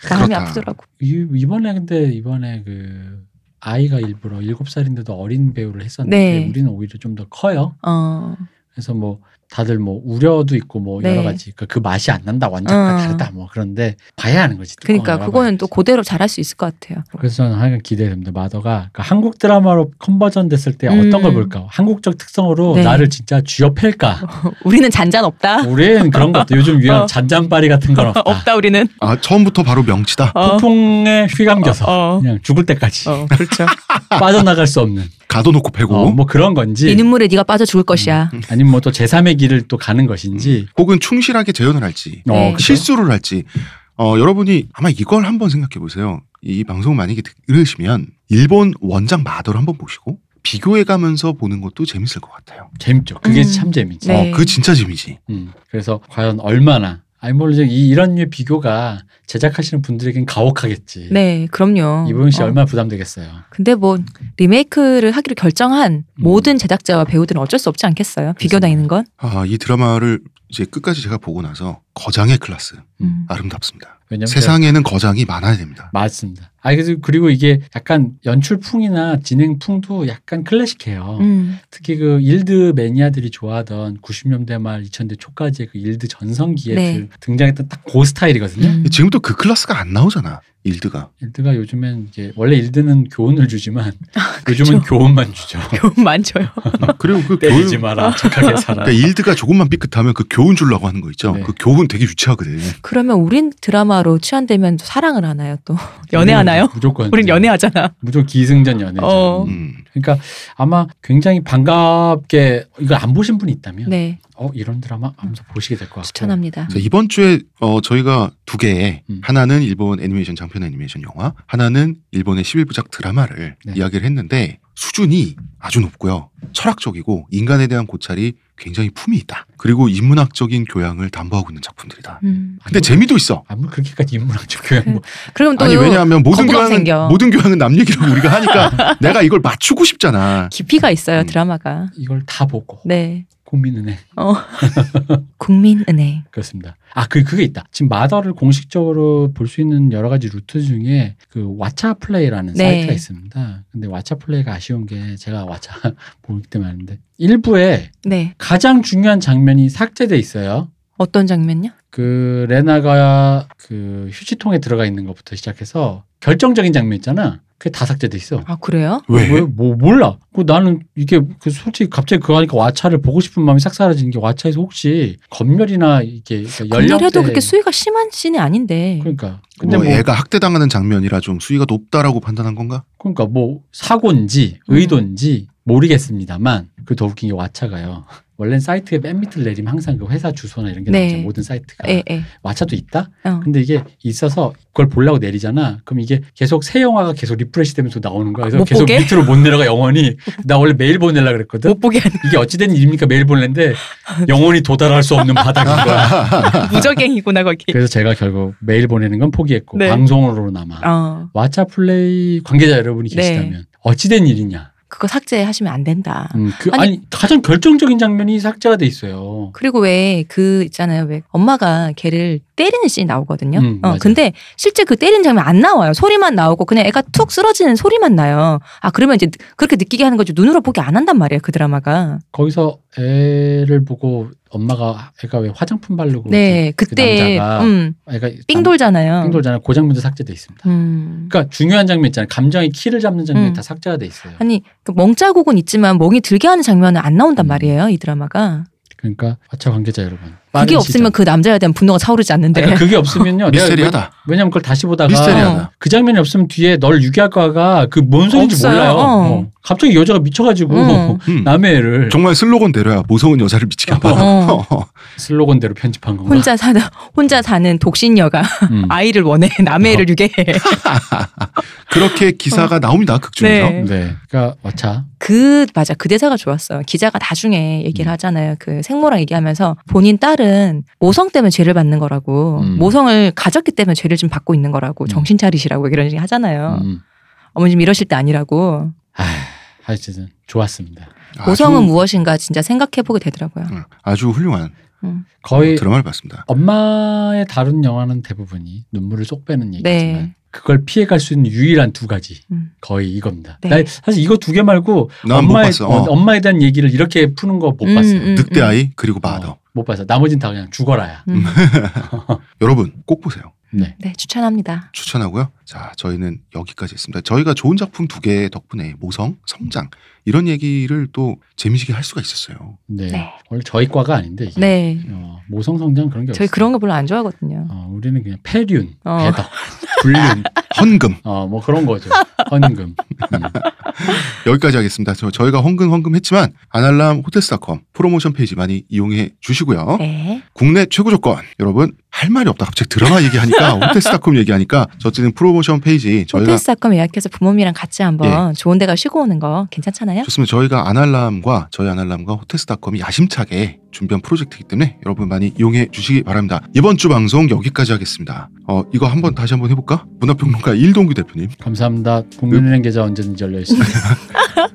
B: 마음이
A: 그렇다.
B: 아프더라고.
C: 이- 이번에 근데 이번에 그 아이가 일부러 일곱 살인데도 어린 배우를 했었는데
B: 네.
C: 우리는 오히려 좀 더 커요.
B: 어,
C: 그래서 뭐 다들 뭐 우려도 있고 뭐
B: 네.
C: 여러 가지 그러니까 그 맛이 안 난다 완전과
B: 어.
C: 다르다 뭐 그런데 봐야 하는 거지. 뚜껑을
B: 그러니까
C: 열어봐야
B: 그거는 또
C: 되지.
B: 그대로 잘할 수 있을 것 같아요.
C: 그래서 저는 하여간 기대됩니다. 마더가 그러니까 한국 드라마로 컨버전 됐을 때 어떤 걸
B: 음.
C: 볼까? 한국적 특성으로
B: 네.
C: 나를 진짜 쥐어팰까?
B: 우리는 잔잔 없다.
C: 우리는 그런 것도 요즘 유행
B: 어.
C: 잔잔바리 같은 건 없다.
B: 없다 우리는.
A: 아, 처음부터 바로 명치다.
B: 어,
C: 폭풍에 휘감겨서
B: 어,
C: 그냥 죽을 때까지
B: 어, 그렇죠.
C: 빠져나갈 수 없는
A: 가둬놓고 패고
C: 어, 뭐 그런 건지
B: 네 눈물에 네가 빠져 죽을 것이야.
C: 아니면 뭐 또 제3의 길을 또 가는 것인지. 어,
A: 혹은 충실하게 재현을 할지
B: 네.
C: 그죠?
A: 실수를 할지 어, 여러분이 아마 이걸 한번 생각해 보세요. 이 방송 만약에 들으시면 일본 원작 마더를 한번 보시고 비교해 가면서 보는 것도 재밌을 것 같아요.
C: 재밌죠. 그게
B: 음.
C: 참 재밌지.
B: 네.
A: 어, 그 진짜 재미지.
C: 음. 그래서 과연 얼마나 아니 물론 이제 이- 이런 류의 비교가 제작하시는 분들에겐 가혹하겠지.
B: 네, 그럼요.
C: 예. 이보영 씨
B: 어.
C: 얼마나 부담되겠어요.
B: 근데 뭐 리메이크를 하기로
C: 음.
B: 결정한 모든 제작자와 배우들은 어쩔 수 없지 않겠어요. 비교당하는 건.
A: 아, 이 드라마를 이제 끝까지 제가 보고 나서 거장의 클래스
C: 음.
A: 아름답습니다.
C: 왜냐면
A: 세상에는 거장이 많아야 됩니다.
C: 맞습니다. 아 그래서 그리고 이게 약간 연출풍이나 진행풍도 약간 클래식해요.
B: 음.
C: 특히 그 일드 매니아들이 좋아하던 90년대 말 2000대 초까지의 그 일드 전성기에
B: 네.
C: 그 등장했던 딱 그 스타일이거든요.
B: 음.
A: 지금 도그 클래스가 안 나오잖아. 일드가.
C: 일드가 요즘엔 이게 원래 일드는 교훈을 주지만
B: 아,
C: 요즘은 교훈만 주죠.
B: 돈 많죠요.
A: 그리고 그 교훈
C: 때리지 마라, 착하게 살아.
A: 그러니까 일드가 조금만 삐끗하면 그 교훈 주려고 하는 거 있죠.
C: 네.
A: 그 교훈 되게 유치하거든.
B: 그러면 우린 드라마로 취한되면 사랑을 하나요
C: 음.
B: 또 연애하나요?
C: 무조건.
B: 우린 연애하잖아.
C: 무조건 기승전 연애죠.
B: 어.
A: 음.
C: 그러니까 아마 굉장히 반갑게 이걸 안 보신 분이 있다면
B: 네
C: 어 이런 드라마 하면서 보시게 될 것 같고
B: 추천합니다.
A: 자, 이번 주에 어, 저희가 두 개의
C: 음.
A: 하나는 일본 애니메이션 장편 애니메이션 영화, 하나는 일본의 11부작 드라마를
C: 네.
A: 이야기를 했는데 수준이 아주 높고요. 철학적이고 인간에 대한 고찰이 굉장히 품이 있다. 그리고 인문학적인 교양을 담보하고 있는 작품들이다.
B: 음.
A: 근데
C: 아무리-
A: 재미도 있어.
C: 아무리 뭐 그렇게까지 인문학적 교양
B: 네.
C: 뭐
B: 그럼 또
A: 아니 왜냐하면 모든
B: 거부감
A: 교양은
B: 생겨.
A: 모든 교양은 남 얘기라고 우리가 하니까 내가 이걸 맞추고 싶잖아.
B: 깊이가 있어요
A: 음.
B: 드라마가.
C: 이걸 다 보고
B: 네
C: 고민은 해
B: 국민은행.
C: 그렇습니다. 아 그 그게 있다. 지금 마더를 공식적으로 볼 수 있는 여러 가지 루트 중에 그 왓챠 플레이라는
B: 네.
C: 사이트가 있습니다. 근데 왓챠 플레이가 아쉬운 게 제가 왓챠 보기 때문에 아는데 일부에
B: 네
C: 가장 중요한 장면이 삭제돼 있어요.
B: 어떤 장면요?
C: 그 레나가 그 휴지통에 들어가 있는 것부터 시작해서 결정적인 장면 있잖아. 그게 다 삭제돼 있어.
B: 아 그래요?
A: 왜?
C: 뭐, 뭐 몰라. 그 나는 이게 그 솔직히 갑자기 그거 하니까 왓챠를 보고 싶은 마음이 싹 사라지는 게 왓챠에서 혹시 검열이나 이게 그러니까 연령대
B: 연결해도 그렇게 수위가 심한 씬이 아닌데.
C: 그러니까
A: 근데
C: 근데 뭐,
A: 뭐 애가 학대당하는 장면이라 좀 수위가 높다라고 판단한 건가?
C: 그러니까 뭐 사고인지
B: 음.
C: 의도인지 모르겠습니다만 그 더 웃긴 게 왓챠가요. 원래는 사이트에 맨 밑을 내리면 항상 그 회사 주소나 이런 게
B: 네.
C: 나오잖아 모든 사이트가
B: 예 예.
C: 왓챠도 있다.
B: 어.
C: 근데 이게 있어서 그걸 보려고 내리잖아. 그럼 이게 계속 새 영화가 계속 리프레시 되면서 나오는 거야. 그래서
B: 못
C: 계속
B: 보게?
C: 밑으로 못 내려가 영원히. 나 원래 매일 보내려 그랬거든.
B: 못 보게 하는
C: 이게 어찌된 일입니까? 매일 보는데 영원히 도달할 수 없는 바닥인 거야.
B: 무적행이구나 거기.
C: 그래서 제가 결국 매일 보내는 건 포기했고
B: 네.
C: 방송으로 남아
B: 어
C: 왓챠 플레이 관계자 여러분이
B: 네.
C: 계시다면 어찌된 일이냐.
B: 그거 삭제하시면 안 된다.
C: 음, 그
B: 아니-
C: 아니, 가장 결정적인 장면이 삭제가 돼 있어요.
B: 그리고 왜 그 있잖아요. 왜 엄마가 걔를 때리는 씬이 나오거든요.
C: 음,
B: 어,
C: 맞아요.
B: 근데 실제 그 때리는 장면 안 나와요. 소리만 나오고 그냥 애가 툭 쓰러지는 소리만 나요. 아 그러면 이제 그렇게 느끼게 하는 거지 눈으로 보게 안 한단 말이에요. 그 드라마가.
C: 거기서 애를 보고 엄마가 애가 왜 화장품 바르고
B: 네
C: 그
B: 그때
C: 남자가
B: 음,
C: 애가
B: 삥 돌잖아요.
C: 빙돌잖아요. 그 장면도 삭제돼 있습니다.
B: 음.
C: 그러니까 중요한 장면 있잖아요. 감정의 키를 잡는 장면이
B: 음.
C: 다 삭제가 돼 있어요.
B: 아니 그 멍자국은 있지만 멍이 들게 하는 장면은 안 나온단
C: 음.
B: 말이에요. 이 드라마가.
C: 그러니까 화차 관계자 여러분.
B: 그게
C: 빠른
B: 없으면
C: 시점.
B: 그 남자에 대한 분노가 차오르지 않는데.
C: 그러니까 그게 없으면요. 내가
A: 미스테리하다.
C: 왜- 왜냐면 그걸 다시 보다가
B: 어.
A: 미스테리하다.
C: 그 장면이 없으면 뒤에 널 유기할 거가 그 뭔 소리인지
B: 없어요.
C: 몰라요.
B: 어.
C: 어. 갑자기 여자가 미쳐가지고
B: 음.
A: 음.
C: 남의 애를
A: 정말 슬로건대로야. 무서운 여자를 미치게 한다.
B: 어.
C: 슬로건대로 편집한 건가.
B: 혼자 사는 혼자 사는 독신녀가
C: 음.
B: 아이를 원해 남해를 유괴해.
A: 그렇게 기사가 나옵니다. 극중에서.
B: 네.
C: 네. 그러니까 와차.
B: 그 맞아 그 대사가 좋았어요. 기자가 나중에 얘기를
C: 음.
B: 하잖아요. 그 생모랑 얘기하면서 본인 딸은 모성 때문에 죄를 받는 거라고
C: 음.
B: 모성을 가졌기 때문에 죄를 지금 받고 있는 거라고
C: 음.
B: 정신 차리시라고 이런 식으로 하잖아요.
C: 음.
B: 어머님 이러실 때 아니라고
C: 아, 하여튼 좋았습니다.
A: 아주-
B: 모성은 무엇인가 진짜 생각해보게 되더라고요.
C: 음,
A: 응, 아주 훌륭한
C: 거의
A: 드라마를 봤습니다.
C: 엄마의 다른 영화는 대부분이 눈물을 쏙 빼는 얘기지만
B: 네.
C: 그걸 피해갈 수 있는 유일한 두 가지
B: 음.
C: 거의 이겁니다.
B: 네.
C: 나 사실 이거 두 개 말고
A: 난못
C: 엄마에
A: 봤어. 어.
C: 엄마에 대한 얘기를 이렇게 푸는 거 못
B: 음,
C: 봤어요.
B: 음,
A: 늑대
B: 음.
A: 아이 그리고
C: 어,
A: 마더.
C: 못 봤어. 나머진 다 그냥 죽어라야.
B: 음.
A: 여러분 꼭 보세요.
C: 네.
B: 네 추천합니다.
A: 추천하고요. 자, 저희는 여기까지 했습니다. 저희가 좋은 작품 두 개 덕분에 모성, 성장 이런 얘기를 또 재미지게 할 수가 있었어요.
C: 네.
B: 네.
C: 원래 저희 과가 아닌데 이게
B: 네
C: 어, 모성 성장 그런 게
B: 저희
C: 없어요.
B: 그런 거 별로 안 좋아하거든요.
C: 어, 우리는 그냥 폐륜,
B: 어.
C: 배덕, 불륜,
A: 헌금
C: 어, 뭐 그런 거죠. 헌금. 음.
A: 여기까지 하겠습니다. 저, 저희가 헌금 헌금 했지만 아날람 호텔스닷컴 프로모션 페이지 많이 이용해
C: 어?
A: 주시고요.
B: 네.
A: 국내 최고 조건 여러분 할 말이 없다. 갑자기 드라마 얘기하니까 호텔스닷컴 얘기하니까 저쪽은 프로모션 페이지 저희가
B: 호텔 사건 예약해서 부모님이랑 같이 한번 좋은 데가 쉬고 오는 거 괜찮잖아요.
A: 좋습니다. 저희가 아날람과 저희 아날람과 호텔스닷컴이 야심차게 준비한 프로젝트이기 때문에 여러분 많이 이용해 주시기 바랍니다. 이번 주 방송 여기까지 하겠습니다. 어, 이거 한번 다시 한번 해볼까? 문화평론가 일동규 대표님,
C: 감사합니다. 국민은행 계좌 언제든지 열려 있습니다.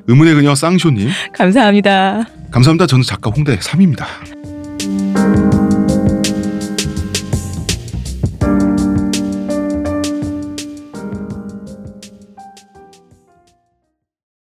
A: 의문의 그녀 쌍쇼님,
B: 감사합니다.
A: 감사합니다. 저는 작가 홍대 3입니다.